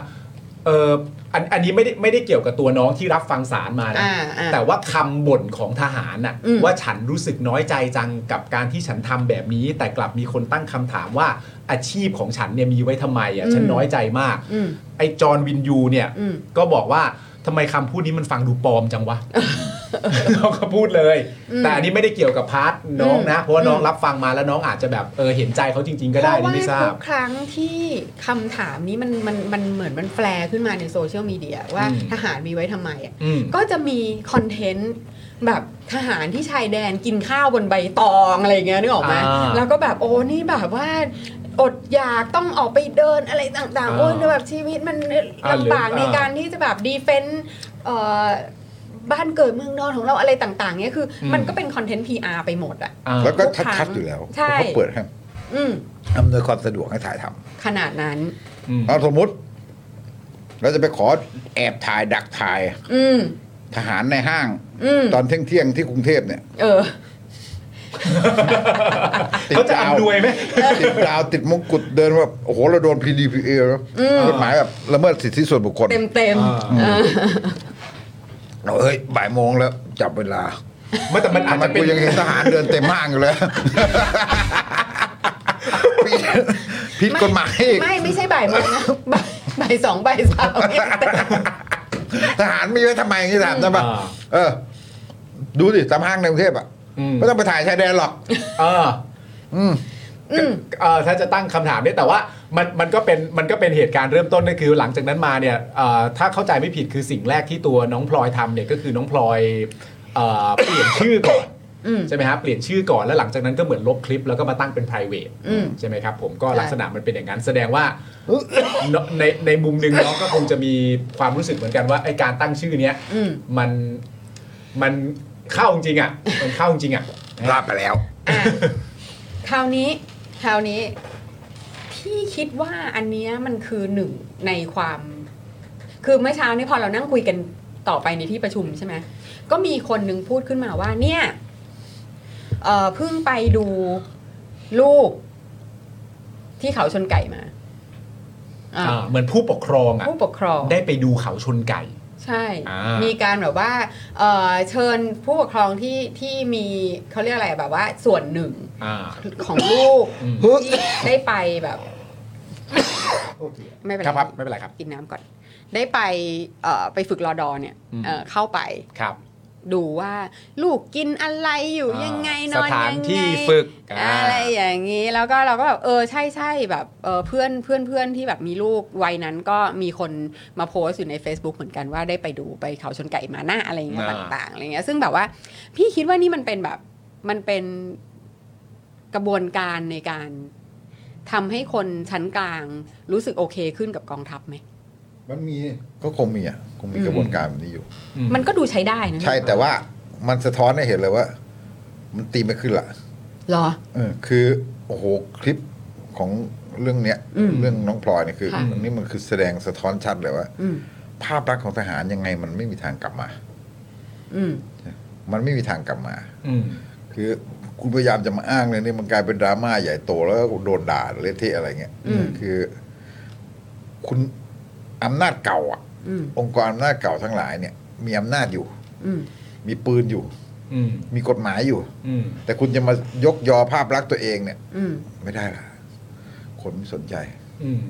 เอออันอันนี้ไม่ได้ไม่ได้เกี่ยวกับตัวน้องที่รับฟังสารมานะ อ่าอ่า แต่ว่าคำบ่นของทหารน่ะ อืม ว่าฉันรู้สึกน้อยใจจังกับการที่ฉันทำแบบนี้ แต่กลับมีคนตั้งคำถามว่าอาชีพของฉันเนี่ยมีไว้ทำไมอ่ะฉันน้อยใจมาก อืม ไอ้จอห์นวินยูเนี่ย อืม ก็บอกว่าทำไมคำพูดนี้มันฟังดูปลอมจังวะ เขาก็พูดเลย แต่อันนี้ไม่ได้เกี่ยวกับพาร์ทน้องนะ เพราะว่าน้องรับฟังมาแล้วน้องอาจจะแบบเออเห็นใจเขาจริง ๆ ก็ได้ เพ นี่ ราะ ไม่ท ว่า รา ทุ บ กครั้งที่คำถามนี้มัน มัน มัน เหมือน มัน แฟร์ขึ้นมา ใน โซเชียล มีเดีย ว่า อืม ทหาร มี ไว้ทำไมอะ อืม ก็จะมีคอนเทนต์แบบทหารที่ชายแดนกินข้าวบนใบตองอะไรอย่างเงี้ยนึกออกไหม อ่า แล้วก็แบบโอ้นี่แบบว่าอดอยากต้องออกไปเดินอะไรต่างๆ อ่า โอ้ยแบบชีวิตมัน อ่าหรือ ลำบากใน อ่า การที่จะแบบดีเฟนต์บ้านเกิดเมืองนอนของเราอะไรต่างๆเนี่ยคืออ ม มันก็เป็นคอนเทนต์ PR ไปหมดอ่ะ อ่า แล้วก็ ทุกครั้ ชัด ง ๆอยู่แล้ว ใช่ เขาเปิดให้ อืม อำนวยความสะดวกให้ถ่ายทำ ขนาดนั้น อืม เอาสมมติ เราจะไปขอแอบถ่ายดักถ่าย อืม ทหารในห้าง อืม ตอนเที่ยงเที่ยงๆที่กรุงเทพเนี่ย เออ ติด เขาจะ ดาว อำนวยไหม ติดดาวติดมงกุฎเดินแบบโอ้โหเราโดน PDPA แล้ว อืม กฎหมายแบบละเมิดสิทธิส่วนบุคคล เต็มเต็มๆเออ่าอ เราเฮ้ยบ่ายโมงแล้ว จับเวลา ไม่แต่มันอาจทำไม จะเป็ กู น ยังเห็นทหารเดินเต็มห้างอยู่เลยผิด ผิดกฎหมายอีก ไม่ไม่ใช่บ่ายโมง นะบ่ายบ่ายสองบ่ายสามเนี่ยแต่ ทหารมีไว้ทำไมอย่างนี้ถามได้ปะ อ่า เออ ดูสิตามห้างในกรุงเทพอ่ะ อืม ไม่ต้องไปถ่ายชายแดนหรอก เออ อืม อืม เออถ้าจะตั้งคำถามเนี่ยแต่ว่ามันมันก็เป็นมันก็เป็นเหตุการณ์เริ่มต้นก็คือ หลังจากนั้นมาเนี่ยเอ่อถ้าเข้าใจไม่ผิดคือสิ่งแรกที่ตัวน้องพลอยทำเนี่ยก็คือน้องพลอยเอ่อเปลี่ยนชื่อก่อน อืม ใช่ไหมครับเปลี่ยนชื่อก่อนแล้วหลังจากนั้นก็เหมือนลบคลิปแล้วก็มาตั้งเป็น p r i v a t อืม ใช่ไหมครับผมก็ ใช่ ลักษณะมันเป็นอย่างนั้นแสดงว่าเนอะในในมุมหนึ่งน้องก็คงจะมีความรู้สึกเหมือนกันว่าไอการตั้งชื่อเนี้ย อืม มันมันเข้าจริงอ่ะมันเข้าจริงอ่ะ ลาบไปแล้ว อ่ะคราวนี้คราวนี้ พี่คิดว่าอันเนี้ยมันคือหนึ่งในความ คือเมื่อเช้านี้พอเรานั่งคุยกันต่อไปในที่ประชุมใช่ไหมก็มีคนหนึงพูดขึ้นมาว่า เนี่ยเอ่อเพิ่งไปดูลูกที่เขาชนไก่มาอ่ะ อ่าเหมือนผู้ปกครองอ่ะ ผู้ปกครอง ได้ไปดูเขาชนไก่ ใช่ อ่ามี มีการแบบว่าเอ่อเชิญผู้ปกครองที่ที่มีเขาเรียกอะไรแบบว่าส่วนหนึ่ง อ่า ของลูก อืม ที่ได้ไปแบบไม่เป็น ครับ ไร ครับไม่เป็นไรครับ กินน้ำก่อน ได้ไปเอ่อไปฝึกรอดอเนี่ย อืม เอ่อเข้าไป ครับ ดูว่าลูกกินอะไรอยู่ยังไงน ส อน ถาน ยังไง ที่ฝึก อะไรอย่างนี้แล้วก็เราก็แบบเออใช่ใช่แบบเออเพื่อนเพื่อนเพื่อนที่แบบมีลูกวัยนั้นก็มีคนมาโพสต์อยู่ใน Facebook เหมือนกันว่าได้ไปดูไปเขาชนไก่มาหน้าอะไรอย่างเงี้ยต่างๆอะไรเงี้ยซึ่งแบบว่าพี่คิดว่านี่มันเป็นแบบมันเป็นกระบวนการในการทำให้คนชั้นกลางรู้สึกโอเคขึ้นกับกองทัพไหม มันมีก็คงมีอ่ะ คงมี อืม กระบวนการแบบนี้อยู่ มันก็ดูใช้ได้นะ ใช่แต่ว่ามันสะท้อนให้เห็นเลยว่า มันตีไม่ขึ้นละ เหรอ เออคือ โอ้โห คลิปของเรื่องเนี้ย อืม เรื่องน้องพลอยเนี่ยคือ ค่ะ อันนี้มันคือแสดงสะท้อนชัดเลยว่า อืม ภาพลักษณ์ของทหารยังไงมันไม่มีทางกลับมา อืม มันไม่มีทางกลับมา อืม คือคุณพยายามจะมาอ้างเลยนี่มันกลายเป็นดราม่าใหญ่โตแล้วก็โดนด่าเละเทะอะไรเงี้ย อืม คือ คุณอำนาจเก่าอ่ะ อืม องค์กรอำนาจเก่าทั้งหลายเนี่ย มีอำนาจอยู่ อืม มีปืนอยู่ อืม มีกฎหมายอยู่ อืม แต่คุณจะมายกยอภาพลักษณ์ตัวเองเนี่ย อืม ไม่ได้ละคนไม่สนใจ อืม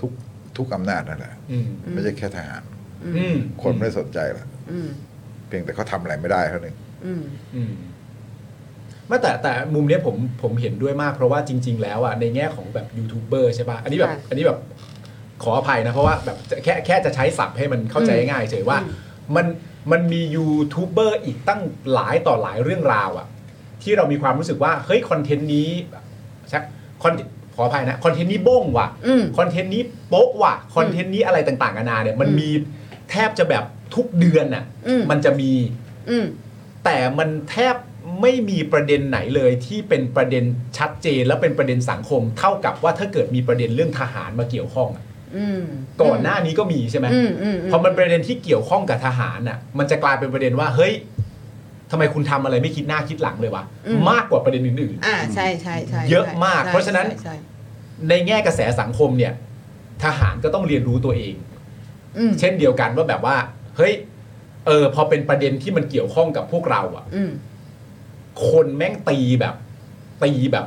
ทุกทุกอำนาจนั่นแหละ อืม ไม่ใช่แค่ทหาร อืม คนไม่สนใจละ อืม เพียงแต่เขาทำอะไรไม่ได้เท่านั้น อืม อืมไม่แต่แต่มุมเนี้ยผมผมเห็นด้วยมากเพราะว่าจริง ๆ แล้วอ่ะในแง่ของแบบยูทูบเบอร์ใช่ป่ะ อันนี้แบบ ค่ะ อันนี้แบบขออภัยนะ เพราะว่าแบบจะแค่แค่จะใช้ศัพท์ให้มันเข้าใจง่ายเฉยว่า มันมันมียูทูบเบอร์อีกตั้งหลายต่อหลายเรื่องราวอ่ะ ที่เรามีความรู้สึกว่า เฮ้ย คอนเทนต์นี้ชักคอนขออภัยนะ คอนเทนต์นี้โบ้งว่ะ อืม คอนเทนต์นี้โป๊ะว่ะคอนเทนต์นี้อะไรต่างๆนานาเนี่ยมันมีแทบจะแบบทุกเดือนน่ะ อืม มันจะมี อืม แต่มันแทบไม่มีประเด็นไหนเลยที่เป็นประเด็นชัดเจน และเป็นประเด็นสังคม เท่ากับว่าถ้าเกิดมีประเด็นเรื่องทหารมาเกี่ยวข้องอะ อืม ก่อนหน้านี้ก็มีใช่ไหม อืมอืมอืม พอมันประเด็นที่เกี่ยวข้องกับทหารน่ะ มันจะกลายเป็นประเด็นว่าเฮ้ยทำไมคุณทำอะไรไม่คิดหน้าคิดหลังเลยวะมากกว่าประเด็นอื่น อ่าใช่ใช่ใช่ เยอะมาก ใช่ เพราะฉะนั้น ใช่ใช่ ๆ ในแง่กระแสสังคมเนี่ย ทหารก็ต้องเรียนรู้ตัวเอง อืม เช่นเดียวกันว่าแบบว่า เฮ้ยเออพอเป็นประเด็นที่มันเกี่ยวข้องกับพวกเราอะ อืม คนแม่งตีแบบตีแบบ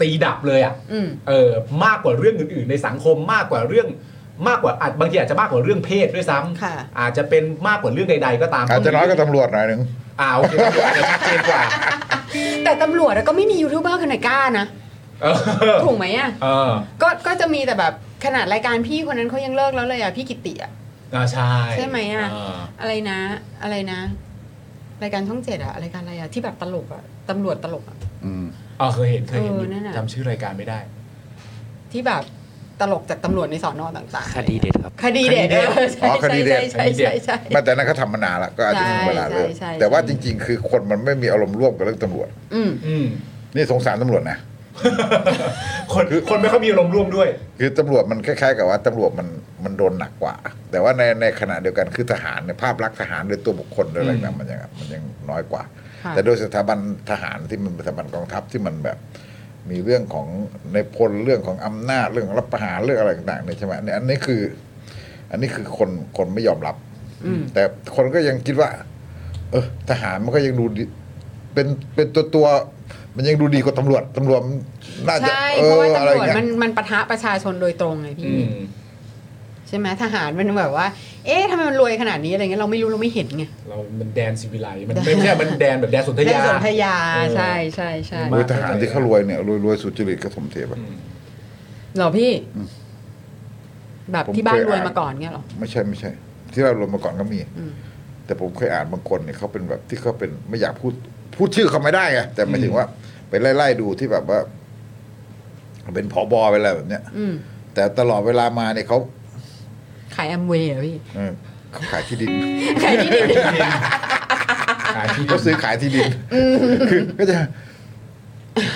ตีดับเลยอะ่ะ อืม เออมากกว่าเรื่องอื่นๆ ในสังคมมากกว่าเรื่องมากกว่าอาจบางทีอาจจะมากกว่าเรื่องเพศด้วยซ้ำ ค่ะ อาจจะเป็นมากกว่าเรื่องใด ๆ ก็ตาม อาจจะน้อยก็ตำรวจหน่อยหนึ่ง อ่าโอเคอาจจะชัดเจนกว่า แต่ตำรวจอะก็ไม่มียูทูบเบอร์คนไหนกล้านะ เออ ถูกไหมอ่ะ เออ ก็ ก็จะมีแต่แบบขนาดรายการพี่คนนั้นเขายังเลิกแล้วเลยอ่ะ พี่กิติอ่ะ อ่าใช่ ใช่ไหมอะ เ อะไรนะ อะไรนะ รายการช่องเจ็ดอะรายการอะไรอะที่แบบตลกอะตำรวจตลกอะ อืม เออเคยเห็นเคยเห็นอยู่ เออนั่นน่ะ จำชื่อรายการไม่ได้ ที่แบบตลกจากตำรวจในสอนอต่างๆ คดีเด็ดครับ คดีเด็ดเออใช่ อ๋อคดีเด็ด ใช่ใช่ใช่ใช่ ไมาแต่นั้นเขาทำมานานละก็อาจจะมีเวลาเลย ใช่ใช่ใช่ แต่ว่าจริง ๆ คือคนมันไม่มีอารมณ์ร่วมกับเรื่องตำรวจ อืม อืม นี่สงสารตำรวจนะ คนคนไม่ค่อยมีอารมณ์ร่วมด้วย คือตำรวจมันคล้ายๆกับว่าตำรวจมันมันโดนหนักกว่า แต่ว่าในในขณะเดียวกันคือทหารเนี่ยภาพลักษณ์ทหารโดยตัวบุคคลโดยอะไร อื นะ ม มันยังมันยังน้อยกว่า ค่ะ แต่โดยสถาบันทหารที่มันเป็นสถาบันกองทัพที่มันแบบ มีเรื่องของในพลเรื่องของอำนาจเรื่องของรัฐประหารเรื่องอะไรต่างๆเนี่ยใช่ไหมเนี่ยอันนี้คือ อันนี้คือคนคนไม่ยอมรับแต่คนก็ยังคิดว่า เออทหารมันก็ยังดูดีเป็นเป็นตัวตัวๆมันยังดูดีกว่าตำรวจตำรวจมันน่าจะ ใช่ อ เพราะว่า ออไ ตำรวจ เงี้ย มัน มันปะทะประชาชนโดยตรงไงพี่ อืม ใช่ไหมทหารมันแบบว่า เอ๊ะทำไมมันรวยขนาดนี้อะไรเงี้ยเราไม่รู้เราไม่เห็นไง เรามันแดนสิวิไลซ์มันไม่ใช่มันแดนแบบแดนสนธยา แม่สนธยา เออ ใช่ใช่ใช่ โดยทหารที่เขารวยเนี่ยรวยรวยสุจริตก็สมเทปอะ อืม เหรอพี่ แบบ ผม ที่บ้าน เคย รวย อ่าน มาก่อนเงี้ยเหรอ ไม่ใช่ไม่ใช่ ที่เรารวยมาก่อนก็มี อืม แต่ผมเคยอ่านบางคนเนี่ยเขาเป็นแบบที่เขาเป็นไม่อยากพูดพูดชื่อเขาไม่ได้ไงแต่หมายถึงว่า ไปไล่ๆดูที่แบบว่า เป็นผอบอไปอะไรแบบเนี้ย อืม แต่ตลอดเวลามาเนี่ยเขา ขายแอมเวย์เหรอพี่ เออเขาขายที่ดิ น ขาย ที่ดิน ขายที่ดิ เขา น ซื้อขายที่ดินคือก็จะ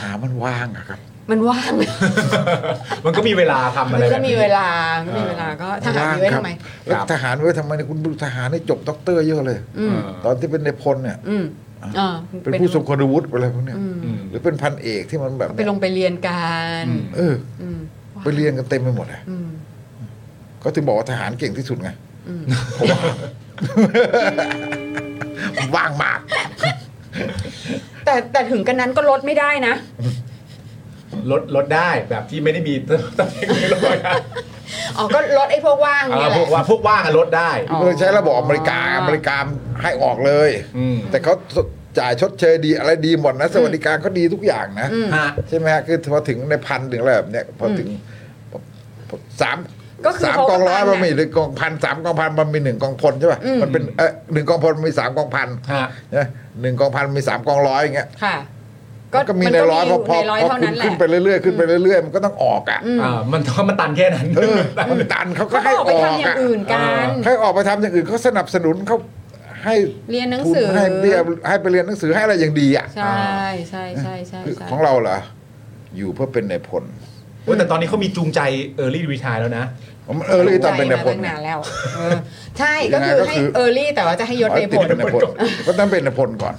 หามันว่างอะครับ มันว่าง มันก็มีเวลาทำอะ มัน ไร ก็ แบบ มี นี้ เวลามันก็มีเวลาก็ทหารมีไว้ทำไม แล้ว ครับ ทหารไว้ทำไมเนี่ยคุณดูทหารเนี่ยจบด็อกเตอร์เยอะเลย อืม ตอนที่เป็นในพลเนี่ย อืมอ่า เป็นผู้ทรงคุณวุฒิอะไรพวกเนี้ย อืม อืม หรือเป็นพันเอกที่มันแบบ ไปลงไปเรียนกัน อืม เออ อืม ไปเรียนกันเต็มไปหมดอะ อืม ก็ถึงบอกว่าทหารเก่งที่สุดไง อืม ผมว่า ว่างมาก แต่แต่ถึงกันนั้นก็ลดไม่ได้นะ ลดลดได้แบบที่ไม่ได้มี ตำแหน่งไม่ลดนะ อ๋อ ก็ลดไอ้พวกว่าง เอ เนี่ อย แห พว ละ กว่าพวกว่างอะลดได้ อ๋อ เราใช้ระบบอเมริกาอเมริกาให้ออกเลย อืม แต่เขาจ่ายชดเชยดีอะไรดีหมดนะ สวัสดิการก็ดีทุกอย่างนะ อืม ฮะ ใช่ไหมฮะคือพอถึงในพันถึงอะไรแบบเนี้ยพอถึงสาม ก็คือ สาม เขาก็ กองร้อย ตาม มัน เนี่ย มีหรือกองพันสามกองพันมันมีหนึ่งกองพลใช่ป่ะ อืม มันเป็นเออหนึ่งกองพลมีสามกองพัน ฮะ ใช่ไหมหนึ่งกองพันมีสามกองร้อยอย่างเงี้ย ค่ะ มันก็มีในร้อยพอพอ ในร้อย พอคุเท่านั้ ณ นแหละ ขึ้นไปเรื่อยๆขึ้นไปเรื่อยๆมันก็ต้องออกอ่ะ อืม อ่ามัน ต้องมันตันแค่นั้น เออมันตันเขาก็ ก็ ให้ อ อ ออกกไปทำอย่าง อ่ะ อื่นกัน ให้ออกไปทำอย่างอื่นเขาสนับสนุนเขาให้ เรียนหนัง ทุน สือ ให้เบี้ยให้ไปเรียนหนังสือให้อะไรอย่างดีอ่ะ ใช่ใช่ใช่ใช่ คือ ใช่ ของเราเหรออยู่เพื่อเป็นนายพล โอ้ยแต่ตอนนี้เขามีจูงใจ Early Retire แล้วนะ ผมเออรี่ทำเป็นในพล ตั้งนานแล้วเออใช่ก็ ยังไง คือ ก็ ให้ คือ เออร์ลี่แต่ว่าจะให้ยศ อ๋อ ใน ติ พ ด ล เป็นในพลก็ต้องเป็นในพลก่อน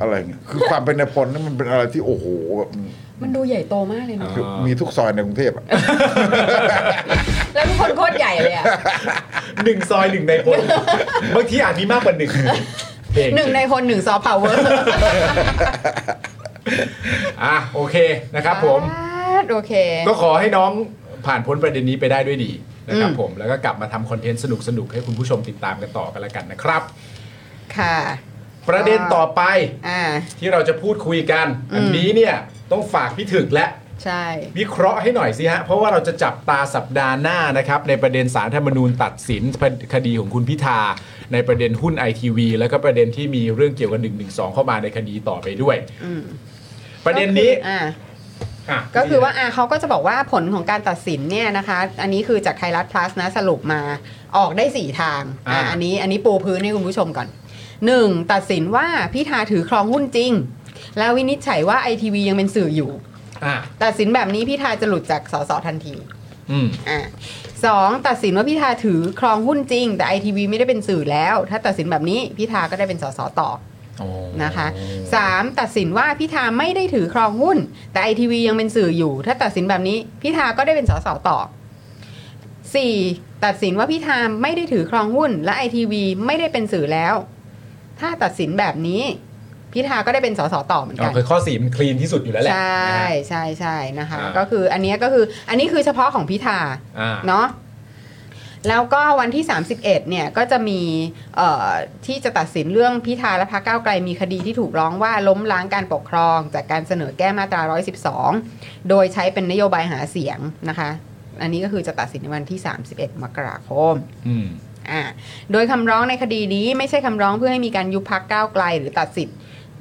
อะไรเงี้ยคือความเป็นในพลนี่มันเป็นอะไรที่โอ้โหแบบ มันดูใหญ่โตมากเลยเนอะ คือมีทุกซอยในกรุงเทพอะ แล้วเป็นคนโคตรใหญ่เลยอะ หนึ่งซอยหนึ่งในพลบางทีอาจมีมากกว่าหนึ่งเอง หนึ่งในคนหนึ่งซอฟต์พาวเวอร์ อ่ะโอเคนะครับผม โอเค ก็ขอให้น้องผ่านพ้นประเด็นนี้ไปได้ด้วยดีนะครับผมแล้วก็กลับมาทำคอนเทนต์สนุกๆ ให้คุณผู้ชมติดตามกันต่อกันละกันนะครับ ค่ะ ประเด็นต่อไป อ่า ที่เราจะพูดคุยกัน อืม อันนี้เนี่ยต้องฝากพี่ถึกและ ใช่ วิเคราะห์ให้หน่อยสิฮะ เพราะว่าเราจะจับตาสัปดาห์หน้านะครับ ในประเด็นสารธรรมนูญตัดสินคดีของคุณพิธา ในประเด็นหุ้นไอทีวีแล้วก็ประเด็นที่มีเรื่องเกี่ยวกับ1นึเข้ามาในคดีต่อไปด้วย อืม ประเด็นนี้ ก็คืออ่า ะ ก็คือว่าอ่ะเขาก็จะบอกว่าผลของการตัดสินเนี่ยนะคะ อันนี้คือจากไทยรัฐ plus นะสรุปมาออกได้ 4 ทางอ่ะอันนี้อันนี้ปูพื้นให้คุณผู้ชมก่อน 1. ตัดสินว่าพิธาถือครองหุ้นจริง แล้ววินิจฉัยว่าไอทีวียังเป็นสื่ออยู่ อ่ะ ตัดสินแบบนี้พิธาจะหลุดจากสสทันที อืม อ่ะสองตัดสินว่าพิธาถือครองหุ้นจริง แต่ไอทีวีไม่ได้เป็นสื่อแล้ว ถ้าตัดสินแบบนี้พิธาก็ได้เป็นสสต่อ โอ้ นะคะสามตัดสินว่าพิธาไม่ได้ถือครองหุ้น แต่ไอทีวียังเป็นสื่ออยู่ ถ้าตัดสินแบบนี้พิธาก็ได้เป็นสสต่อสี่ตัดสินว่าพิธาไม่ได้ถือครองหุ้น และไอทีวีไม่ได้เป็นสื่อแล้ว ถ้าตัดสินแบบนี้ พิธาก็ได้เป็นสสต่อเหมือนกั เอา น คือข้อสีมันคลีนที่สุดอยู่แล้วแหละนะใช่ฮะ ใช่ใช่นะคะ อ่า ก็คืออันเนี้ยก็คืออันนี้คือเฉพาะของพิธา อ่า เนาะแล้วก็วันที่ 31 เนี่ยก็จะมีเอ่อที่จะตัดสินเรื่องพิธาและพรรคก้าวไกลมีคดีที่ถูกร้องว่าล้มล้างการปกครอง จากการเสนอแก้มาตรา 112 โดยใช้เป็นนโยบายหาเสียงนะคะ อันนี้ก็คือจะตัดสินในวันที่ 31 มกราคม อืม อ่าโดยคำร้องในคดีนี้ไม่ใช่คำร้องเพื่อให้มีการยุบพักก้าวไกล หรือตัดสิทธิ์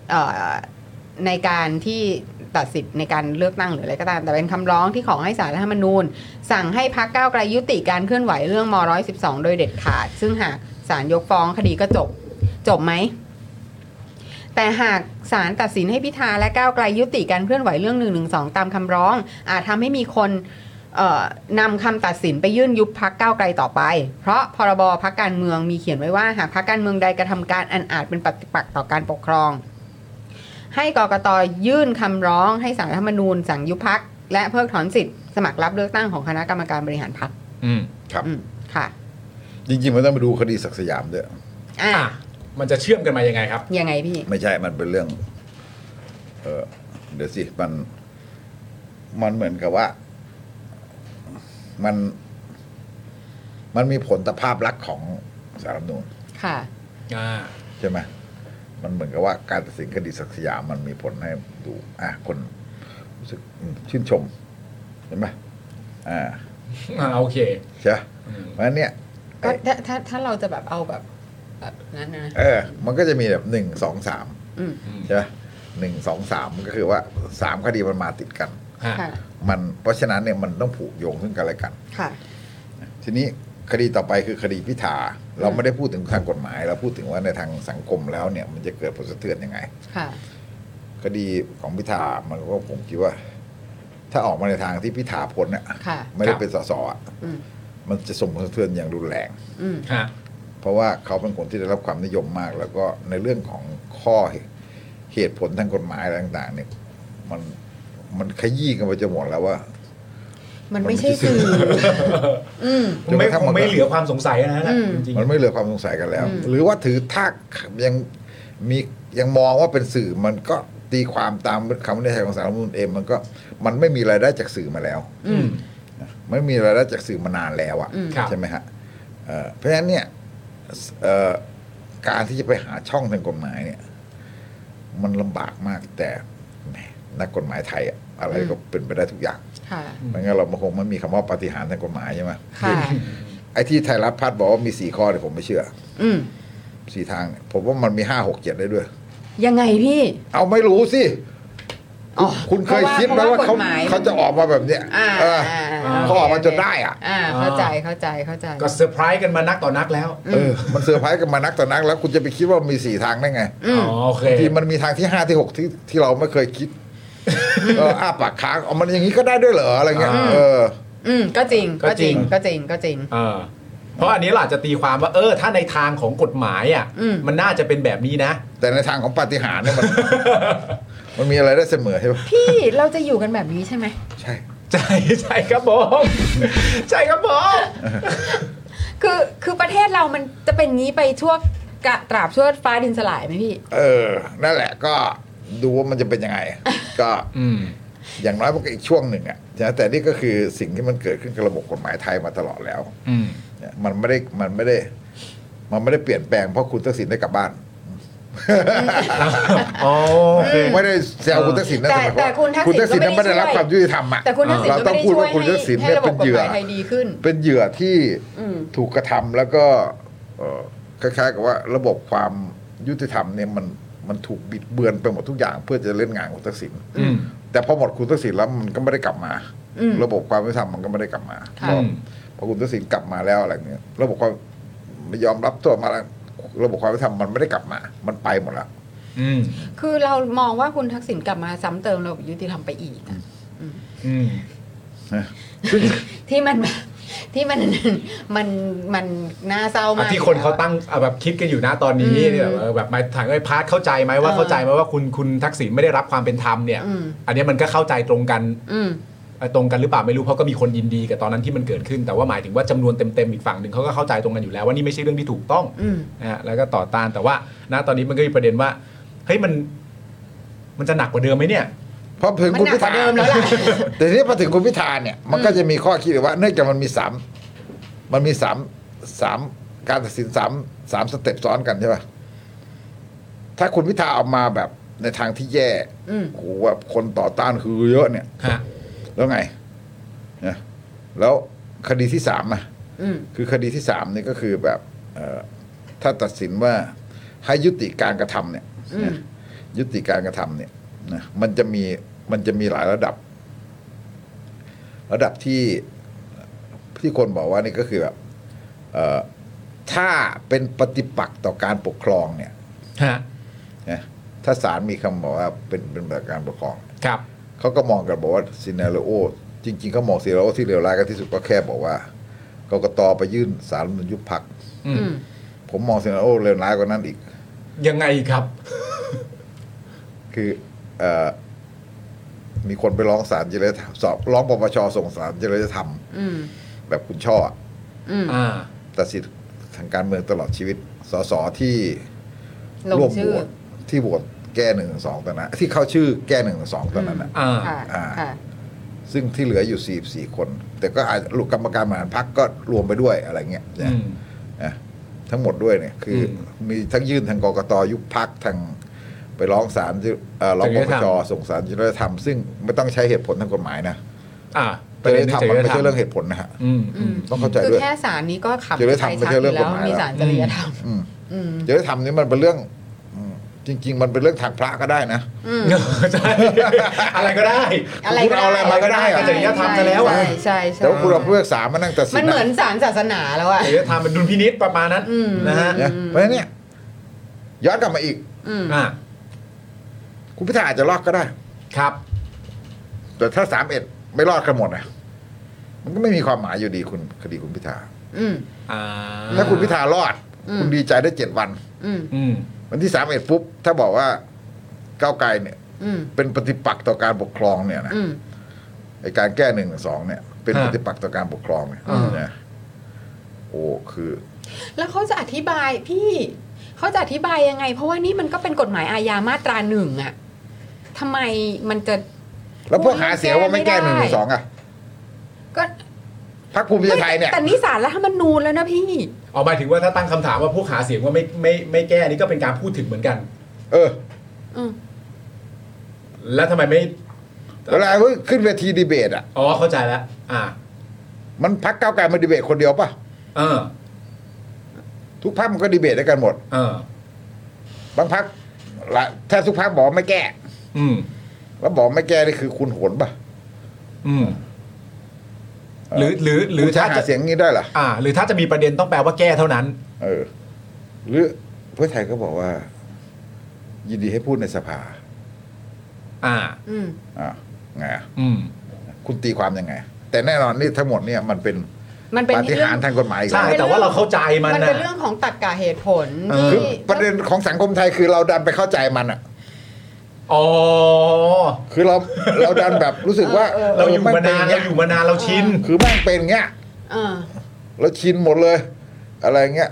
เอ่อในการที่ตัดสิทธิ์ในการเลือกตั้งหรืออะไรก็ตาม แต่เป็นคำร้องที่ขอให้สารรัฐธรรมนูญ สั่งให้พักก้าวไกลยุติการเคลื่อนไหวเรื่องม .112 โดยเด็ดขาด ซึ่งหากศาลยกฟ้องคดีก็จบ จบไหม แต่หากศาลตัดสินให้พิธาและก้าวไกลยุติการเคลื่อนไหวเรื่อง1นึตามคำร้อง อาจทำให้มีคน เอ่อนำคำตัดสินไปยื่นยุบพักก้าวไกลต่อไป เพราะพรบพักการเมืองมีเขียนไว้ว่า หากพักการเมืองใดกระทำการอันอาจเป็นปฏิปักษ์ต่อการปกครอง ให้กกตยื่นคำร้องให้สารรัฐธรรมนูญ สั่งยุบพัก และเพิกถอนสิทธิ์สมัครรับเลือกตั้งของคณะกรรมการบริหารพัก อืม ครับ ค่ะ จริงๆมันต้องไปดูคดีศักดิ์สยามด้วย อ่ะ อ่ะมันจะเชื่อมกันมายังไงครับ ยังไงพี่ ไม่ใช่ มันเป็นเรื่อง เออเดี๋ยวสิ มัน มันเหมือนกับว่า มัน มันมีผลต่อภาพลักษณ์ของสารรัฐธรรมนูญ ค่ะ อ่า ใช่ไหม มันเหมือนกับว่าการตัดสินคดีศักดิ์สยามมันมีผลให้ดู อ่ะ คนรู้สึกอืมชื่นชม เห็นไหมอ่า อ่าโอเค ใช่ไหม อืม เพราะฉะนั้นเนี่ย ก็ถ้าถ้าถ้าเราจะแบบเอาแบบแบบนั้นนะ เออ มันก็จะมีแบบหนึ่งสองสาม อืม ใช่ไหมหนึ่งสองสามมันก็คือว่าสามคดีมันมาติดกัน ฮะ ค่ะ มันเพราะฉะนั้นเนี่ยมันต้องผูกโยงซึ่งกันและกัน ค่ะ ทีนี้คดีต่อไปคือคดีพิธาเราไม่ได้พูดถึงทางกฎหมาย เราพูดถึงว่าในทางสังคมแล้วเนี่ย มันจะเกิดผลสะเทือนยังไง ค่ะ คดีของพิธามันก็ผมคิดว่า ถ้าออกมาในทางที่พิธาพ้นอ่ะ ค่ะ ไม่ได้เป็นสสอ่ะ อืม มันจะส่งผลสะเทือนอย่างรุนแรง อืม ฮะ เพราะว่าเขาเป็นคนที่ได้รับความนิยมมาก แล้วก็ในเรื่องของข้อเหตุผลทางกฎหมายอะไรต่าง ๆ เนี่ย มันมันขยี้กันไปจนหมดแล้วว่า มันไม่ใช่สื่อ อืม จนก ไม่ ระทั่ง ค มัน งไม่เหลือความสงสัยนะฮะ อืม จริง มันไม่เหลือความสงสัยกันแล้ว หรือว่าถือถ้ายังมียังมองว่าเป็นสื่อมันก็ตีความตามคำวินิจฉัยของสารรัฐธรรมนูญเองมันก็มันไม่มีรายได้จากสื่อมาแล้ว ๆอืม ไม่มีรายได้จากสื่อมานานแล้ว อืม ครั อะ่ะ บ ใช่ไหมฮะเอ่อเพราะฉะนั้นเนี่ยเอ่อการที่จะไปหาช่องทางกฎหมายเนี่ย มันลำบากมากแต่แหมนักกฎหมายไทยอะอะไรก็เป็นไปได้ทุกอย่าง ค่ะ ไม่งั้นเรามันคงไม่มีคำว่าปาฏิหารย์ทางกฎหมายใช่ไหม ค่ะ ไอ้ที่ไทยรัฐพัฒน์บอกว่ามีสี่ข้อเนี่ยผมไม่เชื่อ อืม สี่ทางเนี่ยผมว่ามันมีห้าหกเจ็ดได้ด้วย ยังไงพี่ เอาไม่รู้สิ อ๋อ คุณเคยคิดไหมว่าเขา พระว่กฎหมย เขาจะออกมาแบบเนี้ย อ่า เออ อ่า เขาออกมาจนได้อะ อ่า เข้าใจเข้าใจเข้าใจ ก็เซอร์ไพรส์กันมานักต่อนักแล้ว เออ มันเซอร์ไพรส์กันมานักต่อนัก แล้วคุณจะไปคิดว่ามีสี่ทางได้ไง อืม อ๋อโอเค ทีมันมีทางที่ห้าที่หกที่ที่เราไม่เคยคิด เอ ออ้าปากค้างเอามันอย่างนี้ก็ได้ด้วยเหรออะไรเงี้ย อ่า เออ อืมก็จริง ก็จริง ก็จริงก็จริง เออเพราะอันนี้เราอาจจะตีความว่าเออ ถ้าในทางของกฎหมายอ่ะ อืม มันน่าจะเป็นแบบนี้นะ แต่ในทางของปาฏิหาริย์เนี่ยมัน มันมีอะไรได้เสมอใช่ปะ พี่เราจะอยู่กันแบบนี้ใช่ไหม ใช่ ใช่ใช่ครับผม ใช่ครับผม คือคือประเทศเรามันจะเป็นงี้ไปชั่วกะตราบชั่วฟ้าดินสลายไหมพี่ เออ นั่นแหละก็ดูว่ามันจะเป็นยังไง ก็ อืม อย่างน้อยมันก็อีกช่วงหนึ่งอ่ะนะแต่นี่ก็คือสิ่งที่มันเกิดขึ้นกับระบบกฎหมายไทยมาตลอดแล้ว อืม เนี่ยมันไม่ได้มันไม่ได้ มันไม่ได้เปลี่ยนแปลงเพราะคุณทักษิณได้กลับบ้าน โอเค ไม่ได้แซวคุณทักษิณนะ แต่ ว่า แต่คุณทักษิณ คุณทักษิณ ก็ นั้น ไม่ ไม่ ได้ ได้รับคช่วยวามยุติธรรมอ่ะ แต่คุณทักษิณ เรา ก็ ต้ ไม่ อง ได้ พูด ช่วย ว่าคุณทักษิณ ให้ เนี่ย ระบ เป็ บ น ก เห ฎ ยื่ ห อ มายไทยดีขึ้น เป็นเหยื่อที่ อืม ถูกกระทำแล้วก็เอ่อคล้ายๆกับว่าระบบความยุติธรรมเนี่ยมันมันถูกบิดเบือนไปหมดทุกอย่าง เพื่อจะเล่นงานคุณทักษิณ อืม แต่พอหมดคุณทักษิณแล้วมันก็ไม่ได้กลับมา อืม ระบบความยุติธรรมมันก็ไม่ได้กลับมา อืม พอคุณทักษิณกลับมาแล้วอะไรเนี่ยระบบความไม่ยอมรับตัวมาแล้วระบบความยุติธรรมมันไม่ได้กลับมา มันไปหมดแล้ว อืม คือเรามองว่าคุณทักษิณกลับมาซ้ำเติมระบบยุติธรรมไปอีกอะ อืม ที่มัน ที่มัน มันมันน่าเศร้ามาก ที่คนเขาตั้งอ่ะแบบคิดกันอยู่นะตอนนี้ อืม เนี่ยแบบเออแบบหมายถามไอ้พาร์ทเข้าใจไหมว่า เออ เข้าใจไหมว่าคุณคุณทักษิณไม่ได้รับความเป็นธรรมเนี่ย อืม อันเนี้ยมันก็เข้าใจตรงกัน อืม เอ่อตรงกันหรือเปล่าไม่รู้เพราะก็มีคนยินดีกับตอนนั้นที่มันเกิดขึ้น แต่ว่าหมายถึงว่าจำนวนเต็มๆอีกฝั่งหนึ่งเขาก็เข้าใจตรงกันอยู่แล้วว่านี่ไม่ใช่เรื่องที่ถูกต้อง อืม นะฮะแล้วก็ต่อต้านแต่ว่าณตอนนี้มันก็มีประเด็นว่าเฮ้ยมัน มันจะหนักกว่าเดิมไหมเนี่ย พอถึงคุณพิธา มันหนักกว่าเดิมแล้วล่ะ แต่ทีนี้พอถึงคุณพิธาเนี่ย มันก็จะมีข้อคิดว่า เนื่องจากมันมีสามมันมีสามสามการตัดสินสามสามสเต็ปซ้อนกันใช่ป่ะถ้าคุณพิธาออกมาแบบในทางที่แย่ อืม โอ้โหแบบคนต่อต้านคือเยอะเนี่ย ฮะ แล้วไงนะแล้วคดีที่สามอะ อืม คือคดีที่สามนี่ก็คือแบบเอ่อถ้าตัดสินว่าให้ยุติการกระทำเนี่ย อืม ยุติการกระทำเนี่ยนะมันจะมีมันจะมีหลายระดับ ระดับที่ที่คนบอกว่านี่ก็คือแบบเอ่อถ้าเป็นปฏิปักษ์ต่อการปกครองเนี่ย ฮะ นะถ้าศาลมีคำบอกว่าเป็นเป็นแบบการปกครอง ครับ เขาก็มองกันบอกว่าซีนาโอจริง ๆเขามองซีนาโอที่เลวร้ายกันที่สุดก็แค่บอกว่ากกตไปยื่นสารรัฐธรรมนุนยุบพัก อื อื ม ม ผมมองซีนาโอเลวร้ายกว่านั้นอีก ยังไงครับ คือเอ่อมีคนไปร้องศาลจริยธรรมสอบร้องปปชส่งศาลจริยธรรม อืม แบบคุณช่ออะ อืม อ่า ตัดสิทธิ์ทางการเมืองตลอดชีวิตสสที่ ลง ร่วมโห ชื่อ วตที่โหวตแก้หนึ่งสองตอนนั้นที่เข้าชื่อแก้หนึ่งสองตอนนั้นนะ อ่า ค่ะ อ่า ค่ะ ซึ่งที่เหลืออยู่สี่สี่คน แต่ก็อาจหลุดกรรมการบริหารพักก็รวมไปด้วยอะไรเงี้ย อื นะ ม นะทั้งหมดด้วยเนี่ย คืออมีทั้งยื่นทางกกตยุบพักทางไปร้องศาลที่เอ่อร้อง จริ ป ย ป ธรรม ชส่งศาลจริยธรรมซึ่งไม่ต้องใช้เหตุผลทางกฎหมายนะ อ่า จริยธรรมมันจไม่ใช่ ยธ เรื่องเหตุผลนะฮะ อืมอืม ต้องเข้าใจ คือ ด้วย แค่สารนี้ก็ขับ จริยธรรมไม่ใช่เรื่องกฎหมาย มี แล้ว สารจริยธรรม อืม อืม จริยธรรมนี่มันเป็นเรื่องอืมจริง ๆ มันเป็นเรื่องทางพระก็ได้นะ อืม ใช่ อะไรก็ได้ อะไร คุณเอาอะไรมาก็ได้อะ จริยธรรมซะแล้วอะ ใช่ใช่ใช่ แต่ว่าคุณเอาผู้พิพากษามานั่งตัดสิ มัน น เหมือนศาลศาสนาแล้วอะ เดี๋ยวจะทำเป็นดุลพินิษประมาณนั้น อืม นะฮะ นะเพราะฉะนั้นเนี่ยย้อนกลับมาอีก อืม อ่า คุณพิธาอาจจะรอดก็ได้ ครับ แต่ถ้าสามเอ็ดไม่รอดกันหมดนะมันก็ไม่มีความหมายอยู่ดีคุณคดีคุณพิธา อืม อ่า ถ้าคุณพิธารอด อืม คุณดีใจได้เจ็ดวัน อืม อืม วันที่สามเอ็ดปุ๊บถ้าบอกว่าก้าวไกลเนี่ย อืม เป็นปฏิปักษ์ต่อการปกครองเนี่ยนะ อืม ไอการแก้หนึ่งสองเนี่ย เป็นปฏิปักษ์ต่อการปกครองเนี่ย อ่าน นะโอ้คือ แล้วเขาจะอธิบายพี่เขาจะอธิบายยังไง เพราะว่านี่มันก็เป็นกฎหมายอาญามาตราหนึ่งอะทำไมมันจะ แล้วพวกหาเสียงว่าไม่แก้หนึ่งหนึ่งสองอ่ะ ก็ พรรคภูมิใจไทยเนี่ย แต่นี่สารรัฐธรรมนูญแล้วนะพี่ เอาหมายถึงว่าถ้าตั้งคำถามว่าพวกหาเสียงว่าไม่ไม่ไม่แก้นี่ก็เป็นการพูดถึงเหมือนกัน เออ อืม แล้วทำไมไม่ เวลาเพิ่งขึ้นเวทีดีเบตอ่ะ อ๋อเข้าใจแล้ว อ่า มันพรรคก้าวไกลมาดีเบตคนเดียวป่ะ เออ ทุกพรรคมันก็ดีเบตด้วยกันหมด เออ บางพรรคหลายแทบทุกพรรคบอกว่าไม่แก้ อืม แล้วบอกไม่แก้นี่คือคุณโหนป่ะ อืม หรือหรือหรือ คุณจะ ถ้า หา จะ เสียงงี้ได้เหรอ อ่า หรือถ้าจะมีประเด็นต้องแปลว่าแก้เท่านั้น เออ หรือเพื่อไทยก็บอกว่า ยินดีให้พูดในสภา อ่า อืม อ่าไงอ่ะ อืม คุณตีความยังไง แต่แน่นอนนี่ทั้งหมดเนี่ยมันเป็น มันเป็น ปาฏิ เรื่ หาริย์ทางกฎหมายอีก ใช่ แล้ว แต่ว่าเราเข้าใจมัน มัน นะ เป็นเรื่องของตรรกะเหตุผล เออ ที่ คือประเด็นของสังคมไทยคือเราดันไปเข้าใจมันอ่ะ อ๋อ คือเราเราดันแบบรู้สึกว่า เราอยู่ ง มานาน เราอยู่มานาน เราชิน คือแม่งเป็นอย่างเงี้ย เออ แล้วชินหมดเลย อะไรเงี้ย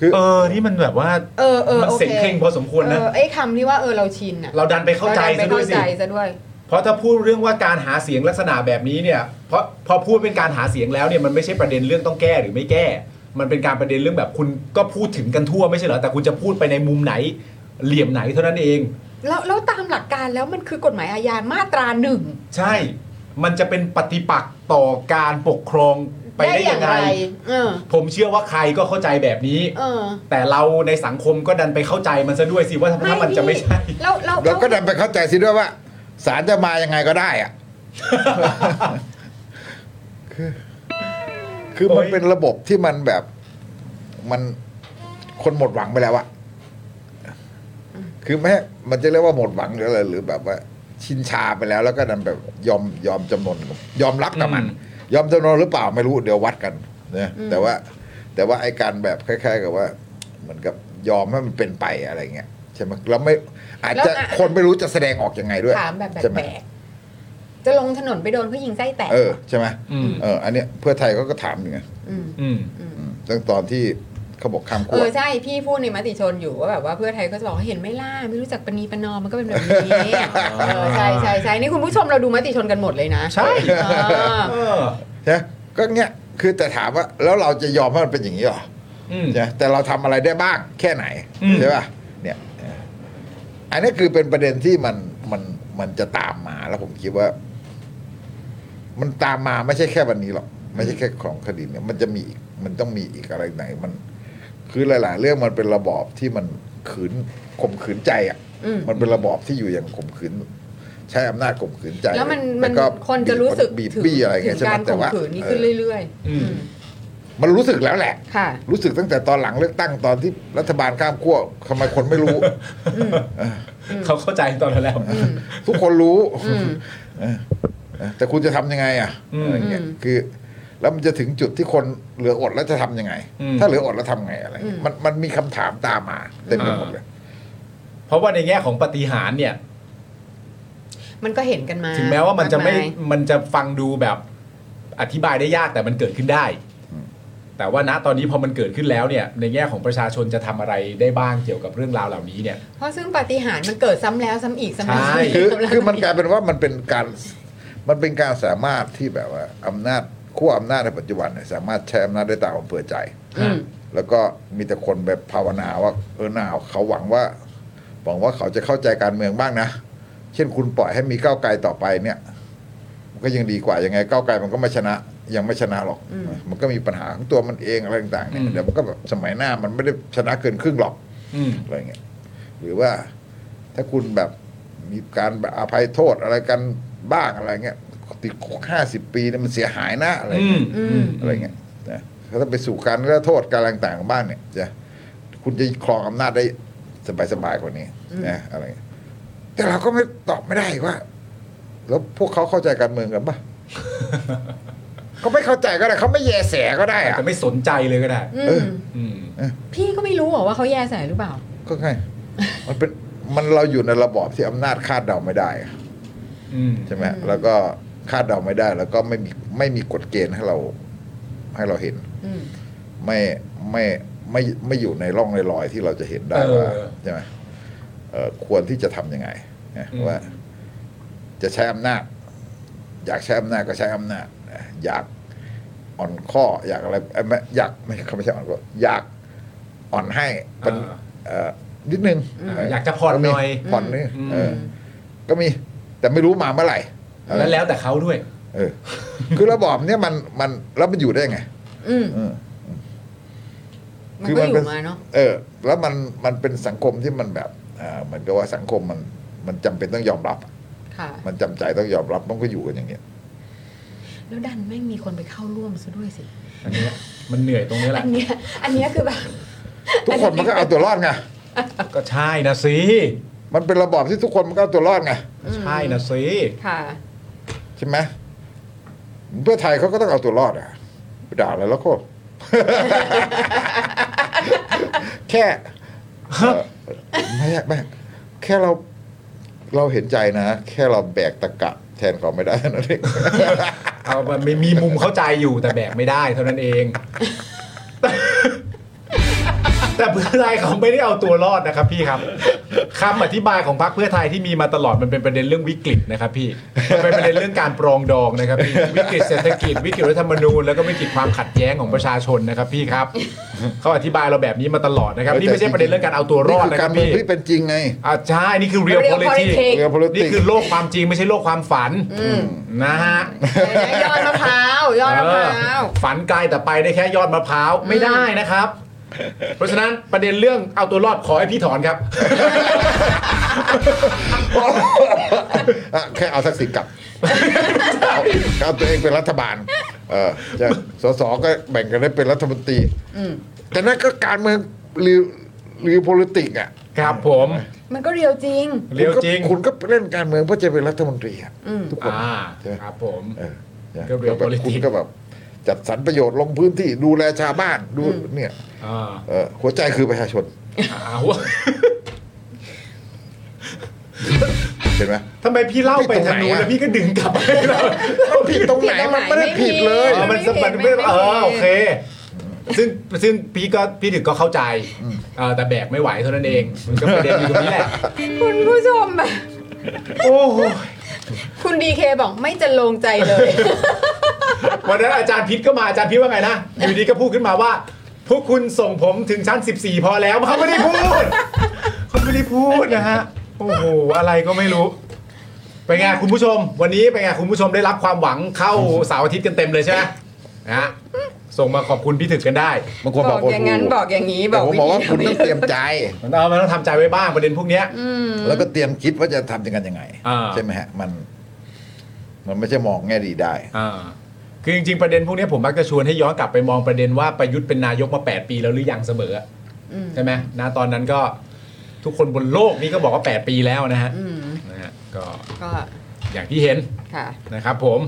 คือ เออ นี่มันแบบว่า เออเออ มัน โอ เสียง เค เคร่งพอสมควรนะ เออไอ้คำที่ว่าเออเราชินอ่ะ เราดันไปเข้าใจ รดันซะไปด้วยสิ เข้าใจซะด้วย เพราะถ้าพูดเรื่องว่าการหาเสียงลักษณะแบบนี้เนี่ย เพราะพอพูดเป็นการหาเสียงแล้วเนี่ยมันไม่ใช่ประเด็นเรื่องต้องแก้หรือไม่แก้ มันเป็นการประเด็นเรื่องแบบคุณก็พูดถึงกันทั่วไม่ใช่เหรอ แต่คุณจะพูดไปในมุมไหน เหลี่ยมไหนเท่านั้นเอง แล้วแล้วตามหลักการแล้วมันคือกฎหมายอาญามาตราหนึ่ง ใช่ มันจะเป็นปฏิปักษ์ต่อการปกครองไปได้ยังไง เออ ผมเชื่อว่าใครก็เข้าใจแบบนี้ เออ แต่เราในสังคมก็ดันไปเข้าใจมันซะด้วยสิว่าถ้ามันจะไม่ใช่ พี่แล้วแล้ว เราก็ดันไปเข้าใจสิด้วยว่าศาลจะมายังไงก็ได้อ่ะ คือมัน โอ้ย เป็นระบบที่มันแบบมันคนหมดหวังไปแล้วอะคือแม้มันจะเรียกว่าหมดหวังหรืออะไรหรือแบบว่า ชินชาไปแล้ว แล้วก็ดันแบบยอมยอมจำนนกับยอมรับกับมัน อืม ยอมจำนนหรือเปล่าไม่รู้เดี๋ยววัดกันนะแต่ว่า แต่ว่าไอการแบบคล้าย ๆ กับว่า เหมือนกับยอมให้มันเป็นไปอะไรเงี้ยใช่ไหมแล้วไม่อาจจะคนไม่รู้จะแสดงออกยังไงด้วย ถามแบบแ ใช่ไหม ปลกๆจะลงถนนไปโดนผู้หญิงไส้แตก เออใช่ไหม อืม เออ อันเนี้ยเพื่อไทยเขาก็ถามอย่างเงี้ย ม อืม อืมตั้งตอนที่เขาบอกข้าม เอ ขั้ว อใช่พี่พูดในมติชนอยู่ว่าแบบว่าเพื่อไทยก็จะบอกว่าเห็นไหม่ล่าไม่รู้จักปณีประนอมมันก็เป็นแบบนี้เออใช่ใช่ใช่นี่คุณผู้ชมเราดูมติชนกันหมดเลยนะ ใช่ เออ เออ ใช่ไหมก็เนี้ยคือแต่ถามว่าแล้วเราจะยอมให้มันเป็นอย่างนี้เหรอ อืม ใช่ไหมแต่เราทำอะไรได้บ้างแค่ไหน อืม ใช่ป่ะเนี่ยอันนี้คือเป็นประเด็นที่มันมันมันจะตามมาแล้วผมคิดว่า มันตามมาไม่ใช่แค่วันนี้หรอกไม่ใช่แค่ของคดีเนี่ยมันจะมีอีกมันต้องมีอีกอะไรไหน มัน คือหลาย ๆ เรื่องมันเป็นระบอบที่มันขืนข่มขืนใจอ่ะ อืม มันเป็นระบอบที่อยู่อย่างข่มขืน ใช้อำนาจข่มขืนใจ แล้วมัน ล้วมัน ก็ คนจะรู้สึก บีบ ถึง บี้อะไร ถึ เงี้ย ง ใช่ไหม การ แต่ ข่ม ว่า ขืนนี้ขึ้นเรื่อยๆ อืม มันรู้สึกแล้วแหละ ค่ะ รู้สึกตั้งแต่ตอนหลังเลือกตั้งตอนที่รัฐบาลข้ามขั้วทำไมคนไม่รู้ เขาเข้าใจตอนนั้นแล้ว ทุกคนรู้ อืม เออเออแต่คุณจะทำยังไง อ่ะ อืม อะไรเงี้ยคือ แล้วมันจะถึงจุดที่คนเหลืออดแล้วจะทำยังไง อืม ถ้าเหลืออดแล้วทำไงอะไรเงี้ยมันมันมีคำถามตามมาเต็มไปหมดเลย เพราะว่าในแง่ของปฏิหารย์เนี่ย มันก็เห็นกันมา ถึงแม้ว่ามันจะไม่ กาย มันจะฟังดูแบบอธิบายได้ยากแต่มันเกิดขึ้นได้ แต่ว่าณตอนนี้พอมันเกิดขึ้นแล้วเนี่ย ในแง่ของประชาชนจะทำอะไรได้บ้างเกี่ยวกับเรื่องราวเหล่านี้เนี่ย เพราะซึ่งปาฏิหารย์มันเกิดซ้ำแล้วซ้ำอีกซ้ำอีก ใช่ คือ ซ้ำแล้ว คือมันกลายเป็นว่ามันเป็นการมันเป็นการสามารถที่แบบว่าอำนาจขั้วอำนาจในปัจจุบันเนี่ยสามารถใช้อำนาจได้ตามอำเภอใจ อืม แล้วก็มีแต่คนแบบภาวนาว่าเออหนาวเขาหวังว่าหวังว่าเขาจะเข้าใจการเมืองบ้างนะ เช่นคุณปล่อยให้มีก้าวไกลต่อไปเนี่ยมันก็ยังดีกว่ายังไงก้าวไกลมันก็ไม่ชนะ ยังไม่ชนะหรอก มันก็มีปัญหาของตัวมันเองอะไรต่างๆเนี่ย อืม เดี๋ยวมันก็แบบสมัยหน้ามันไม่ได้ชนะเกินครึ่งหรอก อืม อะไรเงี้ยหรือว่าถ้าคุณแบบมีการแบบอภัยโทษอะไรกันบ้างอะไรเงี้ยติดคุกห้าสิบปีเนี่ยมันเสียหายนะอะไร อืม เงี้ย อืม อะไรเงี้ยนะถ้าไปสู่การละโทษการอะไรต่างๆบ้างเนี่ยจะคุณจะครองอำนาจได้สบายๆกว่านี้นะอะไรเงี้ยแต่เราก็ไม่ตอบไม่ได้ว่า แล้วพวกเขาเข้าใจการเมืองกัน ปะ เขาไม่เข้าใจก็ได้เขาไม่แยแสก็ได้ อาจ อะ จะไม่สนใจเลยก็ได้ อืม อืม พี่ก็ไม่รู้หรอว่าเขาแย่ใส่หรือเปล่า ก็ไงมันเป็นมันเราอยู่ในระบอบที่อำนาจคาดเดาไม่ได้อะ อืม ใช่ไหมแล้วก็คาดเดาไม่ได้ แล้วก็ไม่มีไม่มีกฎเกณฑ์ให้เราให้เราเห็น อืม ไม่ไม่ไม่ไม่อยู่ในร่องในรอยที่เราจะเห็นได้ เออ ว่าใช่ไหมเอ่อควรที่จะทำยังไงนะ อืม ว่า จะใช้อำนาจ อยากใช้อำนาจก็ใช้อำนาจนะอยากอ่อนข้อ อยากอะไรเอ้ยไม่อยากไม่เขาไม่ใช่อ่อนข้ออยากอ่อนให้เป็นเอ่อนิดนึงเ อยากจะผ่อนหน่อย ผ่อนนิดนึง อืม เออ ก็มี แต่ไม่รู้มาเมื่อไหร่อะไร แล้วแล้วแต่เขาด้วย เออ คือระบอบเนี่ยมันมันแล้วมันอยู่ได้ไง อืม เออ มันก็อยู่มาเนาะ เออ แล้วมันมันเป็นสังคมที่มันแบบอ่าเหมือนกับว่าสังคมมันมันจำเป็นต้องยอมรับอะ ค่ะ มันจำใจต้องยอมรับมันก็อยู่กันอย่างเงี้ย แล้วดันแม่งมีคนไปเข้าร่วมซะด้วยสิ อันเนี้ยมันเหนื่อยตรงนี้แห อั ละ นเนี้ยอันเนี้ยคือแบบ ทุกคนมันก็เอาตัวรอดไง ก็ใช่นะสิ มันเป็นระบอบที่ทุกคนมันก็เอาตัวรอดไง ใช่นะสิ ค่ะ ใช่ไหมเพื่อไทยเขาก็ต้องเอาตัวรอดอะไปด่าอะไรแล้วก็ แค่เอ่อไม่ยากแม่แค่เราเราเห็นใจนะ แค่เราแบกตะกะแทนเขาไม่ได้นะเด็ก เอามันไม่มีมุมเข้าใจอยู่แต่แบกไม่ได้เท่านั้นเอง แต่เพื่อไทยเขาไม่ได้เอาตัวรอดนะครับ พี่ครับคำอธิบายของพรรคเพื่อไทยที่มีมาตลอดมันเป็นประเด็นเรื่องวิกฤตนะครับ พี่มันเป็นประเด็นเรื่องการปรองดองนะครับพี่วิกฤตเศรษฐกิจวิกฤตรัฐธรรมนูญแล้วก็วิกฤตความขัดแย้งของประชาชนนะครับ พี่ครับเขาอธิบายเราแบบนี้มาตลอดนะครับนี่ไม่ใช่ประเด็นเรื่องการเอาตัวรอดนะ นี่การคั ร บ เมือง พี่ ที่เป็นจริงไง อ่าใช่นี่คือ real Real politics politics Real politics นี่คือโลกความจริงไม่ใช่โลกความฝันนะฮะ ยอดมะพร้าวยอดมะพร้าว เออฝันไกลแต่ไปได้แค่ยอดมะพร้าวไม่ได้นะครับ เพราะฉะนั้นประเด็นเรื่องเอาตัวรอดขอให้พี่ถอนครับ อ่ะแค่เอาทักษิณกลับ เอาเอาตัวเองเป็นรัฐบาล เออจะสสก็แบ่งกันได้เป็นรัฐมนตรีแต่นั่นก็การเมืองรีรีโพลิติกอ่ะ ครับผม มันก็เรียวจริง เรียวจริง คุณก็คุณก็เล่นการเมืองเพื่อจะเป็นรัฐมนตรีอ่ะทุกคน อ่า ใช่ไหม ครับผม เออเนี่ย ก็ real แบบ politics คุณก็แบบ จัดสรรประโยชน์ลงพื้นที่ดูแลชาวบ้านดูเนี่ย อ่า เออหัวใจคือประชาชน อ้าว เห็นไหม ทำไมพี่เล่าไปทางนู้น พี่แล้วพี่ตรงไหนอะก็ดึงกลับไป เรา ผิดตรงไหนมันไม่ได้ผิดเล เอย อมันสะบัดไม่เออโอเค ซึ่งซึ่งพี่ก็พี่ถึงก็เข้าใจเออแต่แบกไม่ไหวเท่านั้นเองมันก็ประเด็นอยู่ตรงนี้แหละ คุณผู้ชมแบบ โอ้โห คุณดีเคบอกไม่จะลงใจเลย วันนั้นอาจารย์พิษก็มาอาจารย์พิษว่าไงนะ อยู่ดีก็พูดขึ้นมาว่า พวกคุณส่งผมถึงชั้น 14 พอแล้วเขาไม่ได้พูดเขาไม่ได้พูดนะฮะโอ้โหอะไรก็ไม่รู้ไปนไงคุณผู้ชม วันนี้ไปนไงคุณผู้ชมได้รับความหวังเข้าเสาร์อาทิตย์กันเต็มเลยใช่ไหมนะฮะส่งมาขอบคุณพี่ถึกกันได้ บางคน บบ อ อกกอย่างนั้นบอกอย่างนี้ บ แต่ อก ผม วิ บอก ธี ว่าคุณต้องเตรียมใจ มันต้องมันต้องทำใจไว้บ้างประเด็นพวกเนี้ย แล้วก็เตรียมคิดว่าจะทำยังไงยังไง อ่า ใช่ไหมฮะ มัน มันไม่ใช่มองแง่ดีได้ อ่าคือจริงๆประเด็นพวกเนี้ยผมมักจะชวนให้ย้อนกลับไปมองประเด็นว่าประยุทธ์เป็นนายกมา 8 ปีแล้วหรือยังเสมออะใช่ไหมนะตอนนั้นก็ทุกคนบนโลกนี้ก็บอกว่า 8 ปีแล้วนะฮะนะฮะก็ ก็ อย่างที่เห็น ค่ะ นะครับผม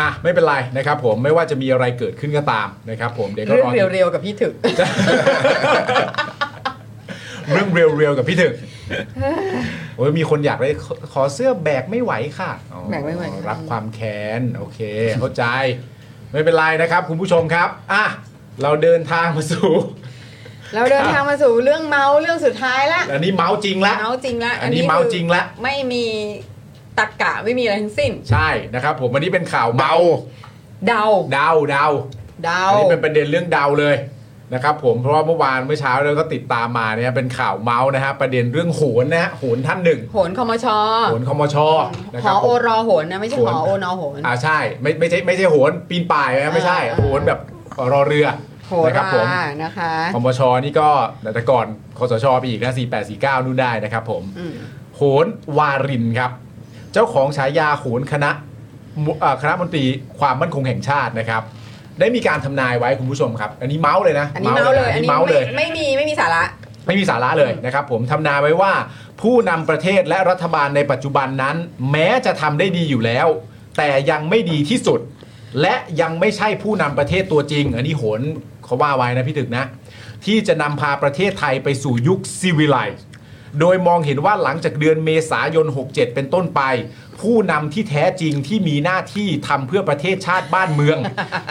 อ่ะไม่เป็นไรนะครับผมไม่ว่าจะมีอะไรเกิดขึ้นก็ตามนะครับผมเดี๋ยวก็ เรื่อ รอง ติด เร็วๆกับพี่ถึก เรื่องเรียวๆกับพี่ถึงโอ้ยมีคนอยากได้ขอขอเสื้อแบกไม่ไหวค่ะอ๋อ แบกไม่ไหวค่ะ รับความแค้น โอเค เข้าใจ ไม่เป็นไรนะครับ คุณผู้ชมครับอ่ะเราเดินทางมาสู่ เราเดินทางมาสู่เรื่องเมาส์เรื่องสุดท้ายละ อันนี้เมาส์จริงละ เมาส์จริงละ อันนี้เมาส์จริงละ ไม่มีตักกะไม่มีอะไรทั้งสิ้น ใช่นะครับ ผมอันนี้เป็นข่าวเมา เดา เดาเดา เดา อันนี้เป็นประเด็นเรื่องเดาเลยนะครับผมเพราะว่าเมื่อวานเมื่อเช้าเราก็ติดตามมาเนี่ยเป็นข่าวเมาส์นะฮะประเด็นเรื่องโหนนะฮะโหนท่านหนึ่ง โหนคอมช โหนคมชนะ ห ครั อบ โอ ผม รอโหนนะไม่ใช่ โหน หอโอนอโหน อ่าใช่ไม่ไม่ใช่ไม่ใช่โหนปีนป่ายนะไม่ใช่ อ่า โหนแบบรอเรือ โห นะครับ รา ผม นะคะ คมชนี่ก็แต่ก่อนคสชไปอีกนะ48 49นู่นได้นะครับผมโหนวารินครับ เจ้าของฉายาโหนคณะเอ่อคณะมนตรีความมั่นคงแห่งชาตินะครับ ได้มีการทำนายไว้คุณผู้ชมครับ อันนี้เมาส์เลยนะ อันนี้เมาส์เลย อันนี้ เมาส์เลย ไม่ไม่มีไม่มีสาระ ไม่มีสาระเลยนะครับผมทำนายไว้ว่า ผู้นำประเทศและรัฐบาลในปัจจุบันนั้น แม้จะทำได้ดีอยู่แล้ว แต่ยังไม่ดีที่สุด และยังไม่ใช่ผู้นำประเทศตัวจริง อันนี้โหนเขาว่าไว้นะพี่ถึกนะ ที่จะนำพาประเทศไทยไปสู่ยุคซีวิไลโดยมองเห็นว่าหลังจากเดือนเมษายน 67 เป็นต้นไป ผู้นำที่แท้จริงที่มีหน้าที่ทำเพื่อประเทศชาติบ้านเมือง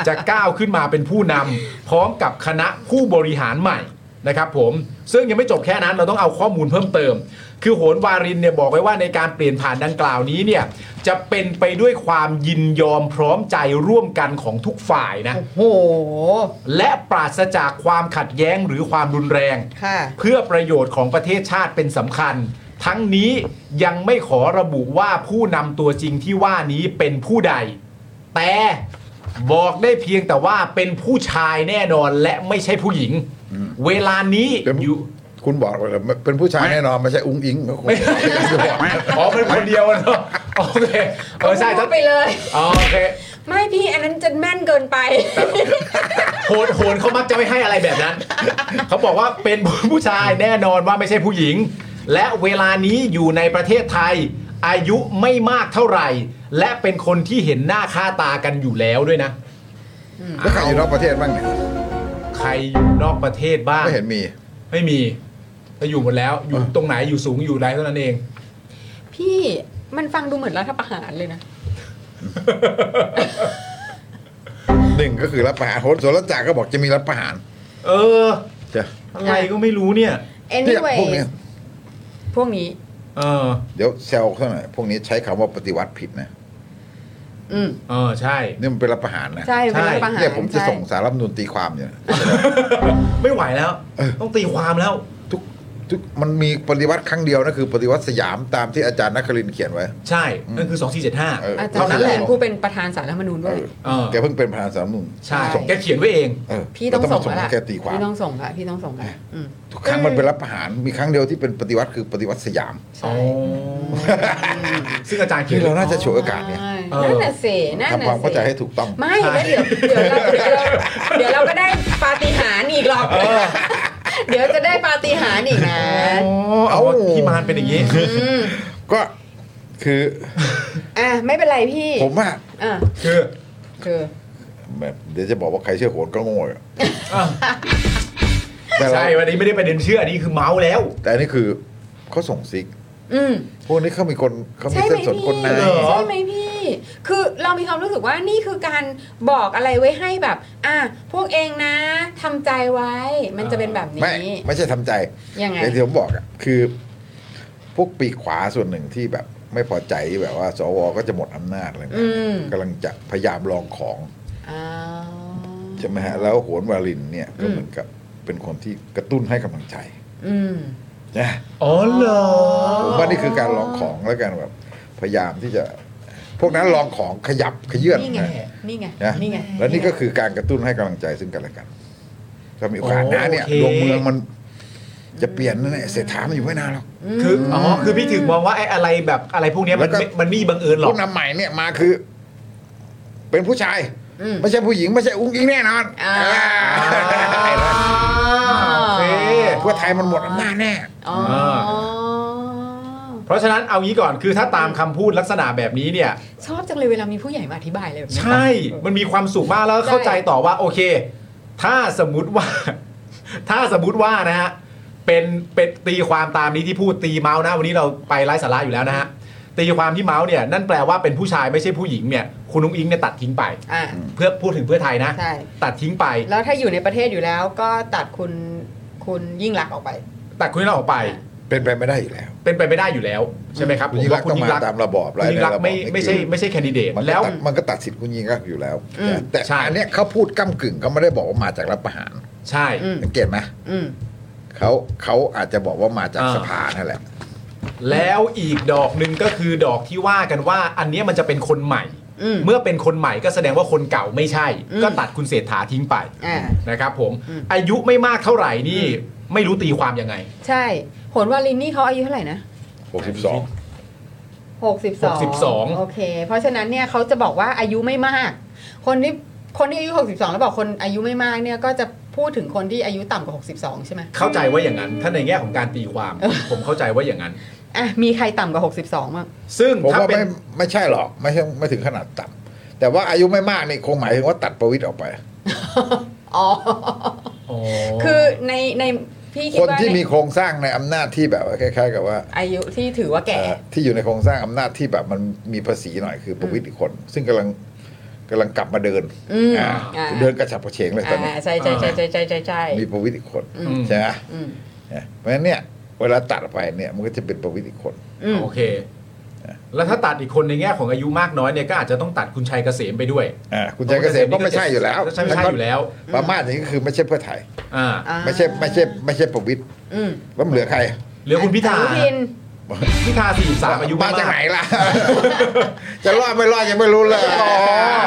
จะก้าวขึ้นมาเป็นผู้นำพร้อมกับคณะผู้บริหารใหม่ นะครับผมซึ่งยังไม่จบแค่นั้นเราต้องเอาข้อมูลเพิ่มเติม คือโหนวารินเนี่ยบอกไว้ว่าในการเปลี่ยนผ่านดังกล่าวนี้เนี่ยจะเป็นไปด้วยความยินยอมพร้อมใจร่วมกันของทุกฝ่ายนะ โอ้โห และปราศจากความขัดแย้งหรือความรุนแรง ค่ะ เพื่อประโยชน์ของประเทศชาติเป็นสำคัญ ทั้งนี้ยังไม่ขอระบุว่าผู้นำตัวจริงที่ว่านี้เป็นผู้ใด แต่บอกได้เพียงแต่ว่าเป็นผู้ชายแน่นอนและไม่ใช่ผู้หญิง เวลานี้ เป็นผู้ อยู่ คุณบอกเลยเป็นผู้ชายแน่นอนไม่ใช่อุ้งอิงก็คง อ๋อเป็นคนเดียวอะเนอะโอเคเออใช่ถ้า ไปเลย อ๋อโอเค ไม่พี่อันนั้นจะแม่นเกินไป โหนโห นเขามักจะไม่ให้อะไรแบบนั้น เขาบอกว่าเป็นผู้ชายแน่นอนว่าไม่ใช่ผู้หญิง และเวลานี้อยู่ในประเทศไทย อายุไม่มากเท่าไหร่ และเป็นคนที่เห็นหน้าค่าตากันอยู่แล้วด้วยนะ แล้วใครอยู่นอกประเทศบ้างเนี่ย ใครอยู่นอกประเทศบ้าง ไม่เห็นมี ไม่มีถ้าอยู่หมดแล้ว อยู่ตรงไหนอยู่สูงอยู่ไรเท่านั้นเอง พี่มันฟังดูเหมือนรัฐประหารเลยนะ หนึ่งก็คือรับประหารโหนสวนรัจักรก็บอกจะมีรับประหาร เออ จ้ะ อะไรก็ไม่รู้เนี่ย เนี่ยพวก anyway เนี้ย พวกนี้ เออ เดี๋ยวแซวเขาหน่อยพวกนี้ใช้คำว่าปฏิวัติผิดนะ อืม เออ ใช่ นี่มันเป็นรับประหารนะ ใช่เป็นรัฐประหาร เนี่ยผมจะ ใช่ ส่งสารรัฐธรรมนูนตีความอยู่นะ ไม่ไหวแล้ว ต้องตีความแล้ว ทุกทุกมันมีปฏิวัติครั้งเดียวนะคือปฏิวัติสยามตามที่อาจารย์นักครินทร์เขียนไว้ ใช่ นั่นคือ เออ 2475 อาจาร เท่า ย์ นั้น นัก แห เรี ละ ยนผู้เป็นประธานสารรัฐธรรมนูญด้วย เออ แกเพิ่งเป็นประธานสารรัฐธรรมนูน ใช่ ส่ง แกเขียนไว้เอง เออ พี่ต้องส่ง แล้มาแล้ววล่ะ แกตีความ พี่ต้องส่งละพี่ต้องส่งละอืม ทุกครั้งมันเป็นรับประหารมีครั้งเดียวที่เป็นปฏิวัติคือปฏิวัติสยาม ใช่ ซึ่งอาจารย์เขียนที่เราน่าจะฉวยโอกาสเนี่ย เออ นั่นน่ะเสนั่นน่ะ ทำความเข้าใจ เส ให้ถูกต้อง ไม่ ใช่ แล้วเดี๋ยวเดี๋ยวเราเดี๋ยวเราเดี๋ยวเราก็ได้ปาฏิหาริย์อีกหรอกเดี๋ยวจะได้ปาฏิหาริย์อีกนะ เอาพี่มานเป็นอย่างนี้ ก็คือ อ่ะไม่เป็นไรพี่ ผมอะ อ่ะ คือ คือ แบบเดี๋ยวจะบอกว่าใครเชื่อโหนก็โง่อะ อ่ะ แต่เรา ใช่ วันนี้ไม่ได้ประเด็นเชื่อ นี่คือเมาส์แล้ว แต่อันนี่คือเขาส่งซิก อืม พวกนี้เขามีคนเขามี ใช่ไหม เส้นสน พี่ คนใน เหรอ ใช่ไหมพี่ คือเรามีความรู้สึกว่านี่คือการบอกอะไรไว้ให้แบบ อ่ะพวกเองนะทำใจไว้ มันจะเป็นแบบ ไม่ นี้ ไม่ใช่ทำใจ ยังไง อย่างที่ผมบอกอะคือ พวกปีกขวาส่วนหนึ่งที่แบบ ไม่พอใจที่แบบว่า สวก็จะหมดอำนาจอะไรนะ อืม กำลังจะพยายามลองของ อ้าว ใช่ไหมฮะแล้วโหนวาลินเนี่ยก็ อืม เหมือนกับเป็นคนที่กระตุ้นให้กำลังใจ อืม นะ อ๋อเหรอ ผมว่านี่คือการลองของแล้วกันแบบพยายามที่จะ พวกนั้นลองของขยับขยื่น นี่ไง นะ นี่ไง นะ นี่ไง แล้วนี่ก็คือการกระตุ้นให้กำลังใจซึ่งกันและกันก็มีโอกาสนะเนี่ย โอเค ดวงเมืองมันจะเปลี่ยนนั่นแหละเศรษฐามันอยู่ไม่นานหรอก คือ อ๋อ คือพี่ถึงมองว่าไอ้อะไรแบบอะไรพวกเนี้ยมัน แล้วก็ ไม่มันไมมีบังเอิญหรอก ผู้นำใหม่เนี่ยมาคือ เป็นผู้ชาย อืม ไม่ใช่ผู้หญิง ไม่ใช่อุ้งอิงแน่นอน อ่า ไอ้นั่น โอเค เพื่อไทยมันหมดอำนาจแน่ อ๋อ เพราะฉะนั้นเอางี้ก่อน คือถ้าตามคำพูดลักษณะแบบนี้เนี่ย ชอบจังเลยเวลามีผู้ใหญ่มาอธิบายเลยแบบนี้ ใช่ มันมีความสุขมากแล้วก็เข้าใจต่อว่าโอเค ถ้าสมมติว่า ถ้าสมมติว่านะฮะ เป็นเป็นตีความตามนี้ที่พูดตีเมาส์นะ วันนี้เราไปไร้สาระอยู่แล้วนะฮะ ตีความที่เมาส์เนี่ย นั่นแปลว่าเป็นผู้ชายไม่ใช่ผู้หญิงเนี่ย คุณนุ้งอิงเนี่ยตัดทิ้งไป อ่ะ เพื่อพูดถึงเพื่อไทยนะ ใช่ ตัดทิ้งไป แล้วถ้าอยู่ในประเทศอยู่แล้วก็ตัดคุณคุณยิ่งรักษณ์ออกไป ตัดคุณยิ่งรักษณ์ออกไป เป็นไปไม่ได้อยู่แล้ว เป็นไปไม่ได้อยู่แล้วใช่ไหมครับ คุณยิ่งรักษณ์ ผมว่ ต้องมาตามระบอบ คุณยิ่งรักษณ์ และใน ไม่ ระบอบ ไม่ใช่ นี่คือ ไม่ใช่แคนดิเดต มันก็ แล้ว ตัดมันก็ตัดสิทธิ์คุณยิงรักษณ์อยู่แล้ว อืม แต่ ใช่ อันเนี้ยเขาพูดก้ำกึ่งเขาไม่ได้บอกว่ามาจากรัฐประหาร ใช่ อืม สังเกตไหม อืม เขาเขาอาจจะบอกว่ามาจาก อ่า สภานั่นแหละ แล้วอีกดอกหนึ่งก็คือดอกที่ว่ากันว่า อันเนี้ยมันจะเป็นคนใหม่ อืม เมื่อเป็นคนใหม่ก็แสดงว่าคนเก่าไม่ใช่ อืม ก็ตัดคุณเศรษฐาทิ้งไป อ่า นะครับผม อืม อายุไม่มากเท่าไหร่นี่ ไม่รู้ตีความยังไง ใช่โหนวาลินนี่เขาอายุเท่าไหร่นะ 62 62 โอเค เพราะฉะนั้นเนี่ยเขาจะบอกว่าอายุไม่มาก คนที่คนที่อายุ 62 แล้วบอกคนอายุไม่มากเนี่ยก็จะพูดถึงคนที่อายุต่ำกว่า 62 ใช่ไหม เข้าใจว่าอย่างนั้น ถ้าในแง่ของการตีความ ผมเข้าใจว่าอย่างนั้น อ่ะมีใครต่ำกว่า 62บ้าง ซึ่ง ผม ถ้า ว่า เป็น ไม่ไม่ใช่หรอก ไม่ใช่ไม่ถึงขนาดต่ำแต่ว่าอายุไม่มากนี่คงหมายถึงว่าตัดประวิตยออกไป อ๋อ อ๋อ คือในในพี่คิด คน ว่า ที่ ใน มีโครงสร้างในอำนาจที่แบบว่าคล้าย ๆ กับว่า อายุที่ถือว่าแก่ เอ่อที่อยู่ในโครงสร้างอำนาจที่แบบมันมีภาษีหน่อยคือประวิตยอีกคน ซึ่งกำลังกำลังกลับมาเดิน อืม อ่า อ่า เดินกระฉับกระเฉงเลยตอนนี้ อ่าใช่ใช่ใช่ใช่ใช่ใช่ใช่ มีประวิตยอีกคน อืม ใช่ไหม อืม เนี่ยเพราะฉะนั้นเนี่ยเวลาตัดออกไปเนี่ยมันก็จะเป็นประวิตยอีกคน อืม โอเค แล้วถ้าตัดอีกคนในแง่ของอายุมากน้อยเนี่ยก็อาจจะต้องตัดคุณชัยเกษมไปด้วย อ่าคุณชัยเกษมก็ไม่ใช่อยู่แล้ว ใช่ไม่ใช่อยู่แล้ว ประมาทอย่างนี้ก็คือไม่ใช่เพื่อไทย อ่า อ่า ไม่ใช่ไม่ใช่ไม่ใช่ประวิตย อืม แล้วมันเหลือใคร เหลือคุณพิธา อนุทิน พิธา43อายุ มา ไมาก จากไหนล่ะ จะรอดไม่รอดยังไม่รู้เลย อ๋อ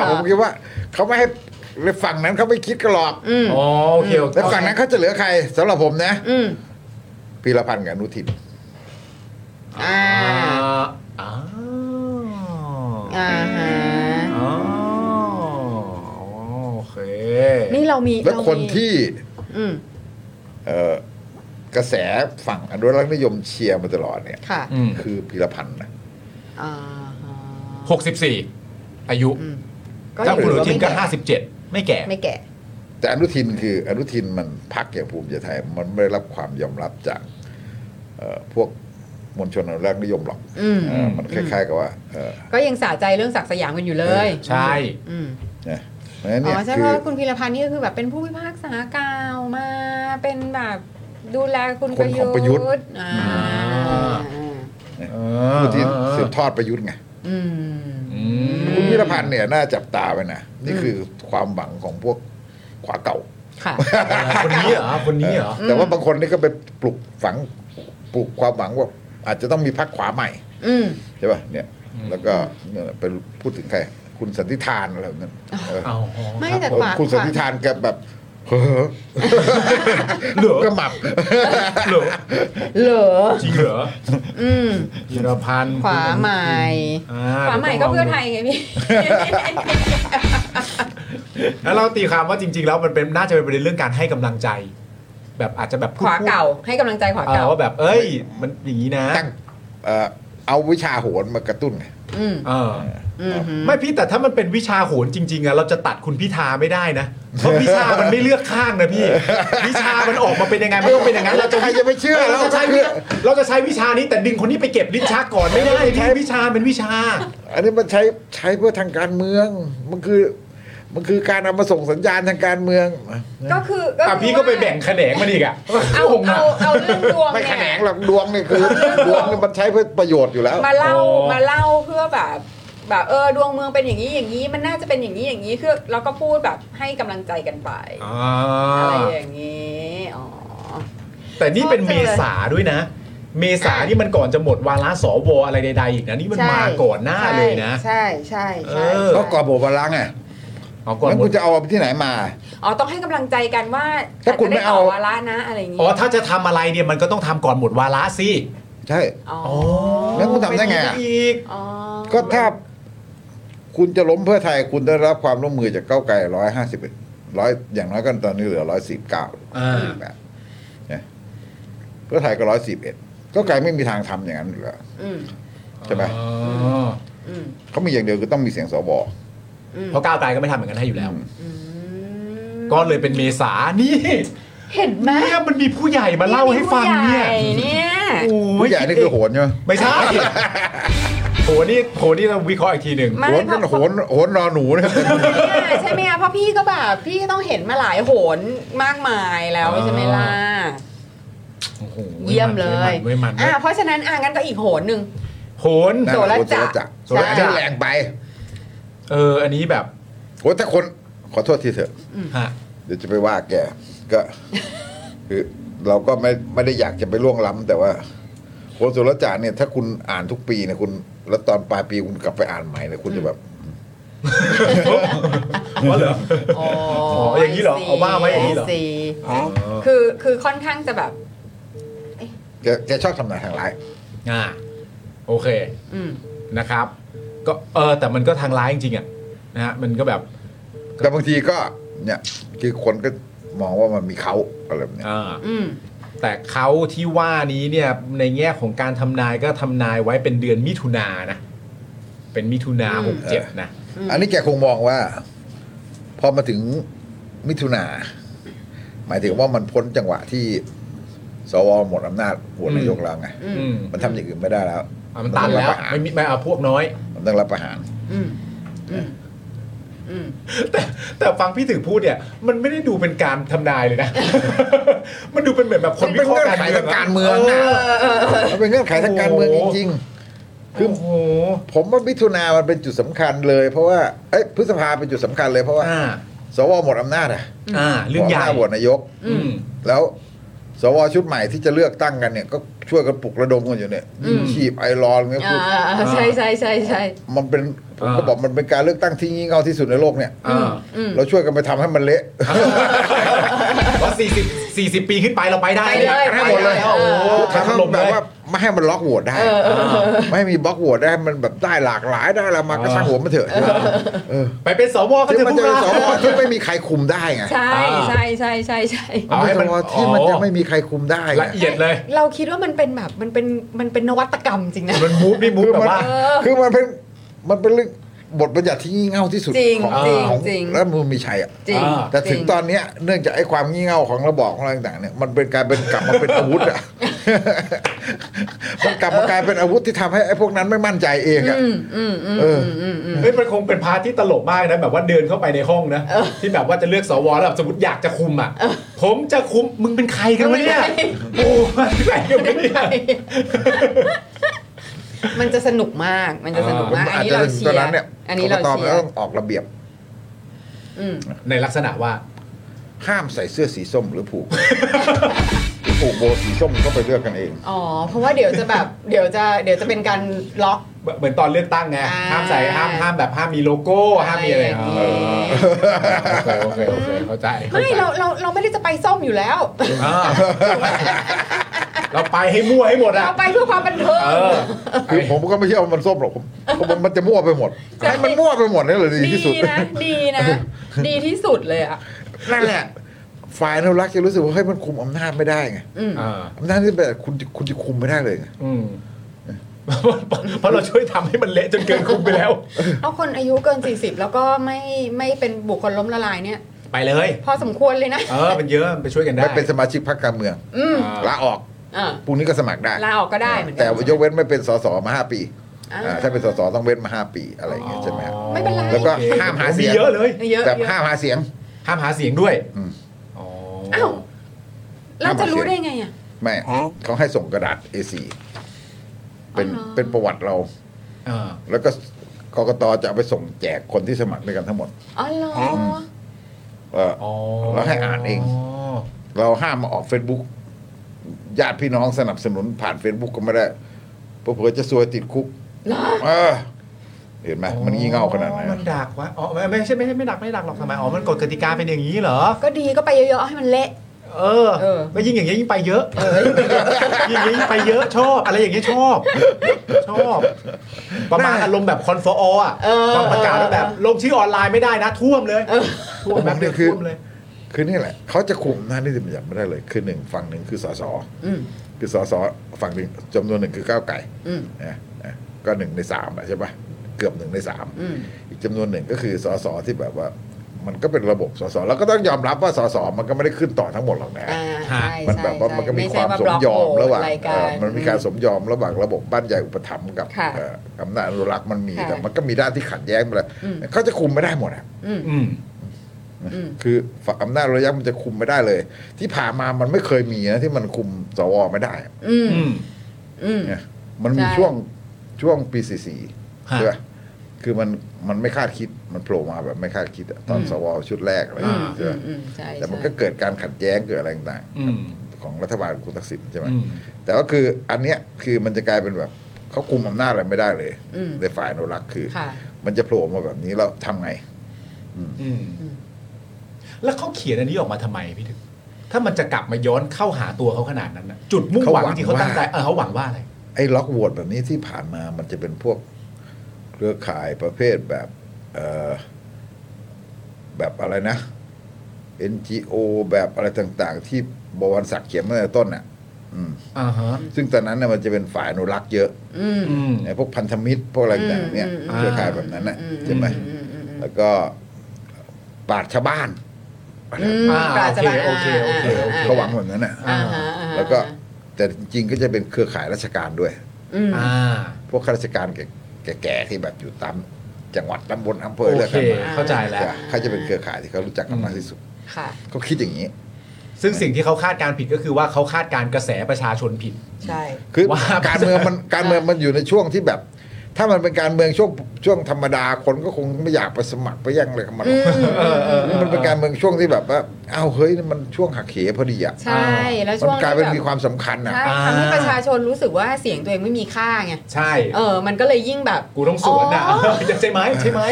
ผมคิดว่าเขาไม่ให้ฝั่งนั้นเขาไม่คิดกันหรอก อืม อ๋อโอเคโอเค แล้วฝั่งนั้นเขาจะเหลือใครสำหรับผมนะ อืม พีรพันธ์กับอนุทิน อ่า อ่าอ่า อ่าฮะ อ๋อโอเค นี่เรามี แล้ว เรามี คนที่ อืม เอ่อ กระแสฝั่งอนุรักษ์นิยมเชียร์มาตลอดเนี่ย ค่ะ อืม คือพีรพันธ์นะ อ่าฮะ หกสิบสี่อายุ อืม ถ้าคุณอนุทินก็ ไม่แ ห้าสิบเจ็ดไม่แก่ ไม่แก่ แต่อนุทินคืออนุทินมันพักอย่างภูมิใจไทย มันไม่ได้รับความยอมรับจากเอ่อพวกมวลชนอนุรักษ์นิยมหรอก อืม เออมันคล้ายๆกับว่าเออ ก็ยังสะใจเรื่องศักดิ์สยามกันอยู่เลย ใช่ อืม นะเพราะฉะนั้น อ๋ เนี่ย อใช่ คือเพราะว่าคุณพีรพันธ์นี่ก็คือแบบเป็นผู้พิพากษากล่าวมา เป็นแบบดูแลคุณ คนของประยุทธ์ อ่า อ่า ผู้ที่สืบทอดประยุทธ์ไง อืม อืม คุณพิรพันธ์เนี่ยน่าจับตาไปนะ นี่คือความหวังของพวกขวาเก่า ค่ะ คนนี้เหรอคนนี้เหรอ แต่ว่าบางคนนี่ก็ไปปลุกฝังปลุกความหวังว่า อาจจะต้องมีพรรคขวาใหม่ อืม ใช่ป่ะเนี่ย แล้วก็เนี่ยไปพูดถึงใคร คุณสันติธานอะไรแบบนั้นเออ เอา ไม่ ครับ แต่ขวา คุณสันติธานแกแบบ เฮ้อ เหรอ ก็หมับ เหรอ เหลือ จริงเหรอ อืม เยอรพันธ์ ขวาใหม่ อ่ ขวาใหม่ก็เพื่อไทยไงพี่ แล้วเราตีความว่าจริง ๆ แล้วมันเป็นน่าจะเป็นประเด็นเรื่องการให้กำลังใจ แบบอาจจะแบบ ขวาเก่า ให้กำลังใจขวา เออ เก่า ว่าแบบเอ้ย มันอย่างนี้นะ ตั้งเอ่อเอาวิชาโหรมากระตุ้นไง อืม เออ อืม ไม่พี่แต่ถ้ามันเป็นวิชาโหนจริงๆอะเราจะตัดคุณพิธาไม่ได้นะเพราะวิชามันไม่เลือกข้างนะพี่ วิชามันออกมาเป็นยังไงมันต้องเป็นอย่างนั้นเราจะ ใครจะไปเชื่อ เราจะใช้วิเราจะใช้วิชานี้แต่ดึงคนนี้ไปเก็บลิ้นชักก่อนไม่ได้พี่วิชาเป็นวิชา อันนี้มันใช้ใช้เพื่อทางการเมืองมันคือมันคือการเอามาส่งสัญญาณทางการเมือง ก็คือ แต่ คือ พี่ก็ไป ว่า แบ่งแขนงมันอีกอะ เอาเอาเอาเรื่องดวง ไม่แขเนี่นง ย หรอกดวงเนี่ย คือดวงเนี่ยมันใช้เพื่อประโยชน์อยู่แล้ว มาเล่ามาเล่าเพื่อแบบแบบเออดวงเมืองเป็นอย่างนี้อย่างนี้ มันน่าจะเป็นอย่างนี้อย่างนี้คือแล้วก็พูดแบบให้กำลังใจกันไป อ่ อะไร า อย่างนี้อ๋อ แต่นี่เป็นเมษาด้วยนะ เมษานี่มันก่อนจะหมดวาระสวอะไรใดๆอีกนะนี่มัน ใช่ มาก่อนหน้าเลยนะ ใช่ใช่ใช่ เออ ใช่ ก็กอบโบวาระไง เอาก่อน งั้น หม คุ ด ณจะเอาที่ไหนมา อ๋อต้องให้กำลังใจกันว่า ถ้าคุณไม่เอา จจะด้ต่วาระนะ อะไรอย่างนี้ อ๋อถ้าจะทำอะไรเนี่ยมันก็ต้องทำก่อนหมดวาระสิ ใช่ อ๋อ แล้วคุณทำได้ไงอะ อีก อ๋อ ก็ถ้าคุณจะล้มเพื่อไทยคุณได้รับความร่วมมือจากก้าวไกลร้อยห้าสิบร้อยอย่างน้อยก็ตอนนี้เหลือร้อยสิบเก้า อ่า เพื่อไทยก็ร้อยสิบเอ็ดก้าวไกลไม่มีทางทำอย่างนั้นอยู่แล้ว อืม ใช่ไหม อ๋อ อืม เขามีอย่างเดียวคือต้องมีเสียงสว อืม เพราะก้าวไกลก็ไม่ทำเหมือนกันให้อยู่แล้ว อืม ก็เลยเป็นเมษานี่ เห็นไหม เนี่ยมันมีผู้ใหญ่มาเล่าให้ฟังเนี่ย ผู้ใหญ่เนี่ย โอ้ย ผู้ใหญ่นี่คือโหนใช่ไหม ไม่ใช่โหนี่โหนี่เราวิเคราะห์อีกทีหนึ่ง ไม่ โหนนั่นโหนโหนนอนหนูนะครับ เนี่ยใช่ไหมอะเพราะพี่ก็แบบพี่ก็ต้องเห็นมาหลายโหนมากมายแล้วใช่ไหมล่ะ โอ้โห เยี่ยมเลย ไม่มันไม่มันไม่อ่ะมัน เพราะฉะนั้นอ่ะงั้นก็อีกโหนหนึ่ง โหน นั่น โส แห ระ ละโหนโส จักระรจักร ใช่ โสระจักรแรงไป เออ อันนี้แบบ โอ้ยถ้าคนขอโทษทีเถอะ ฮะ เดี๋ยวจะไปว่าแกก็ คือเราก็ไม่ไม่ได้อยากจะไปล่วงล้ำแต่ว่าโคสุรจารเนี่ย ถ้าคุณอ่านทุกปีเนี่ยคุณ แล้วตอนปลายปีคุณกลับไปอ่านใหม่เนี่ยคุณจะแบบ ว่าเหรอ อ๋อ อย่างนี้เหรอเอาว่าไว้อย่างนี้เหรอ สิคือคือค่อนข้างจะแบบ แกแกชอบทำนายทางร้าย อ่าโอเค อืม นะครับ ก็เออ แต่มันก็ทางร้ายจริงๆอ่ะนะฮะมันก็แบบ แต่บางทีก็ เนี่ยคือคนก็มองว่ามันมีเขาอะไรแบบเนี้ย อ่า อืม แต่เขาที่ว่านี้เนี่ยในแง่ของการทำนายก็ทำนายไว้เป็นเดือนมิถุนานะ เป็นมิถุนา อืม หกเจ็ดนะ อันนี้แกคงมองว่า พอมาถึงมิถุนา หมายถึงว่ามันพ้นจังหวะที่สวหมดอำนาจโหวตนายกแล้วไง อืม อืม มันทำอย่างอื่นไม่ได้แล้ว อ่ะมันตันแล้วไม่มีไม่เอาพวกน้อย มันต้องรับประหาร อืมอืมอืม แต่แต่ฟังพี่ถึงพูดเนี่ย มันไม่ได้ดูเป็นการทำนายเลยนะ มันดูเป็นเหมือนแบบคนวิเคราะห์การ มันเป็นเงื่อนไขทางการเมือง นะ นะ มันเป็นเงื่อนไขทางการเมืองจริงๆ คือ โอ้โห ผมว่ามิถุนามันเป็นจุดสำคัญเลย เพราะว่า เอ้ยพฤษภาเป็นจุดสำคัญเลยเพราะว่า อ่า สวหมดอำนาจอะ อ่า เรื่องใหญ่ มดำนาจโหวตนายก อืม แล้วสวชุดใหม่ที่จะเลือกตั้งกันเนี่ย ก็ช่วยกันปลุกระดมกันอยู่เนี่ยฉีบไอรอนเนี่ย อ่ คือา ใช่ใช่ใช่ใช่ มันเป็นผมก็ อ่า บอกมันเป็นการเลือกตั้งที่งี่เง่าที่สุดในโลกเนี่ย อ่า เราช่วยกันไปทำให้มันเละ ว่า40 40 ปีขึ้นไปเราไปได้ ไปเลย ทั้งหมดเลย ไปเลย โอ้โห ถ้าเขา ทำลม แบ เล บ ย ว่าไม่ให้มันล็อกโหวตได้ ไม่มีบล็อกโหวตได้มันแบบได้หลากหลายได้ละมากระช่างหัวมันเถอะเออ ไปเป็นสวก็ ซึ่ง จะ มัน พูด จะเป็นส ว่า วที่ไม่มีใครคุมได้ไง ใช่ อ่า ใช่ใช่ใช่ใช่ เอาให้ เป็ มัน น สวที่มันจะไม่มีใครคุมได้ไง ละเอียดเลย เราคิดว่ามันเป็นแบบมันเป็นมันเป็นนวัตกรรมจริงนะ มันมูฟนี่มูฟ คือ แบบ มัน ว่า คือมันเป็นมันเป็นเรื่องบทบัญญัติที่งี่เง่าที่สุด จริง ของ จริง ของ จริง รัฐธรรมนูลมีชัยอ่ะ จริง อ่า แต่ถึง จ ต ริ อนเนี้ยเนื่องจากไอ้ความงี่เง่าของระบอบของอะไรต่างๆเนี่ยมันเป็นกลายเป็นกลับมาเป็นอาวุธอ่ะ มันกลับมากลายเป็นอาวุธที่ทำให้ไอ้พวกนั้นไม่มั่นใจเองอ่ะ อืมอืมอืม เออ อืมอืม เฮ้ยมันคงเป็นพาร์ทที่ตลกมากนะแบบว่าเดินเข้าไปในห้องนะที่แบบว่าจะเลือกสวแล้วแบบสมมติอยากจะคุมอ่ะผมจะคุมมึงเป็นใครกันวะเนี่ยโอ้มาที่ไหนกันวะเนี่ย มันจะสนุกมาก มันจะสนุก มัน มาก อั อาจ นนี้ จะ เรา ถึง เชี ตอย น ร์ นั้นเนี่ย อันนี้เรา กกต เชีย มัน ร์ ต้องออกระเบียบ อืม ในลักษณะว่า ห้ามใส่เสื้อสีส้มหรือผูก ผูกโบสีส้มก็ไปเลือกกันเอง อ๋อ เพราะว่าเดี๋ยวจะแบบเดี๋ยวจะเดี๋ยวจะเป็นการล็อก เหมือนตอนเลือกตั้งไง อ่า ห้ามใส่ห้ามห้ามแบบห้ามมีโลโก้ห้ามมีอะไรอย่างเงี้ย เออ โอเคโอเคโอเคเข้าใจเข้า ไม่ ใจ เราเราเราไม่ได้จะไปส้มอยู่แล้ว อ่าเราไปให้มั่วให้หมดอ่ะ เราไปเพื่อความบันเทิง เออ คือผมก็ไม่เชื่อว่ามันส้มหรอกผมผมมันจะมั่วไปหมดให้มันมั่วไปหมดนี่แหละดี ดี ที่สุด นะ ดีนะ ดีที่สุดเลยอ่ะ นั่นแหละ ฝ่ายอนุรักษ์จะรู้สึกว่าเฮ้ยมันคุมอำนาจไม่ได้ไง อืม อ่า อำนาจที่แบบคุณคุณจะคุมไม่ได้เลยไง อืม เพราะเราช่วยทำให้มันเละจนเกินคุมไปแล้ว เอาคนอายุเกิน 40 แล้วก็ไม่ไม่เป็นบุคคลล้มละลายเนี่ย ไปเลย พอสมควรเลยนะ เออมันเยอะมันไปช่วยกันได้ ไม่เป็นสมาชิกพรรคการเมือง อืม ลาออก อ่ะ พรุ่งนี้ก็สมัครได้ ลาออกก็ได้เหมือนกั แต่ น ยกเว้นไม่เป็นสสมาห้าปี อ่า อ่าถ้าเป็นสสต้องเว้นมาห้าปีอะไรอย่างเงี้ยใช่ไหมครับ อ๋อ ไม่เป็นไร แล้วก็ห้ามหาเสียง เยอะเลย เยอะ แต่ เยอะ ห้ามหาเสียง ห้ามหาเสียงด้วย อืม อ๋อ อ้าวเราจะรู้ได้ไงอ่ะ ไม่เขาให้ส่งกระดาษ A4 เป็น อ๋อเหรอ เป็นประวัติเรา เออ แล้วก็กกตจะเอาไปส่งแจกคนที่สมัครด้วยกันทั้งหมด อ๋อเหรอ เออ อ๋อ เราให้อ่านเอง เราห้ามมาออก Facebook ญาติพี่น้องสนับสนุนผ่าน Facebook ก็ไม่ได้เพราะเผื่อจะซวยติดคุกเออเห็นไหมมันงี่เง่าขนาดไหน มันดักวะอ๋อไม่ไม่ใช่ไม่ใช่ไม่ดักไม่ดักหรอกทำไมอ๋อมันกฎกติกาเป็นอย่างนี้เหรอ ก็ดีก็ไปเยอะๆให้มันเละ เออไม่ยิ่งอย่างเงี้ยยิ่งไปเยอะเออยิ่งอย่างเงี้ยยิ่งไปเยอะชอบ อะไรอย่างเงี้ยชอบ ชอบ ประมาณอารมณ์แบบคอนฟอร์อ่ะต้องประกาศว่าแบบ ลงชื่อออนไลน์ไม่ได้นะ ท่วมเลยท่วมแบบเดียวท่วมเลย คือนี่แหละ เขาจะคุมหน้านิติบัญญัติไม่ได้เลย คือหนึ่งฝั่งหนึ่งคือสส อืม คือสสฝั่งหนึ่งจำนวนหนึ่งคือก้าวไก่ อืม นะนะก็หนึ่งในสามอะใช่ปะเกือบหนึ่งในสาม อืม อีกจำนวนหนึ่งก็คือสสที่แบบว่า มันก็เป็นระบบสสแล้วก็ต้องยอมรับว่าสสมันก็ไม่ได้ขึ้นต่อทั้งหมดหรอกนะ อ่า ฮะ ใช่ มัน ใช่ แบบว่า ใช่ มันก็มี ไใช่ ความสม บล็อก ยอม โหวต ระหว่าง ยก เอ่อมันมีการสมยอมระหว่างระบบบ้านใหญ่อุปถัมภ์กับ ค่ะ เอ่ออำนาจอนุรักษ์มันมี ค่ะ แต่มันก็มีด้านที่ขัดแย้งไปแล้วเขาจะคุมไม่ได้หมดอะ อืม อืม อืม คือฝั่งอำนาจอนุรักษ์มันจะคุมไม่ได้เลย ที่ผ่านมามันไม่เคยมีนะที่มันคุมสวไม่ได้อะ อืม อืม อืม เนี่ยมันมี ใช่ ช่วงช่วงปีสี่สี่ ฮะ ใช่ปะคือมันมันไม่คาดคิดมันโผล่มาแบบไม่คาดคิดอะตอนสวชุดแรกอะไรอย่างเงี้ย อ่า ใช่ปะ อืมใช่ แต่มัน ใช่ ก็เกิดการขัดแย้งเกิดอะไรต่าง อืม ๆของรัฐบาลคุณทักษิณใช่ไหม อืม แต่ก็คืออันเนี้ยคือมันจะกลายเป็นแบบเขาคุมอำนาจอะไรไม่ได้เลย อืม ในฝ่ายอนุรักษ์คือ ค่ะ มันจะโผล่มาแบบนี้แล้วทำไง อืมแล้วเขาเขียนอันนี้ออกมาทำไมพี่ถึงถ้ามันจะกลับมาย้อนเข้าหาตัวเขาขนาดนั้นนะจุดมุ่งหวังที่เขาตั้งใจเออเขาหวังว่าอะไร ไอ้ล็อกโหวตแบบนี้ที่ผ่านมามันจะเป็นพวกเครือข่ายประเภทแบบ เอ่อแบบอะไรนะ NGO แบบอะไรต่าง ๆ ที่บวรศักดิ์เขียนมาตั้งแต่ต้นน่ะ อืม อ่าฮะ ซึ่งตอนนั้นน่ะมันจะเป็นฝ่ายอนุรักษ์เยอะ อืม อืม ไอ้พวกพันธมิตรพวกอะไรต่างๆเนี่ย อืม เครือข่ายแบบนั้นน่ะ อื ใช่ไหม อืมอืมอืม แล้วก็ปราชญ์ชาวบ้าน อืม อ่า ปราศจาก โอเคโอเคโอเค เขาหวังแบบนั้นน่ะ อ่าฮะอ่าฮะ แล้วก็แต่จริงๆก็จะเป็นเครือข่ายราชการด้วย อืม อ่า พวกข้าราชการแก่ๆที่แบบอยู่ตามจังหวัดตำบลอำเภ โอ อเลือก เค กันมา เข้าใจแล้ว เขาจะเป็นเครือข่ายที่เขารู้จักกันมากที่สุด ค่ะ เขาคิดอย่างนี้ ซึ่งสิ่งที่เขาคาดการณ์ผิดก็คือว่าเขาคาดการณ์กระแสประชาชนผิด ใช่ คือ ว่า การเมืองมันการ เมืองมันอยู่ในช่วงที่แบบ ถ้ามันเป็นการเมืองช่วงช่วงธรรมดาคนก็คงไม่อยากไปสมัครไปแย่งเลยกับมันหรอกมันเป็นการเมืองช่วงที่แบบว่าอ้าวเฮ้ยมันช่วงหักเหพอดีอ่ะ ใช่แล้ว มัน ช่วง กลายเป็นมี ที่ ความสำคัญอ่ะ ใช่ทำให้ประชาชนรู้สึกว่าเสียงตัวเองไม่มีค่าไง ใช่ เออ มันก็เลยยิ่งแบบ กูต้องสวนอ่ะ ใช่ไหมใช่ไหม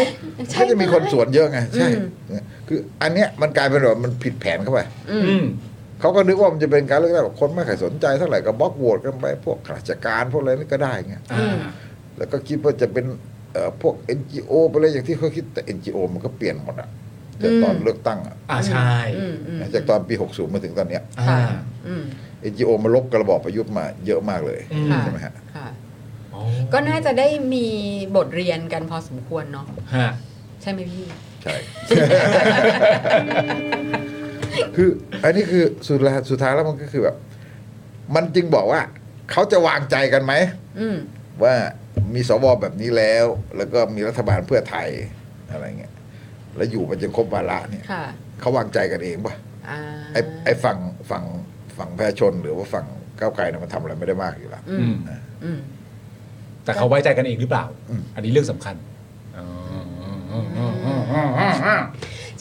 ใช่ ก็จะมีคนสวนเยอะไงใช่ คืออันเนี้ยมันกลายเป็นแบบมันผิดแผนเข้าไป อืม เขาก็นึกว่ามันจะเป็นการเลือกตั้งแบบคนไม่ค่อยสนใจเท่าไหร่ก็บล็อกโหวตกันไปพวกข้าราชการพวกอะไรนี่ก็ได้ไง อ่า แล้วก็คิดว่าจะเป็นเอ่อพวก NGO ไปเลยอย่างที่เขาคิดแต่ NGO มันก็เปลี่ยนหมดอะจากตอนเลือกตั้งอะ อ่าใช่ อืมอืม จากตอนปี 60 มาถึงตอนเนี้ย อ่า อืม NGO มาลบกระบอบประยุทธ์มาเยอะมากเลย อืม ใช่ไหมฮะ ค่ะ อ๋อ ก็น่าจะได้มีบทเรียนกันพอสมควรเนาะ ฮะ ใช่ไหมพี่ ใช่ คืออันนี้คือสุดท้ายสุดท้ายแล้วมันก็คือแบบ มันจึงบอกว่าเขาจะวางใจกันไหม อืม ว่ามีสวแบบนี้แล้ว แล้วก็มีรัฐบาลเพื่อไทยอะไรเงี้ยแล้วอยู่มันจนครบวาระเนี่ย ค่ะ เขาวางใจกันเองปะ อ่า ไอ้ไอ้ฝั่งฝั่งฝั่งประชาชนหรือว่าฝั่งก้าวไกลเนี่ยมันทำอะไรไม่ได้มากอยู่แล้ว อื อื ม ม อืม แต่เขาไว้ใจกันเองหรือเปล่า อืม อันนี้เรื่องสำคัญ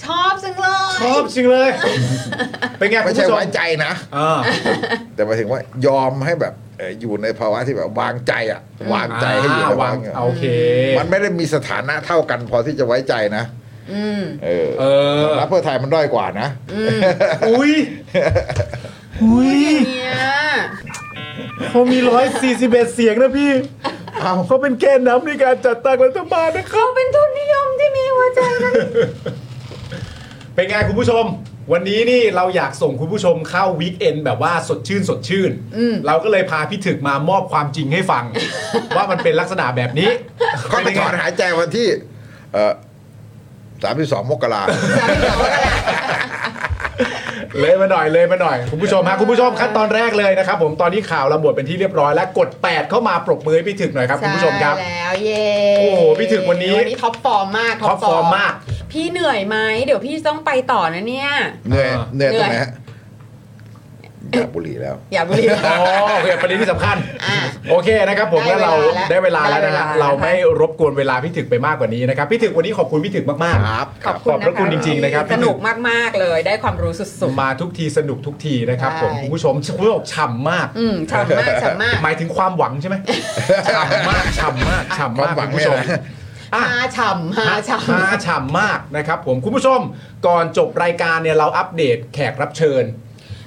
ชอบจังเลย ชอบจริงเลย เป็นไงคุ ไม่ ณ ใช่ ผู้ชม ไว้ใจนะ อ่า แต่หมายถึงว่ายอมให้แบบเอ่ออยู่ในภาวะที่แบบวางใจอะวางใจให้อยู่ อ่าวาวในาง งใจ โอเค มันไม่ได้มีสถานะเท่ากันพอที่จะไว้ใจนะ อืม เออ เออ แล้วเพื่อไทยมันด้อยกว่านะ อุ้ยอุ้ย เนี่ย เขามีร้อยสี่สิบเอ็ดเสียงนะพี่เขาเป็นแกนนำในการจัดตั้งรัฐบาลนะครับ เป็นทุนนิยมที่มีหัวใจนะ เป็นไงคุณผู้ชม วันนี้นี่เราอยากส่งคุณผู้ชมเข้าวีคเอนแบบว่าสดชื่นสดชื่น เราก็เลยพาพี่ถึกมามอบความจริงให้ ฟัง ว่ามันเป็นลักษณะแบบนี้ ก็ไปถอนหายใจวันที่ เอ่อสามสิบสองมกรา เลยมาหน่อยเลยมาหน่อย คุณผู้ชมฮะคุณผู้ชมขั้นตอนแรกเลยนะครับผมตอนนี้ข่าวเราหมดเป็นที่เรียบร้อยแล้วกด 8 เข้ามาปรบมือให้พี่ถึกหน่อยครับคุณผู้ชมครับ ใช่แล้วเย้ โอ้โหพี่ถึกวันนี้ วันนี้ท็อปฟอร์มมาก ท็อปฟอร์มมาก พี่เหนื่อยไหมเดี๋ยวพี่ต้องไปต่อนะเนี่ย เหนื่อย อ่า เหนื่อยตรงไหนฮะอยากบุหรี่แล้ว อย่าบุหรี อ๋อโอเคประเด็นที่สำคัญ อ่ะ โอเคนะครับผม ได้ แล้วเรา เวลาได้เวลาแล้วแล้วนะฮะ ได้เวลาแล้ว เราไม่รบกวนเวลาพี่ถึกไปมากกว่านี้นะครับพี่ถึกวันนี้ขอบคุณพี่ถึกมากๆ ครับ ขอบ ขอบพระ คุ คุณ ณ จ นะ ริงๆนะครับ สนุกมากๆเลยได้ความรู้สุด มาทุกทีสนุกทุกทีนะครับผม ใช่ คุณผู้ชมคุณผู้ชมฉ่ำมาก ๆ อืมฉ่ำมากฉ่ำมาก หมายถึงความหวังใช่ไหม ฉ่ำมากฉ่ำมากฉ่ำมาก ความหวั คุ ง ณผู้ชม เนี่ยนะ อ่ะ ฮาฉ่ำฮาฉ่ำ ฮาฉ่ำมากนะครับผมคุณผู้ชมก่อนจบรายการเนี่ยเราอัปเดตแขกรับเชิญ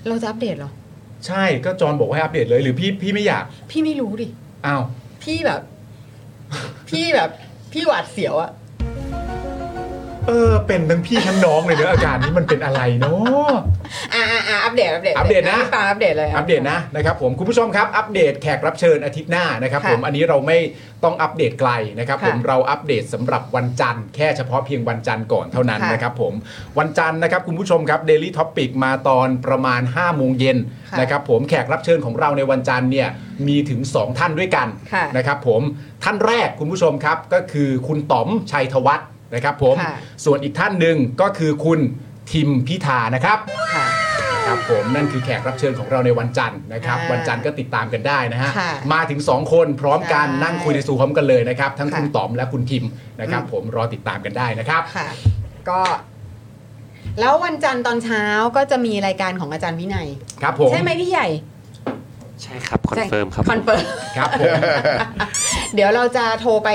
เราจะอัปเดตเหรอ ใช่ก็จอนบอกว่าให้อัปเดตเลยหรือพี่พี่ไม่อยาก พี่ไม่รู้ดิ อ้าว พี่แบบ พี่แบบพี่หวาดเสียวอะ เออเป็นทั้งพี่ทั้งน้องเลยเนอะอาการนี้มันเป็นอะไรเนาะ อ่ะอ่ะอ่ะอัปเดตอัปเดต อัปเดตนะ พี่ปาอัปเดตเลย อัปเดตนะนะครับผมคุณผู้ชมครับอัปเดตแขกรับเชิญอาทิตย์หน้านะครับผมอันนี้เราไม่ต้องอัปเดตไกลนะครับผมเราอัปเดตสำหรับวันจันทร์แค่เฉพาะเพียงวันจันทร์ก่อนเท่านั้นนะครับผมวันจันทร์นะครับคุณผู้ชมครับ Daily To อปิมาตอนประมาณ5้าโมงเย็นนะครับผมแขกรับเชิญของเราในวันจันทร์เนี่ยมีถึง 2 ท่านด้วยกันนะครับผมท่านแรกคุณผู้ชมครับก็คือคุณต๋อมชัยธวัฒน์นะครับผมส่วนอีกท่านหนึ่งก็คือคุณทิมพิธานะครับ ค่ะ ครับผมนั่นคือแขกรับเชิญของเราในวันจันทร์นะครับ อ่า วันจันทร์ก็ติดตามกันได้นะฮะ ค่ะ มาถึง 2 คนพร้อมกัน ใช่ นั่งคุยในซูพร้อมกันเลยนะครับ ทั้ง ค่ะ คุณต๋อมและคุณทิมนะครับ ผมรอติดตามกันได้นะครับ ค่ะ ก็ แล้ววันจันทร์ตอนเช้าก็จะมีรายการของอาจารย์วินัย ครับผม ใช่ไหมพี่ใหญ่ ใช่ครับ คอนเฟิร์มครับ คอนเฟิร์ม ครับผม เดี๋ยวเราจะโทรไป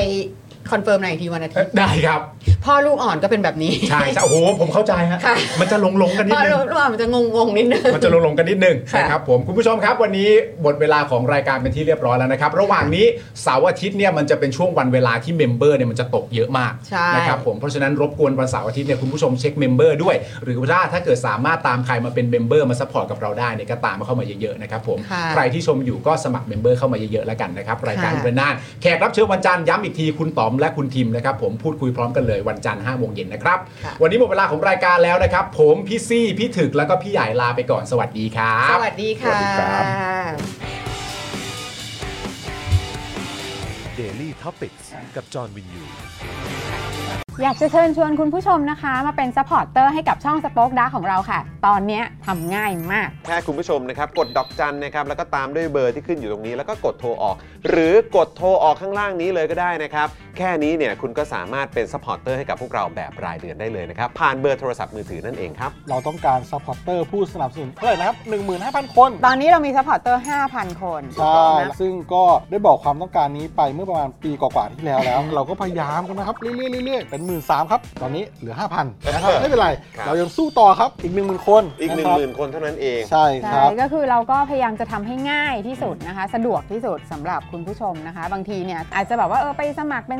คอนเฟิร์มหน่อยอีกทีวันอาทิตย์ ได้ครับ พ่อลูกอ่อนก็เป็นแบบนี้ ใช่ใช่โอ้โหผมเข้าใจฮะ ค่ะ มันจะหลงหลงๆกันนิ พ่ ด อ นึ ลู ง กอ่อนมันจะงงงๆนิดนึง มันจะลงลงๆกันนิดนึง ค่ะ นะครับผมคุณผู้ชมครับวันนี้หมดเวลาของรายการเป็นที่เรียบร้อยแล้วนะครับ ระหว่างนี้เสาร์อาทิตย์เนี่ยมันจะเป็นช่วงวันเวลาที่เมมเบอร์เนี่ยมันจะตกเยอะมาก ใช่ นะครับผมเพราะฉะนั้นรบกวนวันเสาร์อาทิตย์เนี่ยคุณผู้ชมเช็คเมมเบอร์ด้วย หรือว่าถ้าเกิดสามารถตามใครมาเป็นเมมเบอร์มาซัพพอร์ตกับเราได้เนี่ยก็ตามมาเข้ามาเยอะๆนะครับผม ค่ะ ใครที่ชมอยู่ก็สมัครเมมเบอร์เข้ามาเยอะๆแล้วกันนะครับรายการ ค่ะ เดือนหน้าแขกรับเชิญวันจันทร์ย้ำอีกทีคุณต๋อมและคุณทิมนะครับผมพูดคุยพร้อมกันเลยวันจันทร์5โมงเย็นนะครับ วันนี้หมดเวลาของรายการแล้วนะครับ ผมพี่ซี่พี่ถึกแล้วก็พี่ใหญ่ลาไปก่อนสวัสดีครั ส บ วัสดี สวั ค่ะ สดีครับ Daily Topics กับจอห์นวินยู อยากจะเชิญชวนคุณผู้ชมนะคะ มาเป็นซัพพอร์ตเตอร์ให้กับช่องสป็อคดาของเราค่ะ ตอนเนี้ยทำง่ายมาก แค่คุณผู้ชมนะครับ กดดอกจันนะครับแล้วก็ตามด้วยเบอร์ที่ขึ้นอยู่ตรงนี้ แล้วก็กดโทรออก หรือกดโทรออกข้างล่างนี้เลยก็ได้นะครับ แค่นี้เนี่ยคุณก็สามารถเป็นซัพพอร์เตอร์ให้กับพวกเราแบบรายเดือนได้เลยนะครับ ผ่านเบอร์โทรศัพท์มือถือนั่นเองครับ เราต้องการซัพพอร์เตอร์ผู้สนับสนุนเท่าไหร่นะครับ 15,000 คน ตอนนี้เรามีซัพพอร์เตอร์ 5,000 คน ใช่ นะ ซึ่งก็ได้บอกความต้องการนี้ไปเมื่อประมาณปีกว่าๆที่แล้วแล้ว เราก็พยายามกันนะครับ เรื่อยๆเรื่อยๆเป็น 1 3ื่นครับ ตอนนี้เหลือ 5,000นะครับไม่เป็นไร ครับ เรายังสู้ต่อครับอีก 10,000 คน อีก1 ะครับ 0,000 คนเท่านั้นเอง ใช่ค ใช่ รับ ก็คือเราก็พยายามจะทำให้ง่ายที่สุดนะคะ สะดวกที่สุดสำหรับคุณผู้ชมนะคะ บางทีเนี่ยอาจจะแบบว่าเออไปสมัครเป็น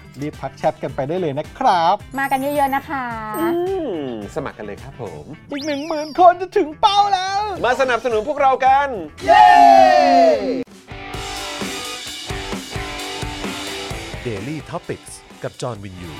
รีบทักแชทกันไปได้เลยนะครับ มากันเยอะๆนะคะ อืมสมัครกันเลยครับผม อีก 1 0,000 คนจะถึงเป้าแล้ว มาสนับสนุนพวกเรากัน Daily t o p i c กกับจอห์นวินยู